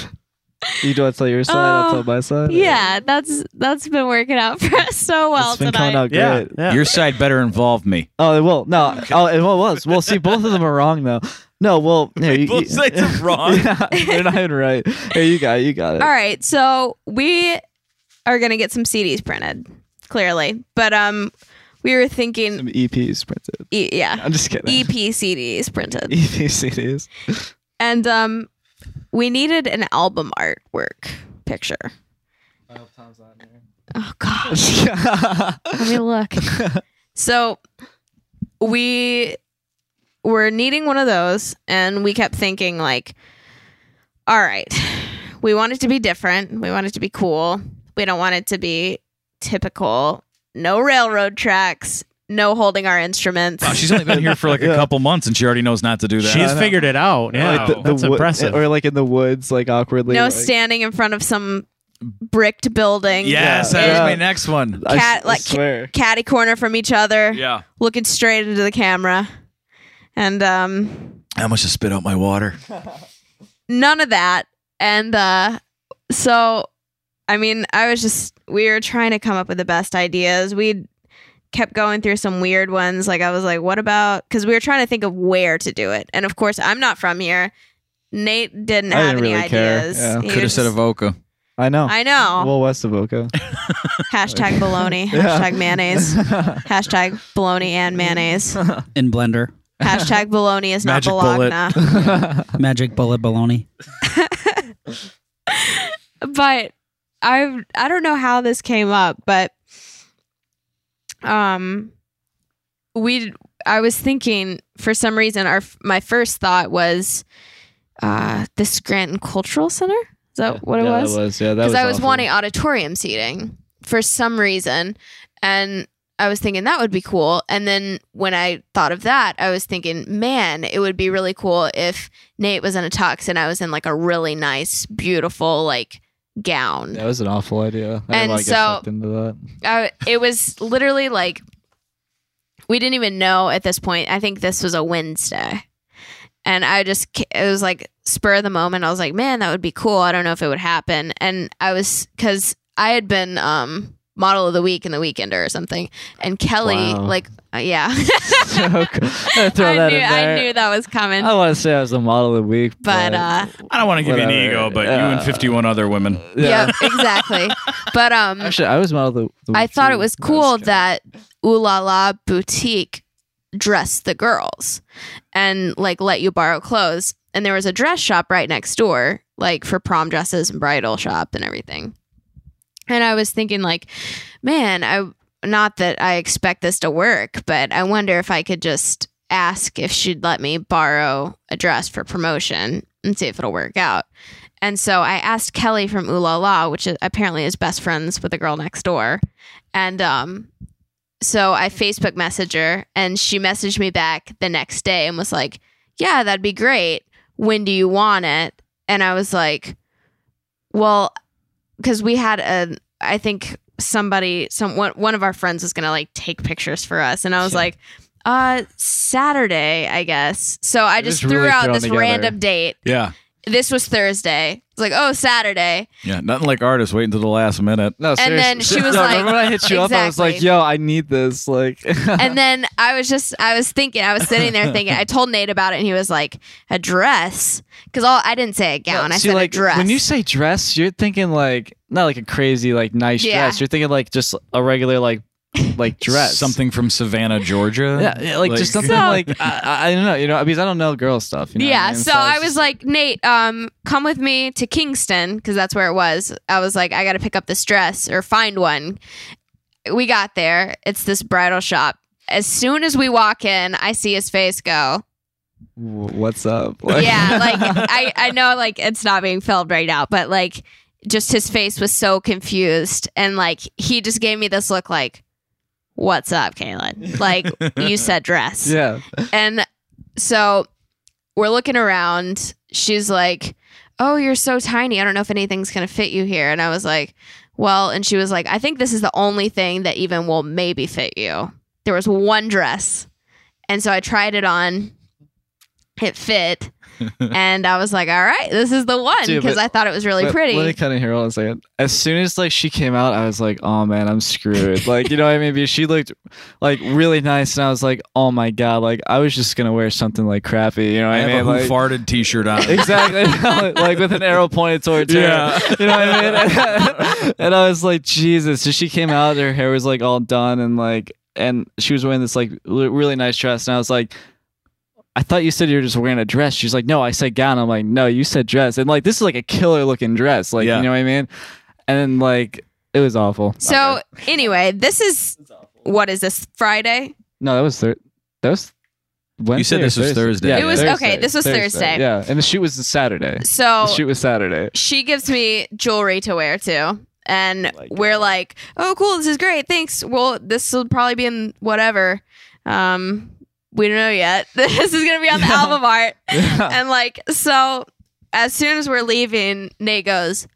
you do want to tell your side, I'll
Oh,
tell my side.
Yeah, that's that's been working out (laughs) for us so well
It's been
tonight.
coming out
Yeah,
great.
yeah.
Your side better involve me.
Oh, it will. No.
(laughs)
Oh, it will- was. Well, see, both of them are wrong though. No, well,
(laughs)
here, you,
Both
you- (laughs)
sides are wrong.
yeah, they're not even right. Here, you got it. You got it.
All right, so we are gonna get some CDs printed, clearly, but um, we were thinking,
Some EPs printed.
e- yeah,
(laughs) I'm just kidding.
EP
(laughs)
CDs printed,
EP
(laughs)
CDs.
and um, we needed an album artwork picture. I hope Tom's on here. Oh gosh, let (laughs) me look. so we were needing one of those, and we kept thinking like, all right, we want it to be different. We want it to be cool. We don't want it to be typical. No railroad tracks. No holding our instruments.
Wow, she's only been here for like a
Yeah.
couple months and she already knows not to do that.
She's
know.
figured it out. Yeah,
Like, the- the
that's
wo-
impressive.
Or like in the woods, like awkwardly.
no
like,
standing in front of some bricked building.
yes,
Yeah.
that was
Yeah.
my next one.
I s-
cat,
I
like,
swear.
Catty corner from each other,
Yeah.
looking straight into the camera. And um,
I almost just spit out my water.
none of that. And uh, so, I mean, I was just, we were trying to come up with the best ideas. We kept going through some weird ones. Like, I was like, what about, because we were trying to think of where to do it. And of course, I'm not from here. Nate didn't
I
have
didn't
any
really care.
ideas.
Yeah.
He
Could have
was
said
just-
Avoca.
I know.
I know.
Well, west of
(laughs)
Oka.
hashtag bologna.
(laughs) Yeah.
Hashtag
(laughs)
mayonnaise. hashtag bologna and mayonnaise.
in Blender.
Hashtag bologna is not
Magic
bologna.
bullet.
Magic bullet bologna.
but I I don't know how this came up, but um we I was thinking for some reason our my first thought was uh the Scranton Cultural Center. Is that what it
Yeah,
was?
That was yeah. That
Because
was
I was
awful.
wanting auditorium seating for some reason, and I was thinking that would be cool. And then when I thought of that, I was thinking, man, it would be really cool if Nate was in a tux and I was in like a really nice, beautiful like gown.
That was an awful idea. I
And
didn't want to
so-
get sucked into
(laughs)
that. (laughs)
I, Uh, it was literally like we didn't even know at this point. I think this was a Wednesday, and I just ca- it was like spur of the moment. I was like, man, that would be cool. I don't know if it would happen, and I was because I had been um model of the week in the weekender or something, and Kelly
Wow.
like uh, yeah,
So cool. I (laughs) throw
(laughs) I
that
knew
in there. Oh,
I knew that was coming,
I want to say I was the model of the week,
but uh
I don't want to give you an
Whatever.
ego, but you and
Uh,
51 other women.
yeah, exactly, but um
Actually, (laughs) I was model of the. the
I
week,
thought
too.
it was
No,
cool
just kidding.
that Ooh La La Boutique dressed the girls and like let you borrow clothes. And there was a dress shop right next door, like for prom dresses and bridal shop and everything. And I was thinking, like, man, I not that I expect this to work, but I wonder if I could just ask if she'd let me borrow a dress for promotion and see if it'll work out. And so I asked Kelly from Ooh La La, which is, apparently is best friends with the girl next door. And um, so I Facebook messaged her and she messaged me back the next day and was like, Yeah, that'd be great. When do you want it? And I was like, Well, because we had a, I think somebody, some one, one of our friends was going to like take pictures for us. And I was like, uh, Saturday, I guess. So I
It was
just threw
really
out
thrown
this
together.
random date
Yeah.
this was Thursday. It's like, oh, Saturday.
Yeah, nothing like artists waiting to the last minute.
No,
And then
seriously.
she was
(laughs) No,
like-
remember when I hit you up? I was like,
Exactly.
"Yo, I need this." Like, (laughs)
and then I was just, I was thinking, I was sitting there thinking. I told Nate about it, and he was like, "A dress," because all I didn't say a gown. I
See,
said
like,
a dress.
When you say dress, you're thinking like not like a crazy like nice
Yeah.
dress. You're thinking like just a regular like
(laughs)
like dress.
Something from Savannah, Georgia.
Yeah, yeah, like, just something like I, I- I don't know, you know, because I don't know girl stuff. You know what
yeah,
I mean?
so I
it's
was
just-
like, Nate, um, come with me to Kingston because that's where it was. I was like, I got to pick up this dress or find one. We got there. It's this bridal shop. As soon as we walk in, I see his face go.
"W- "What's up?" (laughs)
yeah, like (laughs) I, I know like it's not being filmed right now, but like just his face was so confused and like he just gave me this look like, What's up, Kaylin? Like you said dress.
yeah. (laughs)
And so we're looking around. She's like, Oh, you're so tiny. I don't know if anything's going to fit you here. And I was like, Well, and she was like, I think this is the only thing that even will maybe fit you. There was one dress. And so I tried it on. It fit.
(laughs)
and I was like, All right, this is the one
Dude,
because
but-
I thought it was really
Let-
pretty.
Let me cut in here. Hold on a second. As soon as like she came out, I was like, "Oh man, I'm screwed." like you know what I mean? Because she looked like really nice, and I was like, "Oh my god!" Like I was just gonna wear something like crappy. You know what
I
I,
have
mean?
a who
like,
farted T-shirt
(laughs)
on.
Exactly. like with an arrow pointed towards her.
Yeah.
You know what I mean? (laughs) and I was like, Jesus. So she came out, her hair was like all done and like, and she was wearing this like l- really nice dress. And I was like, I thought you said you were just wearing a dress. She's like, no, I said gown. I'm like, no, you said dress. And like, this is like a killer looking dress. Like,
Yeah.
you know what I mean? And then like, it was awful.
so, anyway, this is what is this Friday?
No, that was third. That was Wednesday.
said
or
this was Thursday.
Yeah,
It was- okay, this was Thursday.
Yeah. And the shoot was Saturday.
So,
the shoot was
(laughs)
Saturday.
she gives me jewelry to wear too. And we're like, oh, cool, this is great. Thanks. Well, this will probably be in whatever. Um, we don't know yet. (laughs) this is going to be
(laughs)
on the album art. And like, so as soon as we're leaving, Nate goes,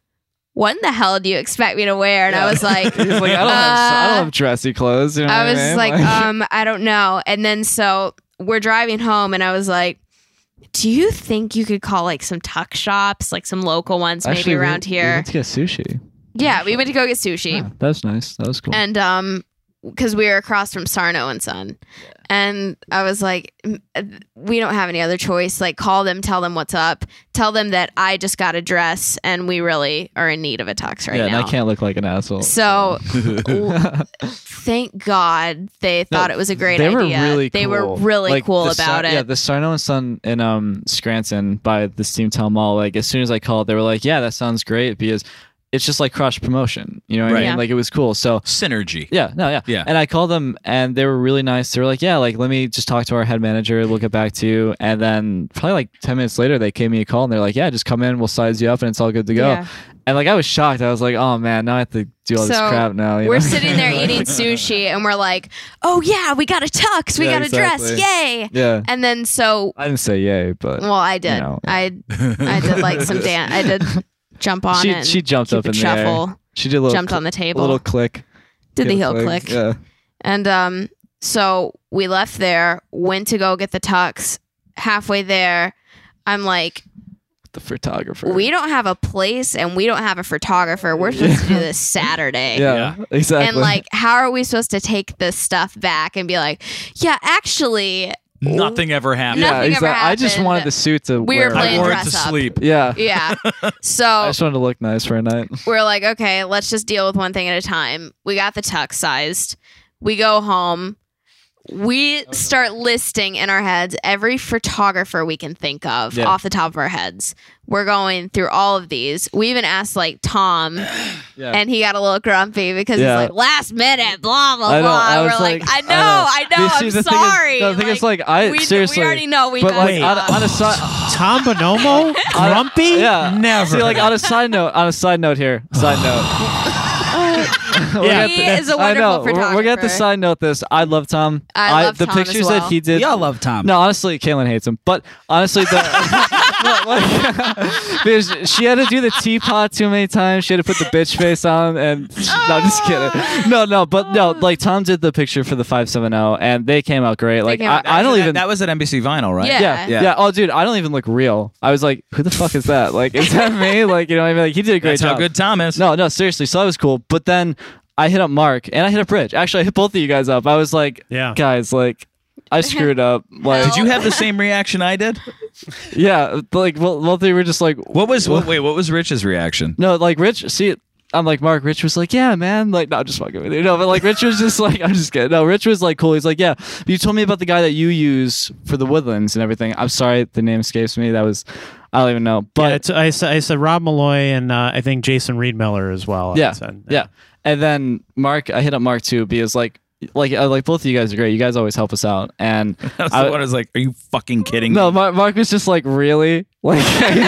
what in the hell do you expect me to wear? And I was like,
(laughs) He's like, I don't, have, I
Uh,
don't have dressy clothes. You know
I
what
was
mean?
like, um, I don't know. And then so we're driving home, and I was like, do you think you could call like some tuck shops, like some local ones, maybe
Actually, we-
around
we
here?
went to get sushi.
yeah, we went to go get sushi.
Yeah, that was nice. That was cool.
and um because we were across from sarno and son and i was like "M- uh, we don't have any other choice like call them tell them what's up tell them that i just got a dress and we really are in need of a tux right
yeah,
now
and I can't look like an asshole. (laughs)
so w- thank god they thought it was a great
they
idea
Were really
they were
cool.
really
Like,
cool
the
about
Sar-
it
Yeah, the Sarno and Son in um, Scranton by the Steamtown Mall. Like as soon as I called, they were like, "Yeah, that sounds great," because it's just like cross promotion. You know what
Right.
I mean?
Yeah.
Like it was cool. So
Synergy.
Yeah, no, yeah.
Yeah.
And I called them and they were really nice. They were like, Yeah, like let me just talk to our head manager, we'll get back to you. And then probably like ten minutes later they gave me a call and they're like, Yeah, just come in, we'll size you up and it's all good to go.
Yeah.
And like I was shocked. I was like, Oh man, now I have to do all this
So,
crap now. you
we're
know?
sitting there eating sushi and we're like oh yeah we got a tux we
Yeah,
got a
exactly.
dress yay
(laughs) yeah.
and then so
I didn't say yay, but
well i did
know, yeah.
i I did like some dance. I did jump on
she
it.
she jumped up in
Cupid
the air.
shuffle.
She did a little
Jumped
cl-
on the
a little
table.
click.
Did the
Yeah,
heel
like,
click.
Yeah.
And um, so we left there. Went to go get the tux. Halfway there, I'm like,
The photographer.
we don't have a place and we don't have a photographer. We're supposed to do this Saturday.
yeah, exactly.
And like, how are we supposed to take this stuff back and be like, yeah, actually,
(laughs) Nothing ever happened.
(laughs)
Yeah.
yeah,
nothing ever
exactly. I just
happened.
wanted the suit to
We
wear.
were
I
Playing Oh.
wore it
dress
to
up.
sleep.
yeah.
yeah.
(laughs) I
So
just wanted to look nice for a night.
we're like, okay, let's just deal with one thing at a time. We got the tuck sized. We go home. We start listing in our heads every photographer we can think of
Yeah.
off the top of our heads. We're going through all of these. We even asked like Tom,
(laughs) Yeah.
and he got a little grumpy because
Yeah.
he's like last minute, blah blah
I know,
blah.
I was
we're like,
like,
I know,
I
I know, I
You see, the
am
thing is-
sorry.
no, the thing is, like, I-
we,
seriously.
we already know we
But
messed
like on,
up.
a- on
(laughs)
a side,
Tom Bonomo,
(laughs)
grumpy,
yeah,
never.
see, like on a side note, on a side note here, side note. We're
Yeah.
at
He is a
I
wonderful
know. We're, we're gonna have to
photographer.
side note this. I love Tom.
I love
the
Tom as
pictures
well.
that he did.
Y'all love Tom.
No, honestly, Kaylin hates him. But honestly, the (laughs) not like There's- she had to do the teapot too many times. She had to put the bitch face on, and no, I'm just
(laughs)
kidding. No, no, but no, like Tom did the picture for the five seven zero, and they came out great. Like
came
I,
out
I don't
That-
even.
That was at NBC Vinyl, right?
Yeah.
yeah,
Yeah.
yeah, Oh, dude, I don't even look real. I was like, who the fuck is that? Like, is that me? Like, you know, what I mean, like he did a great
That's
job.
how good Tom is.
No, no, seriously. So that was cool. But then I hit up Mark and I hit up Rich. Actually, I hit both of you guys up. I was like,
Yeah.
guys, like, I screwed up. Like,
Did you have the same reaction I did?
yeah, but, like, well, both of you were just like,
What was what, wait? What was Rich's reaction? (laughs)
no, like, Rich, see, I'm like, Mark, Rich was like, yeah, man. Like, no, I'm just fucking with you. No, but like, Rich was just (laughs) like, I'm just kidding. No, Rich was like, cool. He's like, yeah, you told me about the guy that you use for the woodlands and everything. I'm sorry, the name escapes me. That was, I don't even know.
But
But
it's, I, said, I said Rob Malloy and uh, I think Jason Reed Miller as well. I
Yeah,
said.
Yeah. And then Mark, I hit up Mark too because like like uh, like both of you guys are great. You guys always help us out.
(laughs)
And
I was,
I-
the one who was like, "Are you fucking kidding
no,
me?"
Mark, Mark was just like really (laughs) like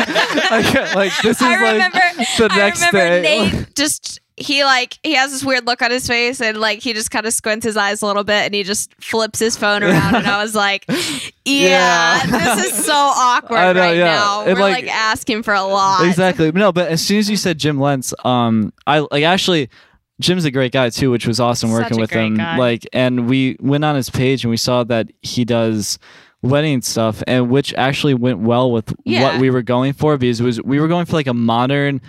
like, like, this is
I
like
remember.
(laughs) the next
I remember
day. (laughs)
Nate just he like he has this weird look on his face and like he just kind of squints his eyes a little bit and he just flips his phone around and I
(laughs)
was like, yeah,
Yeah. (laughs)
this is so awkward
I know,
right
yeah.
now.
It,
We're
like-
like, asking for a lot.
Exactly. No, but as soon as you said Jim Lentz, um, I like actually. Jim's a great guy too, which was awesome
Such
working
a
with
great
him.
guy.
Like, and we went on his page and we saw that he does wedding stuff, and which actually went well with what
Yeah.
we were going for because it was we were going for like a modern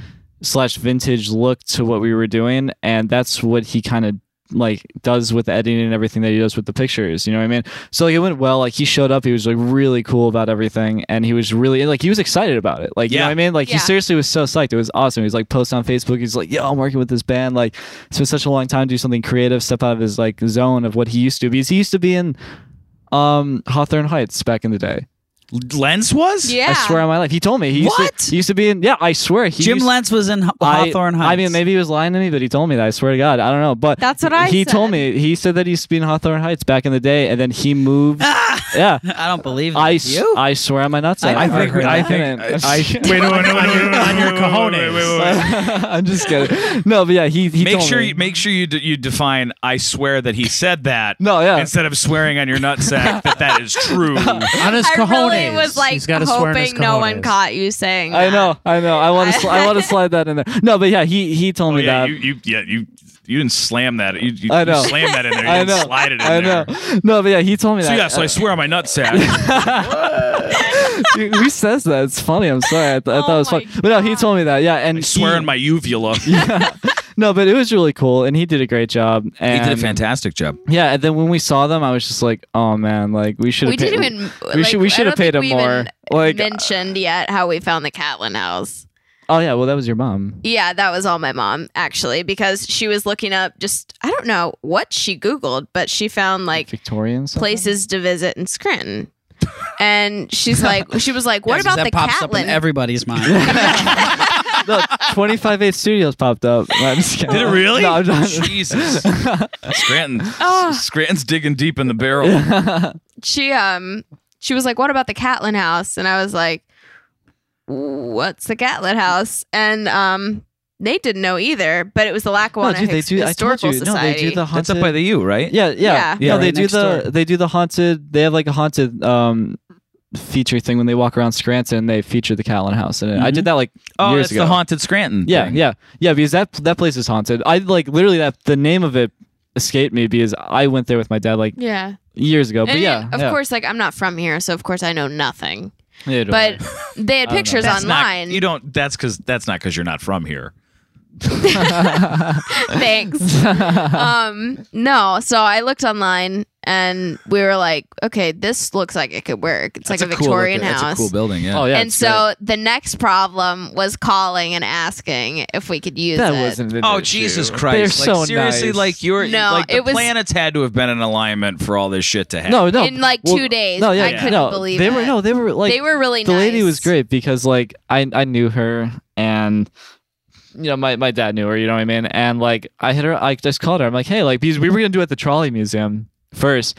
slash vintage look to what we were doing, and that's what he kind of like does with the editing and everything that he does with the pictures. You know what I mean? So like it went well. Like he showed up, he was like really cool about everything, and he was really like he was excited about it. Like you know
Yeah.
what I mean? Like he
Yeah.
seriously was so psyched. It was awesome. He was like post on Facebook. He's like, yo, I'm working with this band. Like it's been such a long time to do something creative, step out of his like zone of what he used to be. Because he used to be in um Hawthorne Heights back in the day.
Lens was.
yeah.
I swear on my life. He told me he used
What?
to he used to be in yeah, I swear he
Jim
used,
Lentz was in Haw-
I-
Hawthorne Heights.
I mean, maybe he was lying to me, but he told me that. I swear to God, I don't know. But
That's what I
He told
said.
me he said that he used to be in Hawthorne Heights back in the day, and then
(laughs)
he moved. yeah,
I don't believe that.
I, s-
you.
I swear on my nuts.
I never heard that.
I- (laughs)
(laughs)
Wait,
(laughs)
no, no, no, no, no, on your cojones.
I'm just kidding. No, but yeah, he he
Make
told
sure
me.
you make sure you d- you define. I swear that he said that.
No, yeah. Oh
Instead of swearing on your
(laughs)
nutsack that that is true.
On his
I really
cojones.
was like
He's gotta swear in his
hoping no one
cojones.
caught you saying.
I
that.
know, I know. I want to, sli- I
(laughs)
want to slide that in there. No, but yeah, he he told
Oh,
me
yeah,
that.
you, you yeah you you didn't slam that. You, you,
I know.
you slammed that in there. You
(laughs) I
didn't
know.
slide it in
I know.
there.
No, but yeah, he told me
So
that.
yeah, uh, so I swear on my (laughs) nutsack.
Dude, (laughs) who says that? It's funny. I'm sorry. I, th- I thought it was
Oh my
funny. But no, he told me that. Yeah, and
I swear
he-
on my (laughs) uvula.
No, but it was really cool, and he did a great job. And
fantastic job.
Yeah, and then when we saw them, I was just like, "Oh man, like we should
We
have paid."
didn't even.
we should- we should have paid him more. Like-
Like I don't think we even mentioned yet how we found the Catlin house.
oh yeah, well that was your mom.
Yeah, that was all my mom actually because she was looking up just I don't know what she googled, but she found like
Victorian something?
places to visit in Scranton.
(laughs)
And she's like, she was like, what
Yes,
about
that
the
pops up in
Catlin?
everybody's mind.
no, twenty five eight studios popped up. No, I'm just kidding.
Did it really?
No,
(laughs)
I'm not. (laughs)
Jesus. Scranton.
Ah.
Scranton's digging deep in the barrel.
she um she was like, what about the Catlin house? And I was like, what's the Catlin house? And um Nate didn't know either, but it was the
No,
Lackawanna
dude, they
His-
do. I told
Historical
you. No, they
Society.
do the haunted.
the U, right?
yeah, yeah,
Yeah.
No,
Yeah,
they
right
do
next
the.
door.
They do the haunted. They have like a haunted um feature thing when they walk around Scranton. They feature the Catlin House in it. I did that like
Oh,
years
it's
ago.
the haunted Scranton.
Yeah,
thing.
yeah, yeah. Because that that place is haunted. I like literally that the name of it escaped me because I went there with my dad like
yeah.
years ago. Oh, But
And
yeah,
of
yeah.
course, like I'm not from here, so of course I know nothing.
Yeah, don't
But
worry.
they had
don't know.
pictures
That's not-
online.
you don't. That's because that's not because you're not from here.
(laughs)
Thanks. um, no, so I looked online and we were like, okay, this looks like it could work. It's like a, Victorian house.
building. Yeah.
oh yeah,
and
it's
so the next problem was calling and asking if we could use
great. that
it.
wasn't. an
Oh
issue.
Jesus
They're
Christ! Like
so
seriously,
Oh, nice.
like you're
No,
like the
it was-
planets had to have been in alignment for all this shit to happen.
no, no.
In, like,
well,
two days,
no, yeah,
I
yeah.
couldn't
no,
believe
they were
it.
no, they were like
they were really
the
nice.
lady was great because like I I knew her and you know my, my dad knew her you know what I mean and like I hit her I just called her I'm like hey like because we were gonna do it at the trolley museum first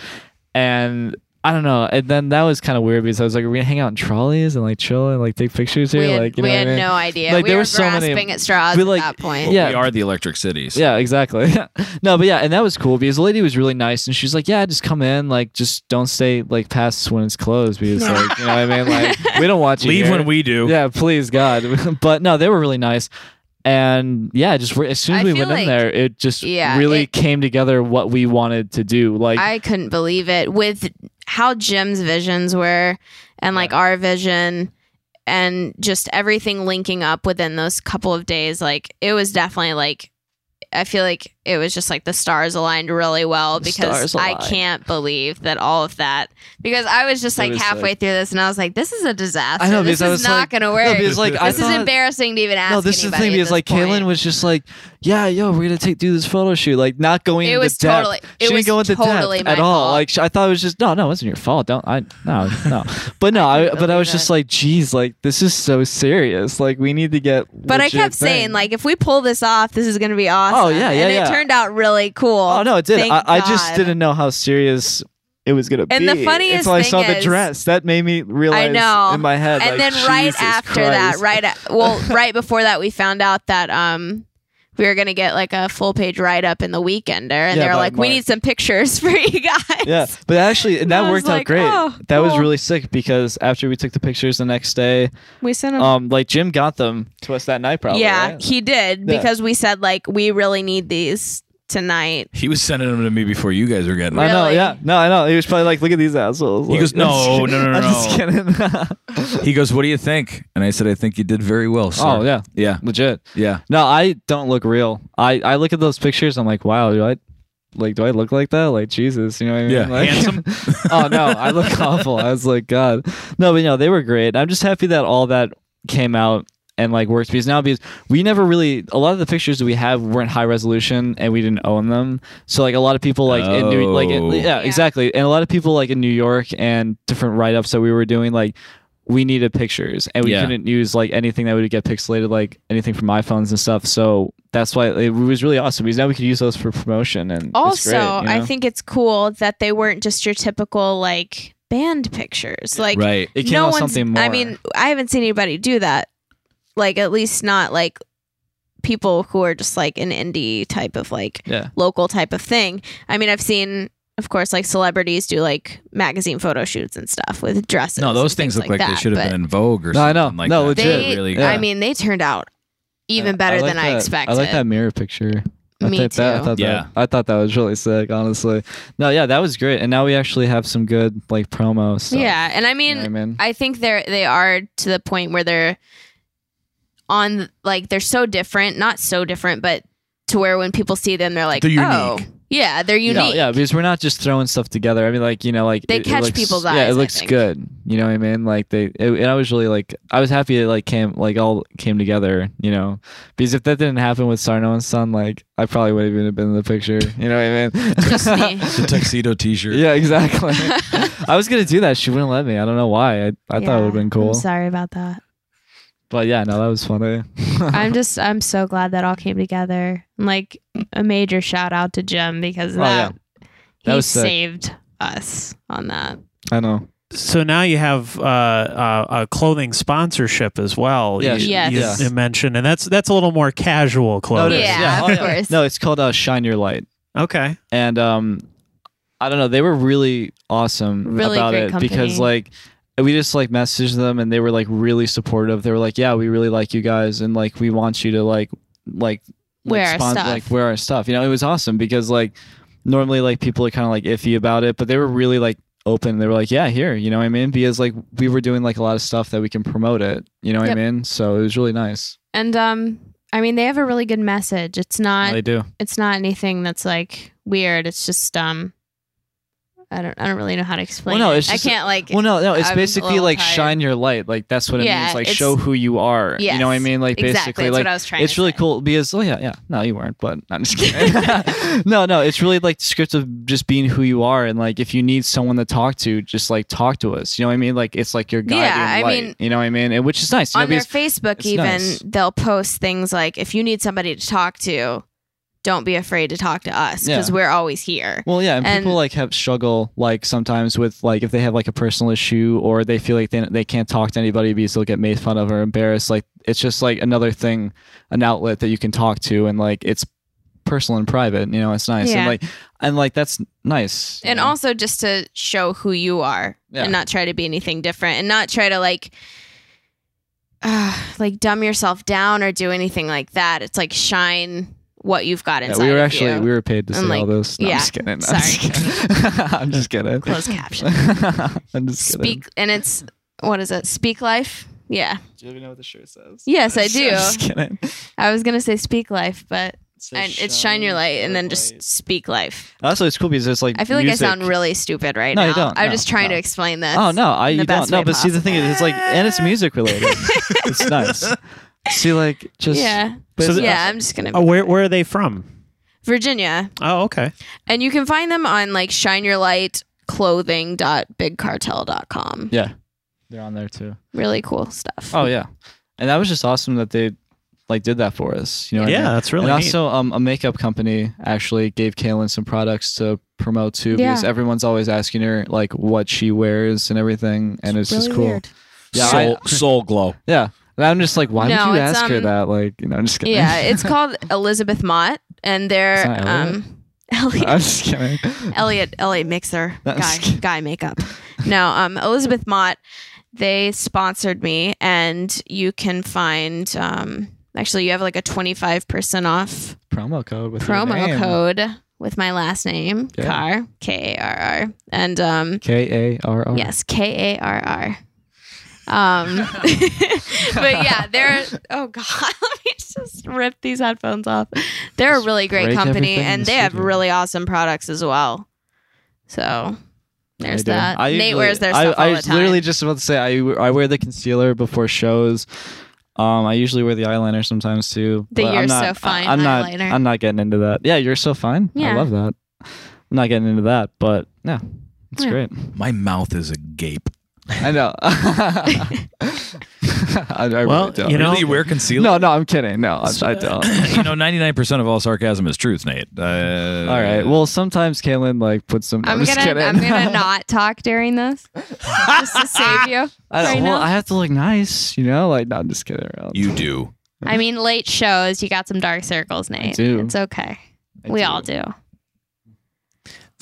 and I don't know. And then that was kind of weird because I was like, "Are we gonna hang out in trolleys and like chill and like take pictures here?"
we had,
like, you
we
know what
had
I mean?
no idea.
Like,
we
there
were
were so many-
grasping at straws
we,
at
like-
that point.
Well,
Yeah.
we are the electric cities.
Yeah, exactly. (laughs) no, but yeah, and that was cool because the lady was really nice, and she's like, "Yeah, just come in, like, just don't stay like past when it's closed because like, you know, what I mean, like,
(laughs)
we don't want you
Leave
here.
when we do.
Yeah, please God. (laughs) but no, they were really nice, and yeah, just re- as soon as
I
we
feel
went in
like-
there, it just
yeah,
really
it-
came together what we wanted to do. Like,
I couldn't believe it with how Jim's visions were and like our vision and just everything linking up within those couple of days. Like it was definitely like I feel like it was just like the stars aligned really well
The
because
stars
I
aligned.
can't believe that all of that because I was just
It
like
was,
halfway through this and I was like, this is a disaster.
I know,
this
because I
is
was
not
like-
gonna
No,
work.
because, like, I
this is
thought-
embarrassing to even ask.
no, this is the
anybody
thing
at
because
this
like
point.
Kaylin was just like, yeah, yo, we're gonna take do this photo shoot, like not going
It
into
was
depth.
totally- it
she didn't
was
go into
totally
depth
my
at all.
fault.
Like sh- I thought it was just no, no, it wasn't your fault. Don't I? No,
(laughs)
no. But no,
I
I,
couldn't
but I was
believe
just
it.
like, geez, like this is so serious. Like we need to get.
But I
legit
kept saying,
things.
like, if we pull this off, this is going to be awesome.
Oh, yeah, yeah,
And
yeah.
it turned out really cool.
oh no, it did.
Thank
I, I just
God.
didn't know how serious it was gonna
And
be
the funniest
until I
thing
saw the
is-
dress. That made me realize
know.
in my head. like,
And then right
Jesus
after that,
Christ.
right, a-
(laughs)
well, right before that, we found out that um, we were going to get like a full page write up in the Weekender,
Yeah,
and they were
about
like,
Mark.
we need some pictures (laughs) for you guys.
Yeah, but actually, and
I
that
was
worked
like,
out great.
"Oh,
that was
cool."
really sick because after we took the pictures the next day,
we sent them.
um, like Jim got them to us that night, probably.
yeah,
right?
he did
Yeah.
because we said like we really need these tonight.
He was sending them to me before you guys were getting
I
them.
know.
Really?
Yeah, no, I know. He was probably like, "Look at these assholes."
He
Like, (laughs)
goes,
I'm
"No,
just kidding.
no, no, no,
I'm just kidding. (laughs)
(laughs) He goes, "What do you think?" And I said, "I think you did very well, sir."
oh yeah,
yeah,
legit.
yeah.
No, I don't look real. I I look at those pictures. I'm like, wow, do I like do I look like that? Like Jesus, you know what I mean?
Yeah,
Like-
handsome?
(laughs) oh no, I look (laughs) awful. I was like, God, no, but no, they were great. I'm just happy that all that came out and like worked because now because we never really a lot of the pictures that we have weren't high resolution and we didn't own them. So like a lot of people like in New, like
Oh.
yeah,
Yeah.
exactly, and a lot of people like in New York and different write ups that we were doing like. We needed pictures, and we
Yeah.
couldn't use like anything that would get pixelated, like anything from iPhones and stuff. So that's why it was really awesome because now we could use those for promotion. And it's
Also,
great, you know?
I think it's cool that they weren't just your typical like band pictures. Like
right.
it came
no
out
one's,
something more.
I mean, I haven't seen anybody do that.
Like at least not like people who are just like an indie type of like
Yeah.
local type of thing. I mean, I've seen of course like celebrities do like magazine photo shoots and stuff with dresses.
No, those
and
things look like, they
that,
should have
but
been in Vogue or
No, I
something
know.
like
No,
that.
legit.
They,
really
Yeah.
I mean, they turned out even
Yeah,
better
like
than I
that-
expected.
I like that mirror picture. I
Me
thought That, I
too.
thought
Yeah.
that, I thought that was really sick, honestly. No, yeah, that was great. And now we actually have some good like promo stuff.
yeah, and I
You
mean,
know what I mean?
I think they're they are to the point where they're on like they're so different, not so different, but to where when people see them, they're like,
They're unique.
oh, yeah, they're unique.
No, yeah, because we're not just throwing stuff together. I mean, like you know, like
They catch
looks-
people's
Yeah,
eyes,
it
I
looks
think.
good. You know what I mean? Like they, it, and I was really like, I was happy it like came, like all came together. You know, because if that didn't happen with Sarno and Son, like I probably wouldn't even have been in the picture. You know what I mean? (laughs)
Just me.
the (laughs) tuxedo T-shirt.
yeah,
(laughs)
exactly. I was gonna do that. She wouldn't let me. I don't know why. I, I thought it would have been cool.
I'm sorry about
(laughs)
that.
But yeah, no, that was funny.
I'm just I'm so glad that all came together. And, Like a major shout out to Jim because
Oh, yeah.
that,
That
he
was sick.
saved us on that.
(laughs) I know.
So now you have uh, uh, a clothing sponsorship as well.
Yeah,
you,
Yes.
you-
yeah.
you mentioned, and that's that's a little more casual
it
clothing.
is. Yeah, of course.
No, it's called uh, Shine Your Light,
Okay.
and um, I don't know. They were really awesome
Really
about
great
it
company.
because like we just like messaged them and they were like really supportive. They were like, "Yeah, we really like you guys, and like we want you to like like
Wear our
like, spon-
stuff.
like wear our stuff." You know, it was awesome because like normally like people are kind of like iffy about it, but they were really like open. They were like, "Yeah, here," you know what I mean? Because like we were doing like a lot of stuff that we can promote it. You know what
Yep.
I mean? So it was really nice.
And um I mean they have a really good message. It's not
they do.
it's not anything that's like weird. It's just um I don't I don't really know how to explain
no,
it.
it's
I
just-
can't like.
Well, no, no, it's
I'm a
basically
little
like
tired.
shine your light. Like that's what it
Yeah,
means. Like
it's-
show who you are. You know what I
Yes,
mean? Like
exactly.
basically,
That's
like
what I was trying.
it's
to
really
say.
cool because oh yeah, yeah. No, you weren't, but no, I'm just kidding. (laughs) no, no, it's really like descriptive of just being who you are and like if you need someone to talk to, just like talk to us. You know what I mean? Like it's like your guiding
Yeah, I
light.
mean-
you know what I mean? And which is nice. You know,
On their
because,
Facebook,
it's
even
nice.
they'll post things like, "If you need somebody to talk to, don't be afraid to talk to us because
Yeah.
we're always here.
Well, yeah, and,
And-
people like have struggle like sometimes with like if they have like a personal issue or they feel like they, they can't talk to anybody because they'll get made fun of or embarrassed. Like it's just like another thing, an outlet that you can talk to and like it's personal and private. You know, it's nice
Yeah.
and like and like that's nice. you
and
know?
also just to show who you are
Yeah.
and not try to be anything different and not try to like (sighs) uh, like dumb yourself down or do anything like that it's like shine what you've got
Yeah,
inside
we were
of
actually
you.
we were paid to
I'm
say
like,
all those. No,
yeah,
I'm just kidding. I'm
sorry.
just kidding. (laughs) I'm just kidding. (laughs)
closed caption
I'm just kidding.
speak and it's what is it speak life yeah
Do you even know what the shirt says?
yes i
I'm
do
just kidding.
i was gonna say speak life but and it's shine your light and then just speak life
Also, it's cool because it's like
i feel like
music.
i sound really stupid right
No,
now
you don't.
i'm
No,
just trying
no.
to explain this
Oh no, I
in the
you don't.
best
No,
way
but see the thing is, it's like and it's music related.
(laughs)
it's nice. See, like just
yeah
But
So the-
yeah i'm just gonna
Oh, where where are they from?
virginia
Oh, okay.
And you can find them on like shineyourlightclothing.bigcartel.com.
yeah, they're on there too.
Really cool stuff.
Oh yeah, and that was just awesome that they like did that for us. You know, what I
Yeah,
mean?
that's really
and
neat.
also um, a makeup company actually gave Kaylin some products to promote too because everyone's always asking her like what she wears and everything, and it's, just cool. Yeah,
soul,
I-
soul glow.
yeah. And I'm just like, why
No,
would you
it's,
ask her
um,
that? Like, you know, I'm just kidding.
yeah, it's called Elizabeth Mott and they're
It's not Elliot?
um (laughs)
(laughs)
Elliot
I'm just kidding.
Elliot Elliot Mixer
(laughs) No, I'm
guy
just kidding.
guy makeup. No, um Elizabeth Mott they sponsored me and you can find um actually you have like a 25% off
Promo code with your
promo
name.
code with my last name,
Yeah.
Carr, K A R R. And um
K A R R.
Yes, K A R R. Um, (laughs) but yeah, they're oh god, (laughs) let me just rip these headphones off. They're a really great
break
company,
everything in
and
the
they have
studio.
really awesome products as well. So there's
do.
that.
I
Nate
usually-
wears their
I-
stuff
I,
all the
was
time.
literally just about to say I, w- I wear the concealer before shows. Um, I usually wear the eyeliner sometimes too.
The
but
You're
I'm not,
So Fine
I, am
eyeliner.
not. I'm not getting into that. Yeah, you're so fine.
Yeah.
I love that. I'm not getting into that, but yeah, it's
Yeah.
great.
My mouth is agape.
I know. (laughs) I, I
Well,
really don't.
you know-
really, you wear concealer?
no, no, I'm kidding. No, I,
(clears throat)
I don't.
(laughs) you know, ninety nine percent of all sarcasm is truth, Nate. Uh,
All right. Well, sometimes Kaylin like puts some.
I'm,
I'm, just
gonna
kidding. (laughs)
I'm gonna not talk during this (laughs) just to save you.
I don't-
right
well,
now.
I have to look nice, you know. Like, no, I'm just kidding. around.
you do.
(laughs)
I mean, late shows, you got some dark circles, Nate.
do.
It's okay.
I
we all do.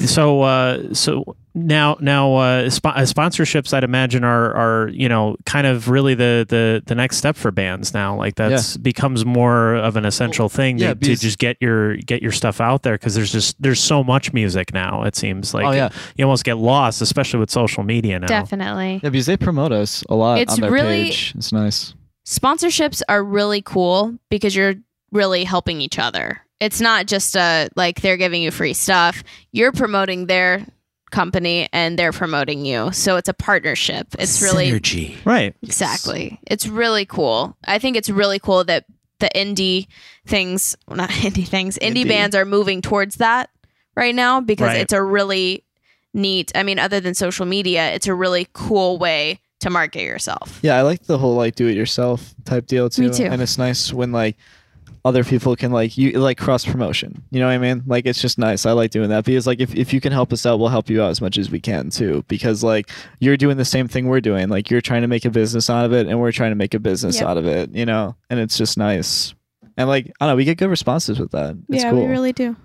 So uh, so now now uh, sp- uh, sponsorships I'd imagine are are you know kind of really the the the next step for bands now like that's becomes more of an essential thing
yeah,
to, to
because-
just get your get your stuff out there because there's just there's so much music now it seems like
oh yeah,
you almost get lost especially with social media now
Definitely.
Yeah, because they promote us a lot
It's
on their
really-
page. It's nice.
sponsorships are really cool because you're really helping each other. It's not just a like they're giving you free stuff. You're promoting their company and they're promoting you. So it's a partnership. It's really
Synergy.
right
exactly. It's really cool. I think it's really cool that the indie things, well, not (laughs) indie things, indie, bands are moving towards that right now because
Right.
it's a really neat, I mean other than social media, it's a really cool way to market yourself.
Yeah, I like the whole like do it yourself type deal too.
Me too.
And it's nice when like other people can like you like cross promotion. You know what I mean? Like it's just nice. I like doing that because like if, if you can help us out, we'll help you out as much as we can too. Because like you're doing the same thing we're doing. Like you're trying to make a business out of it and we're trying to make a business
Yep.
out of it, you know? And it's just nice. And like I don't know, we get good responses with that. It's cool.
do.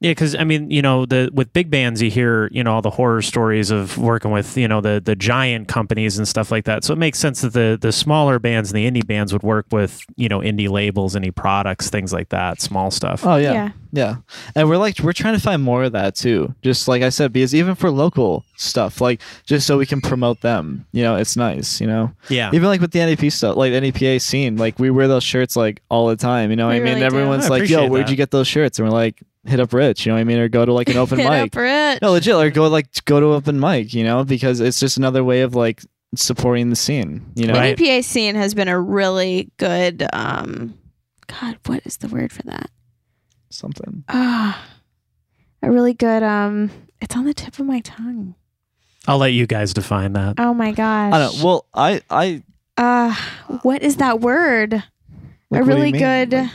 Yeah, because I mean, you know, the with big bands, you hear you know all the horror stories of working with you know the the giant companies and stuff like that. So it makes sense that the the smaller bands and the indie bands would work with you know indie labels, indie products, things like that, small stuff.
Uh,
Oh yeah.
Yeah.
yeah. And we're like we're trying to find more of that too. Just like I said, because even for local stuff, like just so we can promote them. You know, it's nice, you know.
yeah,
Even like with the NEP stuff, like NEPA scene, like we wear those shirts like all the time. You know, what
We
I mean,
really do.
everyone's
I
like, "Yo,
appreciate
where'd
that.
you get those shirts?" And we're like, "Hit up Rich," you know what I mean, or go to
(laughs)
like an open
Hit
mic.
up Rich.
No, legit, or go like go to open mic, you know, because it's just another way of like supporting the scene. You know,
Right.
The NPA scene has been a really good um God, what is the word for that?
something.
Ah. a really good um it's on the tip of my tongue.
I'll let you guys define that.
Oh my gosh.
I don't. Well, I I
uh what is that word?
like,
a
what do you
really
mean?
good
Like,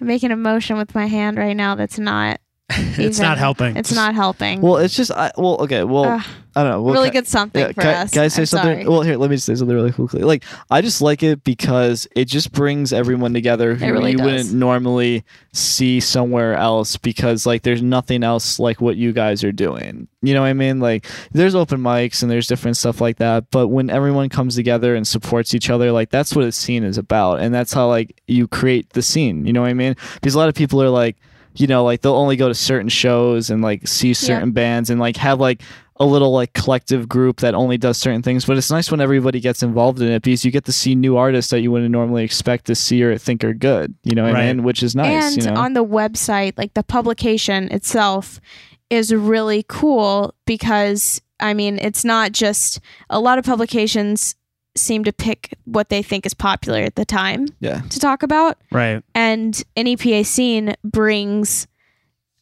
I'm making a motion with my hand right now that's not.
(laughs) it's
even-
not helping.
It's not helping.
Well, it's just I, well, okay, well,
Ugh.
I don't know. Well,
really
ca-
good something for
can, I-
us.
Can I say
I'm
something?
sorry.
Well, here, let me say something really quickly. Like, I just like it because it just brings everyone together who
really
you
does.
wouldn't normally see somewhere else because, like, there's nothing else like what you guys are doing. You know what I mean? Like, there's open mics and there's different stuff like that. But when everyone comes together and supports each other, like, that's what a scene is about. And that's how, like, you create the scene. You know what I mean? Because a lot of people are like, you know, like they'll only go to certain shows and like see certain bands and like have like a little like collective group that only does certain things. But it's nice when everybody gets involved in it because you get to see new artists that you wouldn't normally expect to see or think are good. You know what
Right.
I mean? Which is nice.
and
you know?
on the website, like the publication itself is really cool because I mean, it's not just a lot of publications seem to pick what they think is popular at the time
Yeah.
to talk about.
right.
and an EPA scene brings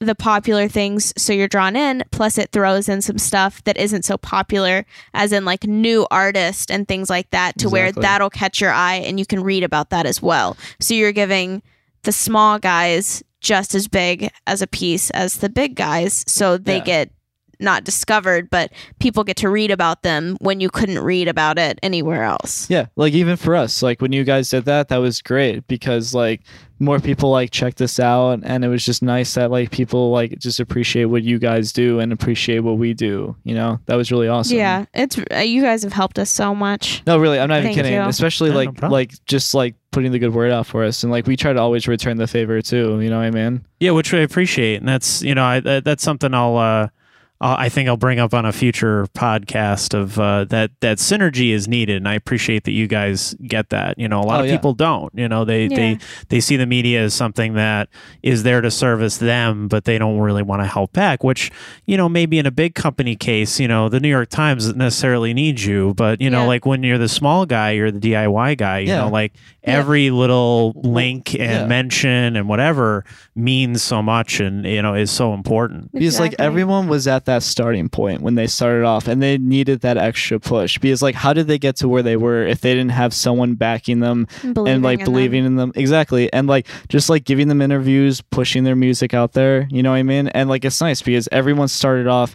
the popular things so you're drawn in plus it throws in some stuff that isn't so popular as in like new artist and things like that to where
Exactly.
that'll catch your eye and you can read about that as well so you're giving the small guys just as big as a piece as the big guys so they
Yeah.
get not discovered but people get to read about them when you couldn't read about it anywhere else
Yeah, like even for us, like when you guys did that, that was great because like more people like checked this out, and it was just nice that like people like just appreciate what you guys do and appreciate what we do. You know, that was really awesome.
yeah it's uh, you guys have helped us so much
No, really, I'm not even
Thank
kidding.
you.
Especially
Yeah, no
like
problem.
like just like putting the good word out for us, and like we try to always return the favor too. You know what I mean?
Yeah, which I appreciate, and that's you know I, that, that's something I'll uh, I'll- I think I'll bring up on a future podcast of uh, that that synergy is needed, and I appreciate that you guys get that. You know, a lot
Oh,
of
yeah.
people don't. You know, they they they see the media as something that is there to service them, but they don't really want to help back. Which you know maybe in a big company case, you know, the New York Times doesn't necessarily need you, but you know
Yeah.
like when you're the small guy, you're the DIY guy. You
Yeah.
know, like
Yeah.
every little link and
yeah.
mention and whatever means so much and you know is so important.
Because like everyone was at that starting point when they started off and they needed that extra push. Because like how did they get to where they were if they didn't have someone backing them and like believing in them. Exactly. And like just like giving them interviews, pushing their music out there, you know what I mean? And like it's nice because everyone started off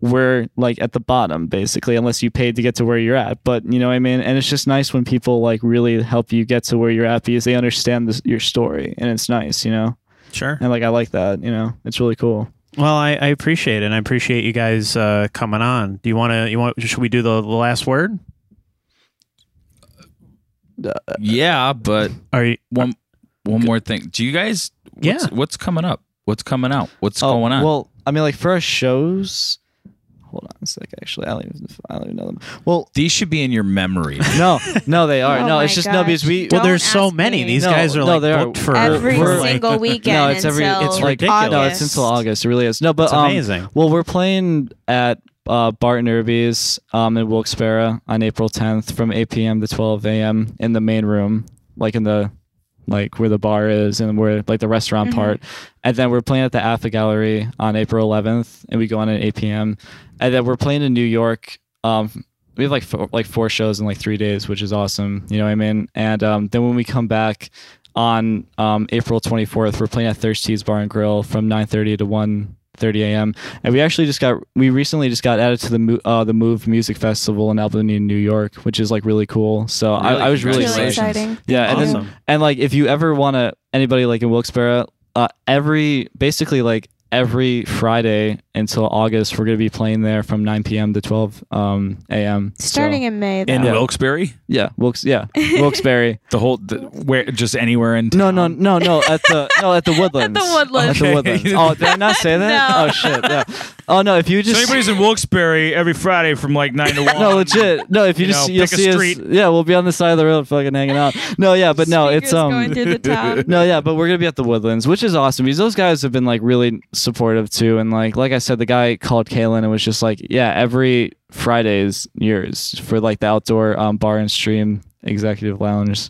where like at the bottom basically unless you paid to get to where you're at. But you know what I mean? And it's just nice when people like really help you get to where you're at because they understand this, your story and it's nice, you know.
Sure.
And like I like that, you know. It's really cool.
Well, I, I appreciate it. and I appreciate you guys uh, coming on. Do you want to? You want? Should we do the, the last word?
Yeah, but
Are you?
one one more thing. Do you guys? What's,
Yeah.
What's coming up? What's coming out? What's
Oh,
going on?
Well, I mean like for our shows Hold on a sec. Actually, I don't even, I don't even know them. Well,
These should be in your
(laughs)
memory.
no, no, they are.
Oh
no, it's
my
just no
gosh.
because we.
Well,
Don't
there's so
ask
many.
me.
These
No,
guys are
no,
like
they are.
booked for
every
for,
We're-
like-
single
(laughs)
weekend.
No, it's every-
until
it's like-
ridiculous.
No, it's until
August.
August. It really is. No, but
It's
um,
amazing.
Well, we're playing at uh, Barton Irby's um, in Wilkes-Barre on April 10th from 8 p.m. to 12 a.m. in the main room, like in the like where the bar is and where like the restaurant part. And then we're playing at the Alpha Gallery on April 11th, and we go on at 8 p.m. And then we're playing in New York. Um, we have like four, like four shows in like three days, which is awesome. You know what I mean? And um, then when we come back on um, April 24th, we're playing at Thirsty's Bar and Grill from 9:30 to 1:30 a.m. And we actually just got we recently just got added to the Mo- uh, the Move Music Festival in Albany, New York, which is like really cool. So
Really?
I, I was really
It's really
excited.
Congratulations.
exciting.
Yeah, and then-
awesome.
and like, if you ever want to, anybody like in Wilkes-Barre, uh, every basically like every Friday until August, we're gonna be playing there from 9 p.m. to 12 um, a.m. So-
Starting in May, though.
in
Yeah.
Wilkes-Barre,
yeah, Wilkes, yeah, Wilkes-Barre.
the whole the, where just anywhere in.
No, no, no, no. At the no, at the woodlands.
Woodlands.
At the woodlands. Oh, did I not say that?
No.
Oh shit. Yeah. Oh no, if you
So
just
anybody's in Wilkes-Barre every Friday from like nine to
(laughs)
one.
no, legit. No, if you,
You
just
know,
you'll
pick a
see us.
street.
Yeah, we'll be on the side of the road, fucking hanging out. No, yeah, but no, it's um.
going through the town.
(laughs) No, yeah, but we're gonna be at the Woodlands, which is awesome because those guys have been like really supportive too. And like, like I said, the guy called Kalen and was just like, "Yeah, every Friday's yours for like the outdoor um, bar and stream executive lounge,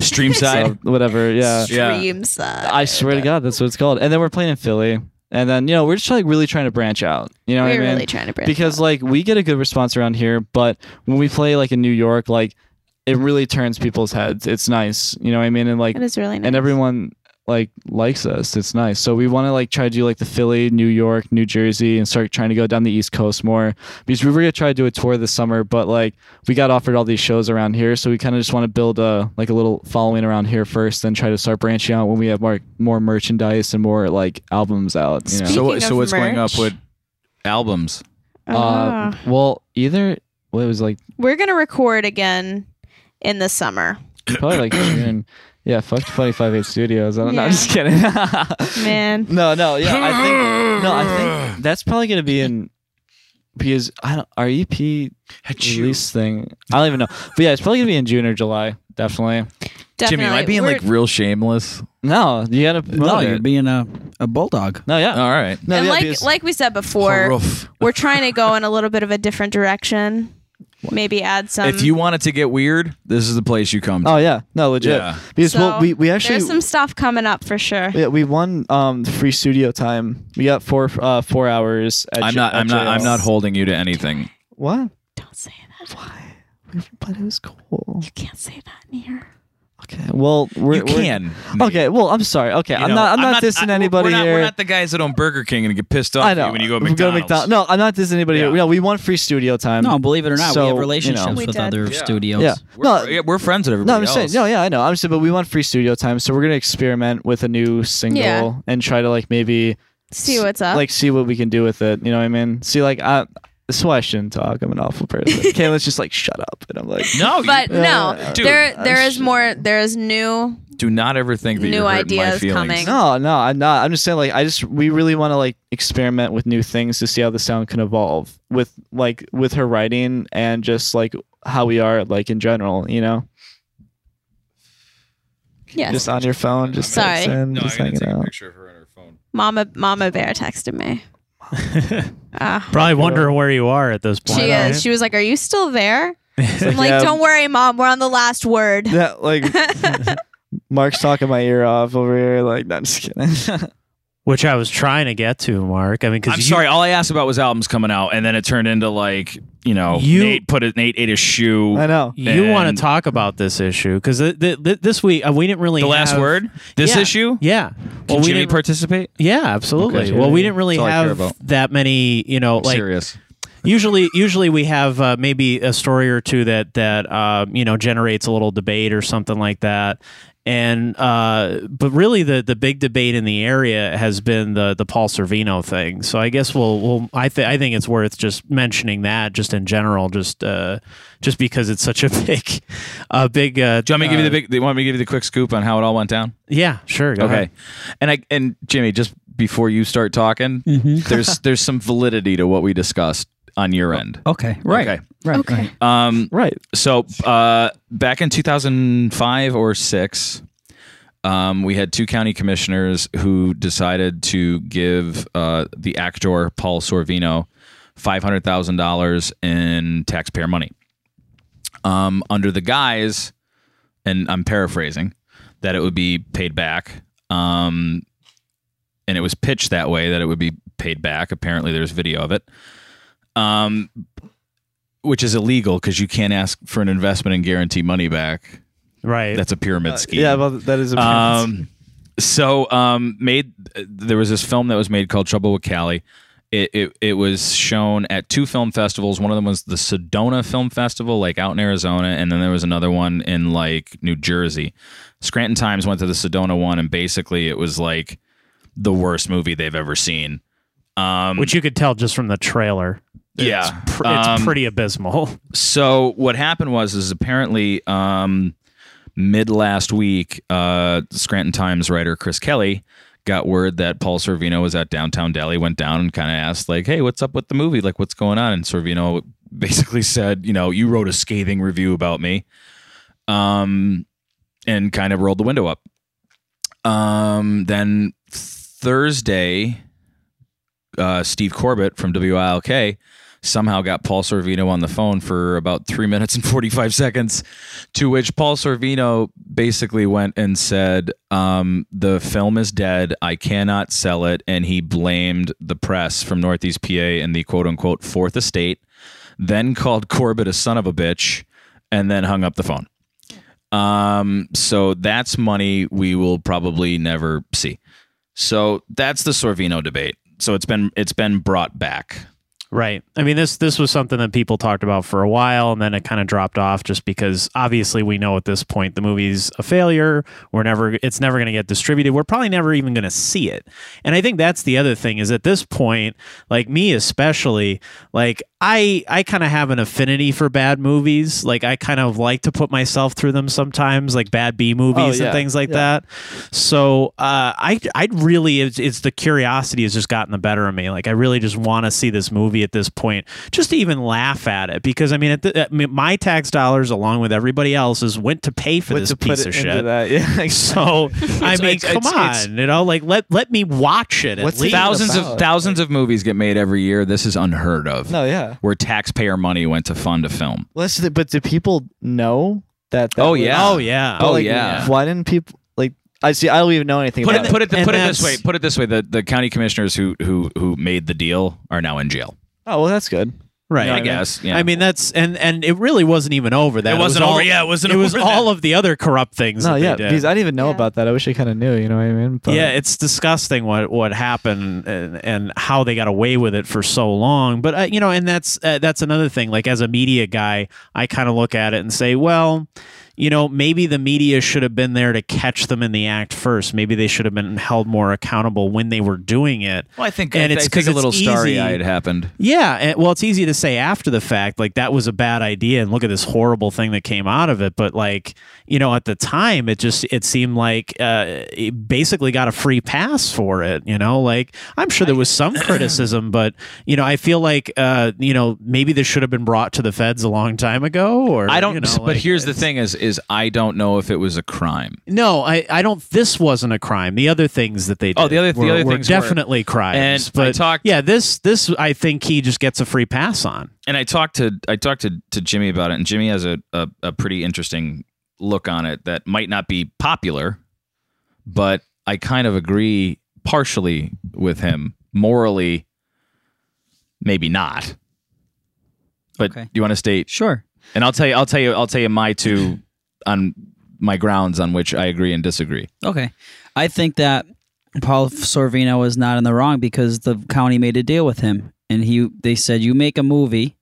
Streamside.
so whatever." Yeah,
Yeah.
Dreams. uh,
I swear to God, that's what it's called. And then we're playing in Philly, and then you know we're just like really trying to branch out. You know what I
we're
mean?
really trying to bring
because like we get a good response around here, but when we play like in New York, like it really turns people's heads. It's nice, you know what I mean? And like
it is really nice.
and everyone like likes us. It's nice. So we want to like try to do like the Philly, New York, New Jersey, and start trying to go down the East Coast more because we were gonna try to do a tour this summer, but like we got offered all these shows around here, so we kind of just want to build a like a little following around here first, then try to start branching out when we have more more merchandise and more like albums out. You know?
So,
Speaking
so
of
what's going up
merch-
with albums?
Ah.
Uh, well, either well, it was like
We're gonna record again in
(clears throat)
the summer.
(coughs)
probably like June. Yeah, fuck twenty five eight studios. I don't know.
Yeah.
I'm just kidding. (laughs)
Man.
no, no, yeah, I think no, I
(coughs)
think that's probably gonna be in because I don't our EP release thing. I don't even know, but yeah, it's probably gonna be in June or July. Definitely.
Definitely.
Jimmy, am I being
We're-
like real shameless?
No, you gotta
No,
promote
you're
it.
being a, a bulldog.
no, yeah,
All right.
no,
and
yeah,
like
because-
like
(laughs)
we said before,
Haruf.
we're trying to go in a little bit of a different direction. Maybe add some.
if you want it to get weird, this is the place you come to.
Oh yeah, no legit.
Yeah.
Because well,
So,
we we actually
there's some stuff coming up for sure.
yeah, we won um free studio time. We got four uh four hours. At
I'm
J-
not.
at
I'm not. I'm
JL.
not holding you to anything.
What?
Don't say that.
But it was cool.
You can't say that in here.
Okay. Well, we're,
You
we're-
can.
Okay. Well, I'm sorry. Okay.
You
I'm
know,
not. I'm, not dissing
I-
anybody
we're not,
here.
We're not the guys that own Burger King and get pissed off
I
at
know.
you when you go to
We
McDonald's.
McDonald's. No, I'm not dissing anybody
Yeah.
here. No, we won free studio time.
No, believe it or not,
So,
we have
you know.
relationships
We
with
did.
other
Yeah.
studios.
Yeah.
We're,
No.
yeah, we're friends with everybody
No, I'm just saying.
else.
No, yeah, I know. I'm just saying, but we want free studio time, so we're gonna experiment with a new single
Yeah.
and try to like maybe
See
s-
what's up.
like see what we can do with it. You know what I mean? See, like I. This is why I shouldn't talk. I'm an awful person. Kayla's just like, shut up. And I'm like,
No, you-
(laughs) but no,
Yeah.
Dude.
there there is more. There is new.
do not ever think that
New
you're hurting my
ideas
feelings.
coming.
No, no, I'm not. I'm just saying, like, I just we really want to like experiment with new things to see how the sound can evolve with like with her writing and just like how we are like in general. You know,
Yes.
just uh, on your phone, just
Sorry.
texting, just hanging out.
picture of her on her phone.
Mama Mama Bear
(laughs)
texted me. Uh,
Probably wondering where you are at this point.
she
right?
is. She was like, "Are you still there?"
(laughs)
I'm like,
Yeah.
"Don't worry, mom. We're on the last word."
That like, (laughs) Mark's talking my ear off over here. Like, no, I'm just kidding. (laughs)
Which I was trying to get to, Mark. I mean, because
I'm
you,
sorry. All I asked about was albums coming out, and then it turned into like you know
You-
Nate put a, Nate ate a shoe.
I know.
you want
And-
to talk about this issue because th- th- th- this week uh, we didn't really
The last
have-
word. This
Yeah.
issue.
Yeah.
Can
we
Jimmy
didn't-
participate?
Yeah, absolutely.
Okay.
Well, we didn't really
That's all I care
have
about.
that many, you know, like
Serious.
usually usually we have uh, maybe a story or two that that uh, you know generates a little debate or something like that and uh, but really the the big debate in the area has been the the Paul Servino thing so I guess we'll we'll I, th- I think it's worth just mentioning that just in general just uh, just because it's such a (laughs) big uh, big uh,
Do you want me to give you the big? Do you want me to give you the quick scoop on how it all went down?
yeah sure go
okay.
ahead.
And I and Jimmy, just before you start talking,
Mm-hmm.
there's there's some validity to what we discussed on your
(laughs)
end.
Okay. Right.
Okay.
Right.
Okay.
right.
Um,
Right.
so uh, back in 2005 or six, um, we had two county commissioners who decided to give uh, the actor Paul Sorvino five hundred thousand dollars in taxpayer money, um, under the guise, and I'm paraphrasing, that it would be paid back. Um, and it was pitched that way that it would be paid back. Apparently, there's video of it. Um, which is illegal because you can't ask for an investment and guarantee money back.
right
That's a pyramid scheme.
Uh, Yeah, well, (laughs) that is. A
Um, so um, made there was this film that was made called Trouble with Cali. It, it, it was shown at two film festivals. One of them was the Sedona Film Festival, like out in Arizona, and then there was another one in like New Jersey. Scranton Times went to the Sedona one, and basically it was like the worst movie they've ever seen. Um,
which you could tell just from the trailer
yeah,
it's, pr- it's
Um,
pretty abysmal (laughs)
so what happened was is apparently um, mid last week, uh, Scranton Times writer Chris Kelly got word that Paul Sorvino was at downtown Delhi, went down and kind of asked like, "Hey, what's up with the movie? Like, what's going on?" And Sorvino (laughs) basically said, "You know, you wrote a scathing review about me," um, and kind of rolled the window up. Um, then Thursday, uh, Steve Corbett from WILK somehow got Paul Sorvino on the phone for about three (laughs) minutes and 45 seconds. To which Paul Sorvino basically went and said, um, The film is dead. I cannot sell it. And he blamed the press from Northeast PA and the quote unquote fourth estate, then called Corbett a son of a bitch, and then hung up the phone. Um, so that's money we will probably never see. So that's the Sorvino debate. So it's been it's been brought back.
Right. I mean this this was something that people talked about for a while and then it kind of dropped off just because obviously we know at this point the movie's a failure. We're never it's never going to get distributed. We're probably never even going to see it. And I think that's the other thing is at this point, like me especially, like I I kind of have an affinity for bad movies. Like I kind of like to put myself through them sometimes, like bad B movies
yeah.
and things like
Yeah.
that. So uh, I I really it's, it's the curiosity has just gotten the better of me. Like I really just want to see this movie at this point, just to even laugh at it because I mean, at the, I mean my tax dollars along with everybody else's went to pay for
What
this
to put
piece
it
of
into
shit. (laughs)
That. (laughs) Yeah, exactly.
So I mean,
it's-
come
it's-
on,
it's-
you know, like let let me watch it at
What's the
least.
thousand-
Thousands of
about?
thousands of movies get made every year. This is unheard of.
no, yeah.
Where taxpayer money went to fund a film.
Well, that's the- but do people know that? that
Oh,
was-
yeah.
Oh yeah.
But,
Oh,
like,
yeah.
Why didn't people like? I see. I don't even know anything
Put
about
it put it
And
put it this
that's-
way. Put it this way. The the county commissioners who who who made the deal are now in jail.
Oh well, that's good.
right.
I guess. Yeah.
I mean that's and and it really wasn't even over that
It wasn't
was all-
over. Yeah, it wasn't
it was
over
all of the other corrupt things
No,
that
yeah,
they did.
because I didn't even know
Yeah.
about that. I wish I kind of knew. You know what I mean? But,
yeah, it's disgusting what what happened and, and how they got away with it for so long. But uh, you know, and that's uh, that's another thing. Like as a media guy, I kind of look at it and say, well, you know, maybe the media should have been there to catch them in the act first. Maybe they should have been held more accountable when they were doing it.
well, I think
and
I
it's
think
'cause
a
it's
little
easy-
starry eyed happened.
Yeah, and, well, it's easy to say after the fact, like that was a bad idea, and look at this horrible thing that came out of it. But like, you know, at the time, it just it seemed like uh, it basically got a free pass for it. You know, like I'm sure there was some
(clears throat)
criticism, but you know, I feel like uh, you know maybe this should have been brought to the feds a long time ago. Or
I don't.
you know,
but
like,
here's the
it's-
thing: is is I don't know if it was a crime.
No, I, I don't. This wasn't a crime. The other things that they did.
Oh, the other- the
were,
other
were
things were.
definitely crimes.
And I
but
talked-
yeah, this this I think he just gets a free pass on.
and I talked to I talked to, to Jimmy about it, and Jimmy has a, a, a pretty interesting look on it that might not be popular, but I kind of agree partially with him. Morally, maybe not. But
Okay.
you want to state
Sure.
and I'll tell you I'll tell you I'll tell you my two on my grounds on which I agree and disagree.
Okay. I think that Paul Sorvino is not in the wrong because the county made a deal with him and he they said you make a movie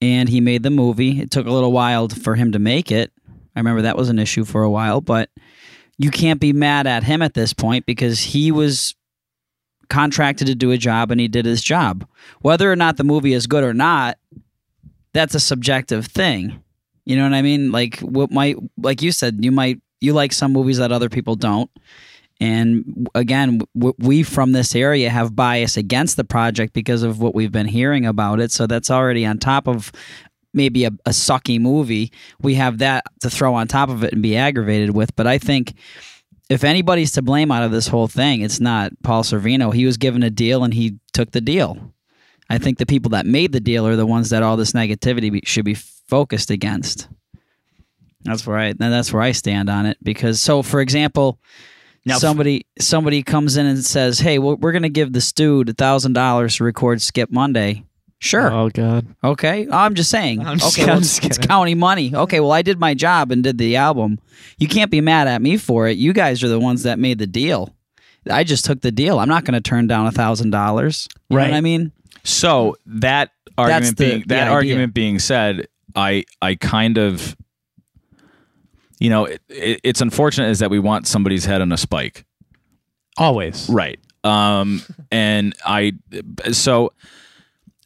and he made the movie. It took a little while for him to make it. I remember that was an issue for a while, but you can't be mad at him at this point because he was contracted to do a job and he did his job. Whether or not the movie is good or not, that's a subjective thing. You know what I mean? Like what might like you said, you might you like some movies that other people don't. And again, w- we from this area have bias against the project because of what we've been hearing about it. So that's already on top of maybe a, a sucky movie. We have that to throw on top of it and be aggravated with. But I think if anybody's to blame out of this whole thing, it's not Paul Servino. He was given a deal and he took the deal. I think the people that made the deal are the ones that all this negativity be, should be focused against. That's where I and that's where I stand on it because so for example, somebody somebody comes in and says, "Hey, we're, we're going to give this dude a thousand dollars to record Skip Monday." Sure.
Oh God.
Okay, I'm just saying.
I'm just
okay, well,
kidding.
it's, it's county money. Okay, well, I did my job and did the album. You can't be mad at me for it. You guys are the ones that made the deal. I just took the deal. I'm not going to turn down a thousand dollars. Right. I mean,
So that argument
the-
being
the
that
idea.
argument being said, I I kind of you know it, it, it's unfortunate is that we want somebody's head on a spike,
Always.
right?
(laughs)
Um, and I so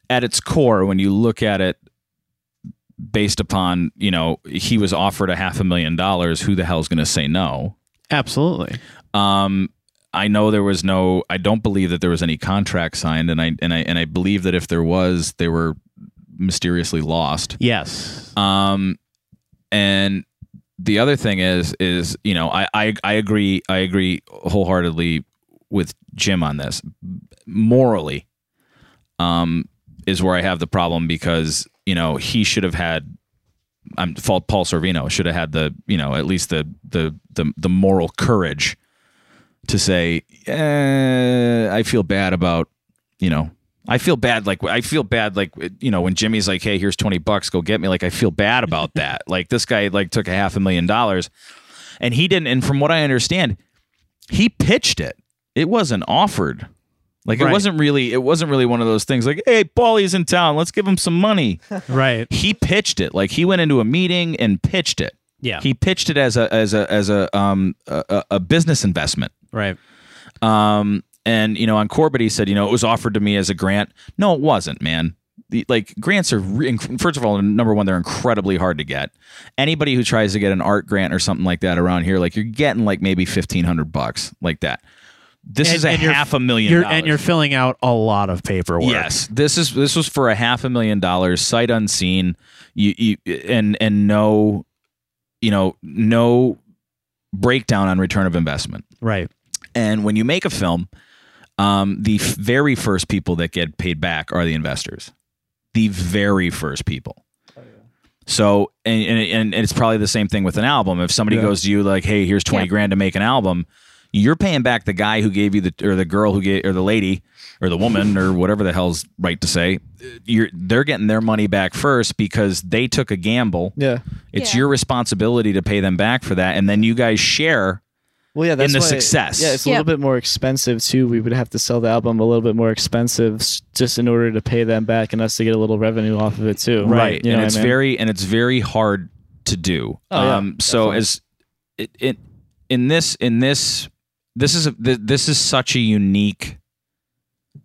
at its core, when you look at it based upon you know he was offered a half a million dollars, who the hell's going to say no?
Absolutely.
Um, I know there was no. I don't believe that there was any contract signed, and I and I and I believe that if there was, they were mysteriously lost.
Yes.
Um, and the other thing is is you know I I, I agree I agree wholeheartedly with Jim on this morally. Um, is where I have the problem because you know he should have had. I'm fault. Paul Sorvino should have had the you know at least the the the, the moral courage to say eh, I feel bad about you know I feel bad. Like I feel bad. Like you know, when Jimmy's like, "Hey, here's twenty bucks, go get me." Like I feel bad about that. like this guy like took a half a million dollars, and he didn't. And from what I understand, he pitched it. It wasn't offered. Like
Right.
it wasn't really. It wasn't really one of those things. Like, hey, Paulie's in town. Let's give him some money.
Right.
he pitched it. Like he went into a meeting and pitched it.
Yeah.
He pitched it as a as a as a um a, a- a business investment.
right.
Um, and you know, on Corbett, he said, you know, it was offered to me as a grant. No, it wasn't, man. The, like grants are re- inc- first of all, number one, they're incredibly hard to get. Anybody who tries to get an art grant or something like that around here, like you're getting like maybe fifteen hundred bucks, like that. This
And-
is a
and you're-
half a 1000000
You're
dollars.
and you're filling out a lot of paperwork.
Yes, this is this was for a half a million dollars, sight unseen. You, you and and no, you know, no breakdown on return of investment.
Right.
And when you make a film, um, the f- very first people that get paid back are the investors. The very first people. So, and, and, and it's probably the same thing with an album. If somebody
Yeah.
goes to you like, "Hey, here's twenty grand to make an album," you're paying back the guy who gave you the or the girl who gave or the lady or the woman or whatever the hell's right to say. You're they're getting their money back first because they took a gamble.
Yeah.
It's
Yeah.
your responsibility to pay them back for that, and then you guys share.
Well, yeah, that's
the
why-
success.
Yeah, it's a
Yeah.
little bit more expensive too. We would have to sell the album a little bit more expensive s- just in order to pay them back and us to get a little revenue off of it too.
right
You know
and
what I
it's
mean?
very and it's very hard to do
Oh, yeah,
um so
definitely.
as it, it in this in this this is a th- this is such a unique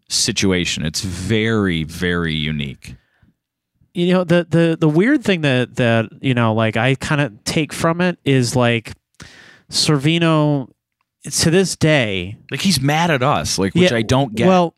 situation it's very very unique
you know the the the weird thing that that you know like I kind of take from it is like Servino to this day
like he's mad at us like which
Yeah,
i don't get
well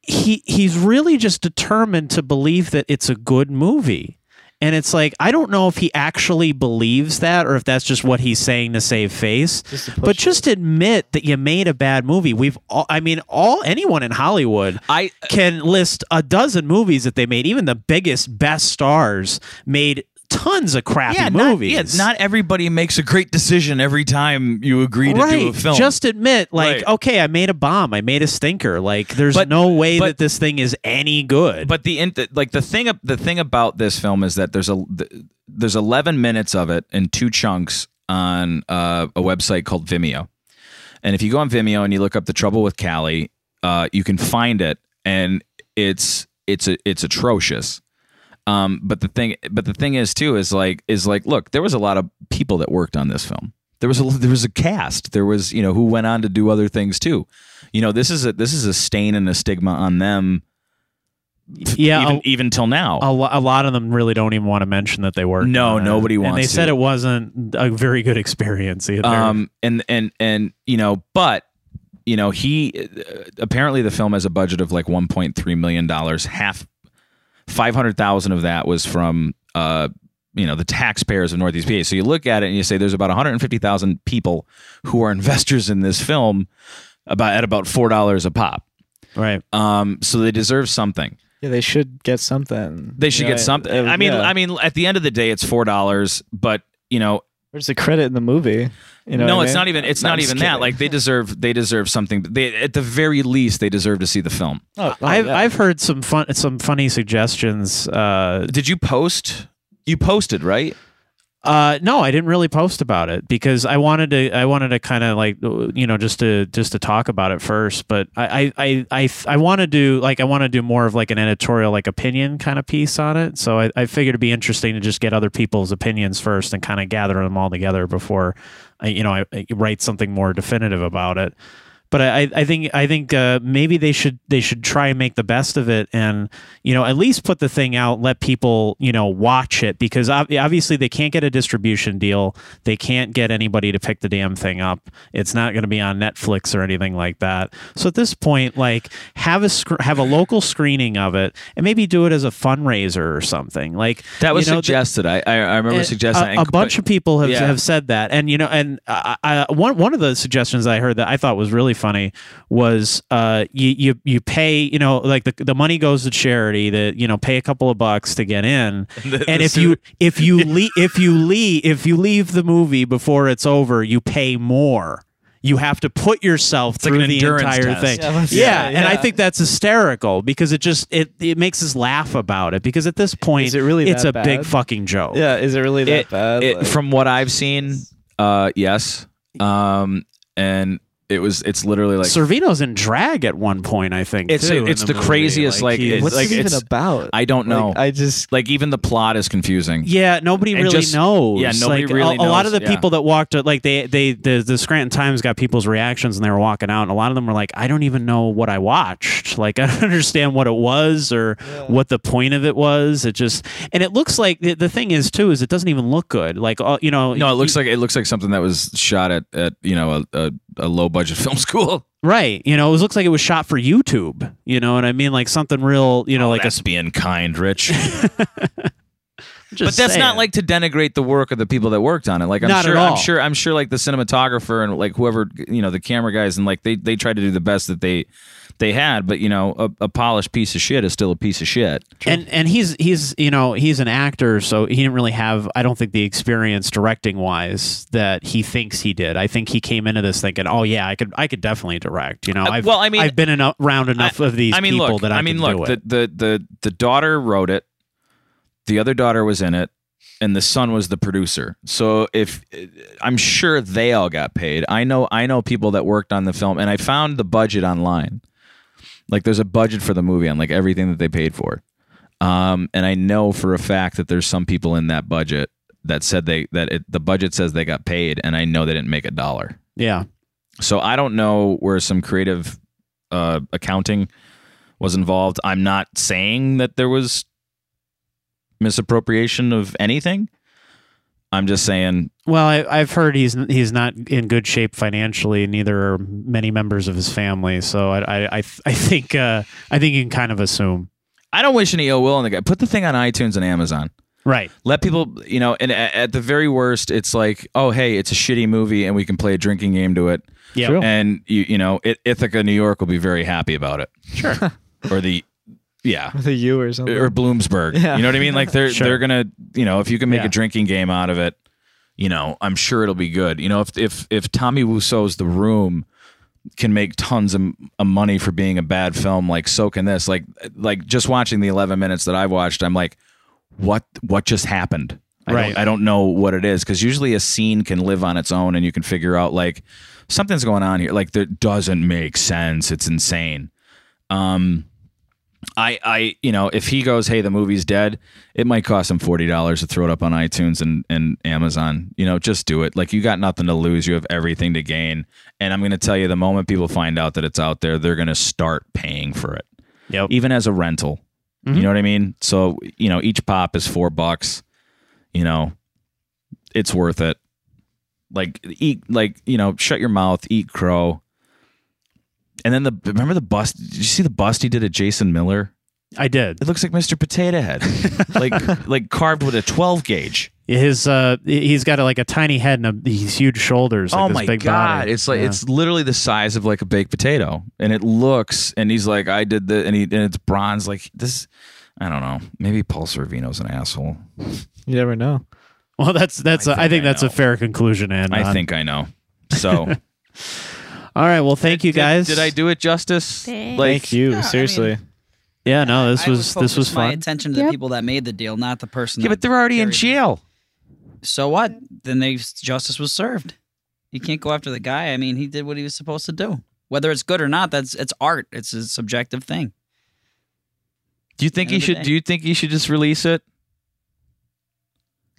he he's really just determined to believe that it's a good movie and it's like I don't know if he actually believes that or if that's just what he's saying to save face
Just to
but
push
just admit that you made a bad movie we've all, I mean all anyone in Hollywood
i
can list a dozen movies that they made. Even the biggest, best stars made tons of crappy
yeah,
movies.
Not, yeah, not everybody makes a great decision every time you agree to
right.
do a film.
Just admit, like,
Right.
okay, I made a bomb. I made a stinker. Like, there's
But-
no way
but-
that this thing is any good.
But the in- the- like the thing the thing about this film is that there's a th- there's 11 minutes of it in two chunks on uh, a website called Vimeo, and if you go on Vimeo and you look up the Trouble with Callie, uh, you can find it, and it's it's a, it's atrocious. Um, but the thing but the thing is too is like is like look there was a lot of people that worked on this film. There was a there was a cast. There was you know who went on to do other things too. You know this is a this is a stain and a stigma on them (laughs)
yeah,
even,
a-
even till now.
a, lo- a lot of them really don't even want to mention that they worked.
No,
on it.
nobody
And
wants
they
to.
said it wasn't a very good experience either.
um, and and and you know, but you know, he uh, apparently the film has a budget of like 1.3 million dollars. Half, five hundred thousand of that was from uh, you know, the taxpayers of Northeast PA. So you look at it and you say there's about 150,000 people who are investors in this film, about at about four dollars a pop.
right.
Um, so they deserve something.
yeah, they should get something.
They should
You know,
get something.
uh,
I mean,
yeah.
I mean, at the end of the day, it's four dollars, but you know,
There's a credit in the movie. You know
no,
what I
it's
mean?
not even. It's
No, I'm
not
just
even that.
kidding.
Like they deserve. They deserve something. They at the very least they deserve to see the film.
Oh, oh,
I've
yeah.
I've heard some fun, some funny suggestions. Uh,
Did you post? You posted right?
Uh, no, I didn't really post about it because I wanted to. I wanted to kind of like you know just to just to talk about it first. But I I I I, I want to do like I want to do more of like an editorial like opinion kind of piece on it. So I, I figured it'd be interesting to just get other people's opinions first and kind of gather them all together before I, you know I, I write something more definitive about it. But I, I- I think I think uh, maybe they should they should try and make the best of it and you know at least put the thing out let people you know watch it because ob- obviously they can't get a distribution deal they can't get anybody to pick the damn thing up it's not going to be on Netflix or anything like that so at this point like have a sc- have a local screening of it and maybe do it as a fundraiser or something like
That was
you know, th-
suggested. I, I I remember
a-
suggesting
a, a bunch
(laughs)
of people have,
Yeah.
have said that, and you know, and I, I, one one of the suggestions I heard that I thought was really funny was uh, you you you pay you know like the the money goes to charity that you know pay a couple of bucks to get in, and if you
(laughs)
if you leave if you leave if you leave the movie before it's over, you pay more. You have to put yourself
like
through
an
the
endurance
entire
test.
thing.
Yeah, let's-
Yeah,
yeah,
and I
yeah.
think that's hysterical because it just it it makes us laugh about it because at this point
Is it really
it's
that
a big
bad?
fucking joke.
Yeah, is it really that
It-
bad?
It,
Like-
from what I've seen, uh, yes. Um, and it was it's literally like
Servino's in drag at one point, I think.
It's-
too, in
it's the
movie.
craziest, like,
he's-
What's
like,
it even
it's-
about?
I don't know.
Like, I just
like even the plot is confusing.
Yeah, nobody
And
really
just-
knows.
yeah, nobody
like,
really
a, a lot of
knows,
the
yeah.
people that walked, uh, like they, they, the, the Scranton Times got people's reactions, and they were walking out, and a lot of them were like, "I don't even know what I watched. (laughs) Like, I don't understand what it was or what the point of it was. It just, and it looks like the, the thing is too is it doesn't even look good. Like, uh, you know,
No, it looks like it looks like something that was shot at, at you know a, a, a low budget (laughs) film school.
right. You know, it looks like it was shot for YouTube. You know what I mean? Like something real. You know, like a.
Oh, that's being
(laughs)
kind, Rich.
just
but that's
saying.
not like to denigrate the work of the people that worked on it. Like I'm
Not at
sure,
all.
I'm sure, I'm sure, like the cinematographer and like whoever you know the camera guys and like they they tried to do the best that they they had. But you know, a, a polished piece of shit is still a piece of shit.
and and he's he's you know he's an actor so he didn't really have i don't think the experience directing wise that he thinks he did i think he came into this thinking oh yeah i could i could definitely direct you know
Uh,
I've,
well, I mean-
i've been eno- around enough of these
I mean,
people
look,
that i,
mean,
can
look,
do it
The, the the the daughter wrote it, the other daughter was in it, and the son was the producer. So if I'm sure they all got paid. I know I know people that worked on the film, and I found the budget online. Like there's a budget for the movie on like everything that they paid for. Um, and I know for a fact that there's some people in that budget that said they that it, the budget says they got paid, and I know they didn't make a dollar.
yeah
So I don't know where some creative uh, accounting was involved. I'm not saying that there was misappropriation of anything. I'm just saying
well I, i've heard he's he's not in good shape financially neither are many members of his family so i i i, I think uh i think you can kind of assume
I don't wish any ill will on the guy. Put the thing on iTunes and Amazon.
right
Let people, you know, and a- at the very worst, it's like, oh, hey, it's a shitty movie, and we can play a drinking game to it.
yeah
And you, you know, it, Ithaca, New York, will be very happy about it.
sure
(laughs) Or the, yeah,
with a you or something.
or Bloomsburg.
Yeah.
You know what I mean? Like they're
Sure.
they're gonna you know if you can make
Yeah.
a drinking game out of it, you know I'm sure it'll be good. You know if if if Tommy Wiseau's The Room can make tons of, of money for being a bad film, like so can this. Like like just watching the 11 minutes that I've watched, I'm like, what what just happened? I
Right.
Don't, I don't know what it is because usually a scene can live on its own and you can figure out like something's going on here. Like that doesn't make sense. It's insane. Um, I, I, you know, if he goes, hey, the movie's dead, it might cost him forty dollars to throw it up on iTunes and and Amazon. You know, just do it. Like you got nothing to lose, you have everything to gain. And I'm going to tell you, the moment people find out that it's out there, they're going to start paying for it,
yep
even as a rental.
Mhm.
You know what I mean? So you know, each pop is four bucks. You know, it's worth it. Like eat, like you know, shut your mouth, eat crow. And then the remember the bust? Did you see the bust he did at Jason Miller?
i did
It looks like Mr. Potato Head,
(laughs)
like like carved with a twelve gauge.
His uh, he's got a, like a tiny head and a, these huge shoulders. Like
oh
this
my
big
god!
body.
It's like
Yeah.
it's literally the size of like a baked potato, and it looks. And he's like, I did the, and he and it's bronze. Like this, I don't know. Maybe Paul Servino's an asshole.
you never know.
well, that's that's I
I
a, I
think
think
I
that's a
know.
fair conclusion. And
I think I know.
(laughs)
So
All right. Well, thank you
Did-
guys.
Did, I do it justice?
Thanks.
Like
Thank you.
Yeah, I
seriously,
Yeah. No. This
I would
was this was
focus My
fun.
attention to the
Yep.
people that made the deal, not the person.
yeah,
that-
but they're already in
Very-
jail.
so what? Then they justice was served. You can't go after the guy. I mean, he did what he was supposed to do. Whether it's good or not, that's it's art. It's a subjective thing.
Do you think
End
he
of the
should?
day.
Do you think he should just release it?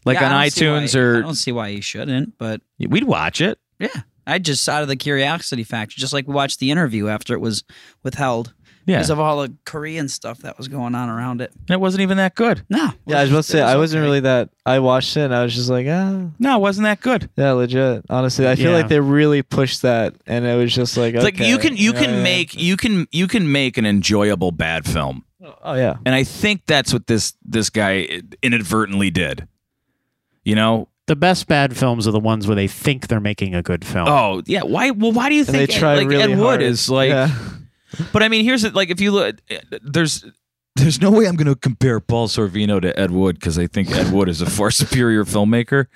Like
Yeah,
on
I don't see
iTunes
why- I
or
don't see why he shouldn't, but
we'd watch it.
I just out of the curiosity factor, just like we watched the interview after it was withheld
Yeah,
because of all the Korean stuff that was going on around it.
and it wasn't even that good.
No,
yeah. I was about to say
it
I wasn't
okay.
really that. I watched it and I was just like, ah,
No, it wasn't that good.
yeah, legit. Honestly, I feel
Yeah.
like they really pushed that, and it was just like,
It's like
okay,
you can you can
know,
make you can you can make an enjoyable bad film,
Oh yeah,
and I think that's what this this guy inadvertently did. You know?
The best bad films are the ones where they think they're making a good film.
Oh yeah. Why? Well, why do you
and
think
they try
like
really
Ed Wood
hard.
is like?
(laughs) Yeah.
But I mean, here's the, like if you look, there's there's no way I'm going (laughs) to compare Paul Sorvino to Ed Wood because I think Ed Wood is a far superior filmmaker.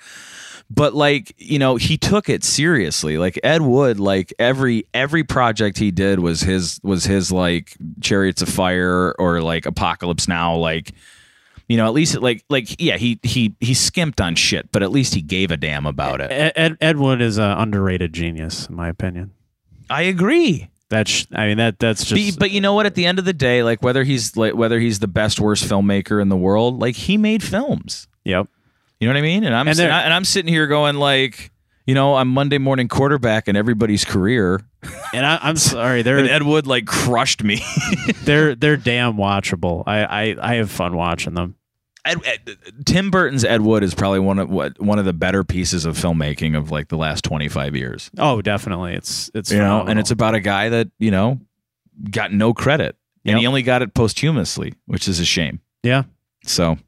but like you know he took it seriously like ed wood like every every project he did was his was his like chariots of fire or like apocalypse now like you know at least like like yeah he he he skimped on shit but at least he gave a damn about it
Ed, E, Ed, Ed Wood is an underrated genius, in my opinion.
i agree
That's sh- I mean that that's
But-
just
but, you know what at the end of the day like whether he's like whether he's the best worst filmmaker in the world like he made films
yep.
You know what I mean? And
And
I'm and,
they're-
I, and I'm sitting here going like, you know, I'm Monday morning quarterback in everybody's career.
And I, I'm sorry,
And (laughs)
they're
Ed Wood like crushed me.
they're they're damn watchable. I I, I have fun watching them.
(laughs) Ed, Ed- Tim Burton's Ed Wood is probably one of what one of the better pieces of filmmaking of like the last 25 years.
Oh, definitely. It's it's
You know, and
phenomenal.
it's about a guy that you know got no credit, and
Yep.
he only got it posthumously, which is a shame.
Yeah.
So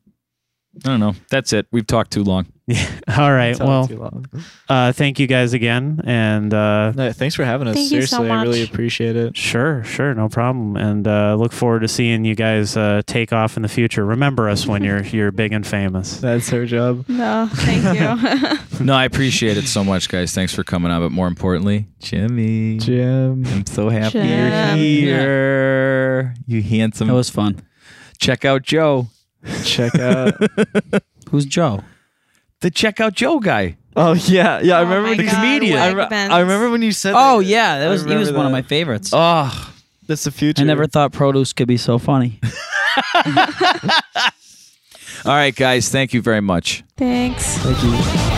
I don't know. That's it. We've talked too long.
(laughs) all right.
Talk
Well,
too long.
uh, thank you guys again, and uh,
No, thanks for having us.
Thank you so
Seriously, I really
much.
appreciate it.
Sure, sure, no problem. And uh, look forward to seeing you guys uh, take off in the future. Remember us when you're you're big and famous.
That's her job.
No, thank
(laughs)
you. (laughs)
no, I appreciate it so much, guys. Thanks for coming on. But more importantly, Jimmy.
Jim.
I'm so happy
Yeah.
you're here. You handsome.
That was fun.
Check out Joe.
Check (laughs) out.
Who's Joe?
The Check Out Joe guy.
Oh yeah, yeah. I
Oh
remember
my
the
God,
comedian. I,
leg
re-
bends.
I remember when you said.
Oh
that.
yeah, that
I
was he was
remember
one of
that.
my favorites.
Oh,
That's the future.
I never thought produce could be so funny.
all right, guys. Thank you very much.
Thanks.
Thank you.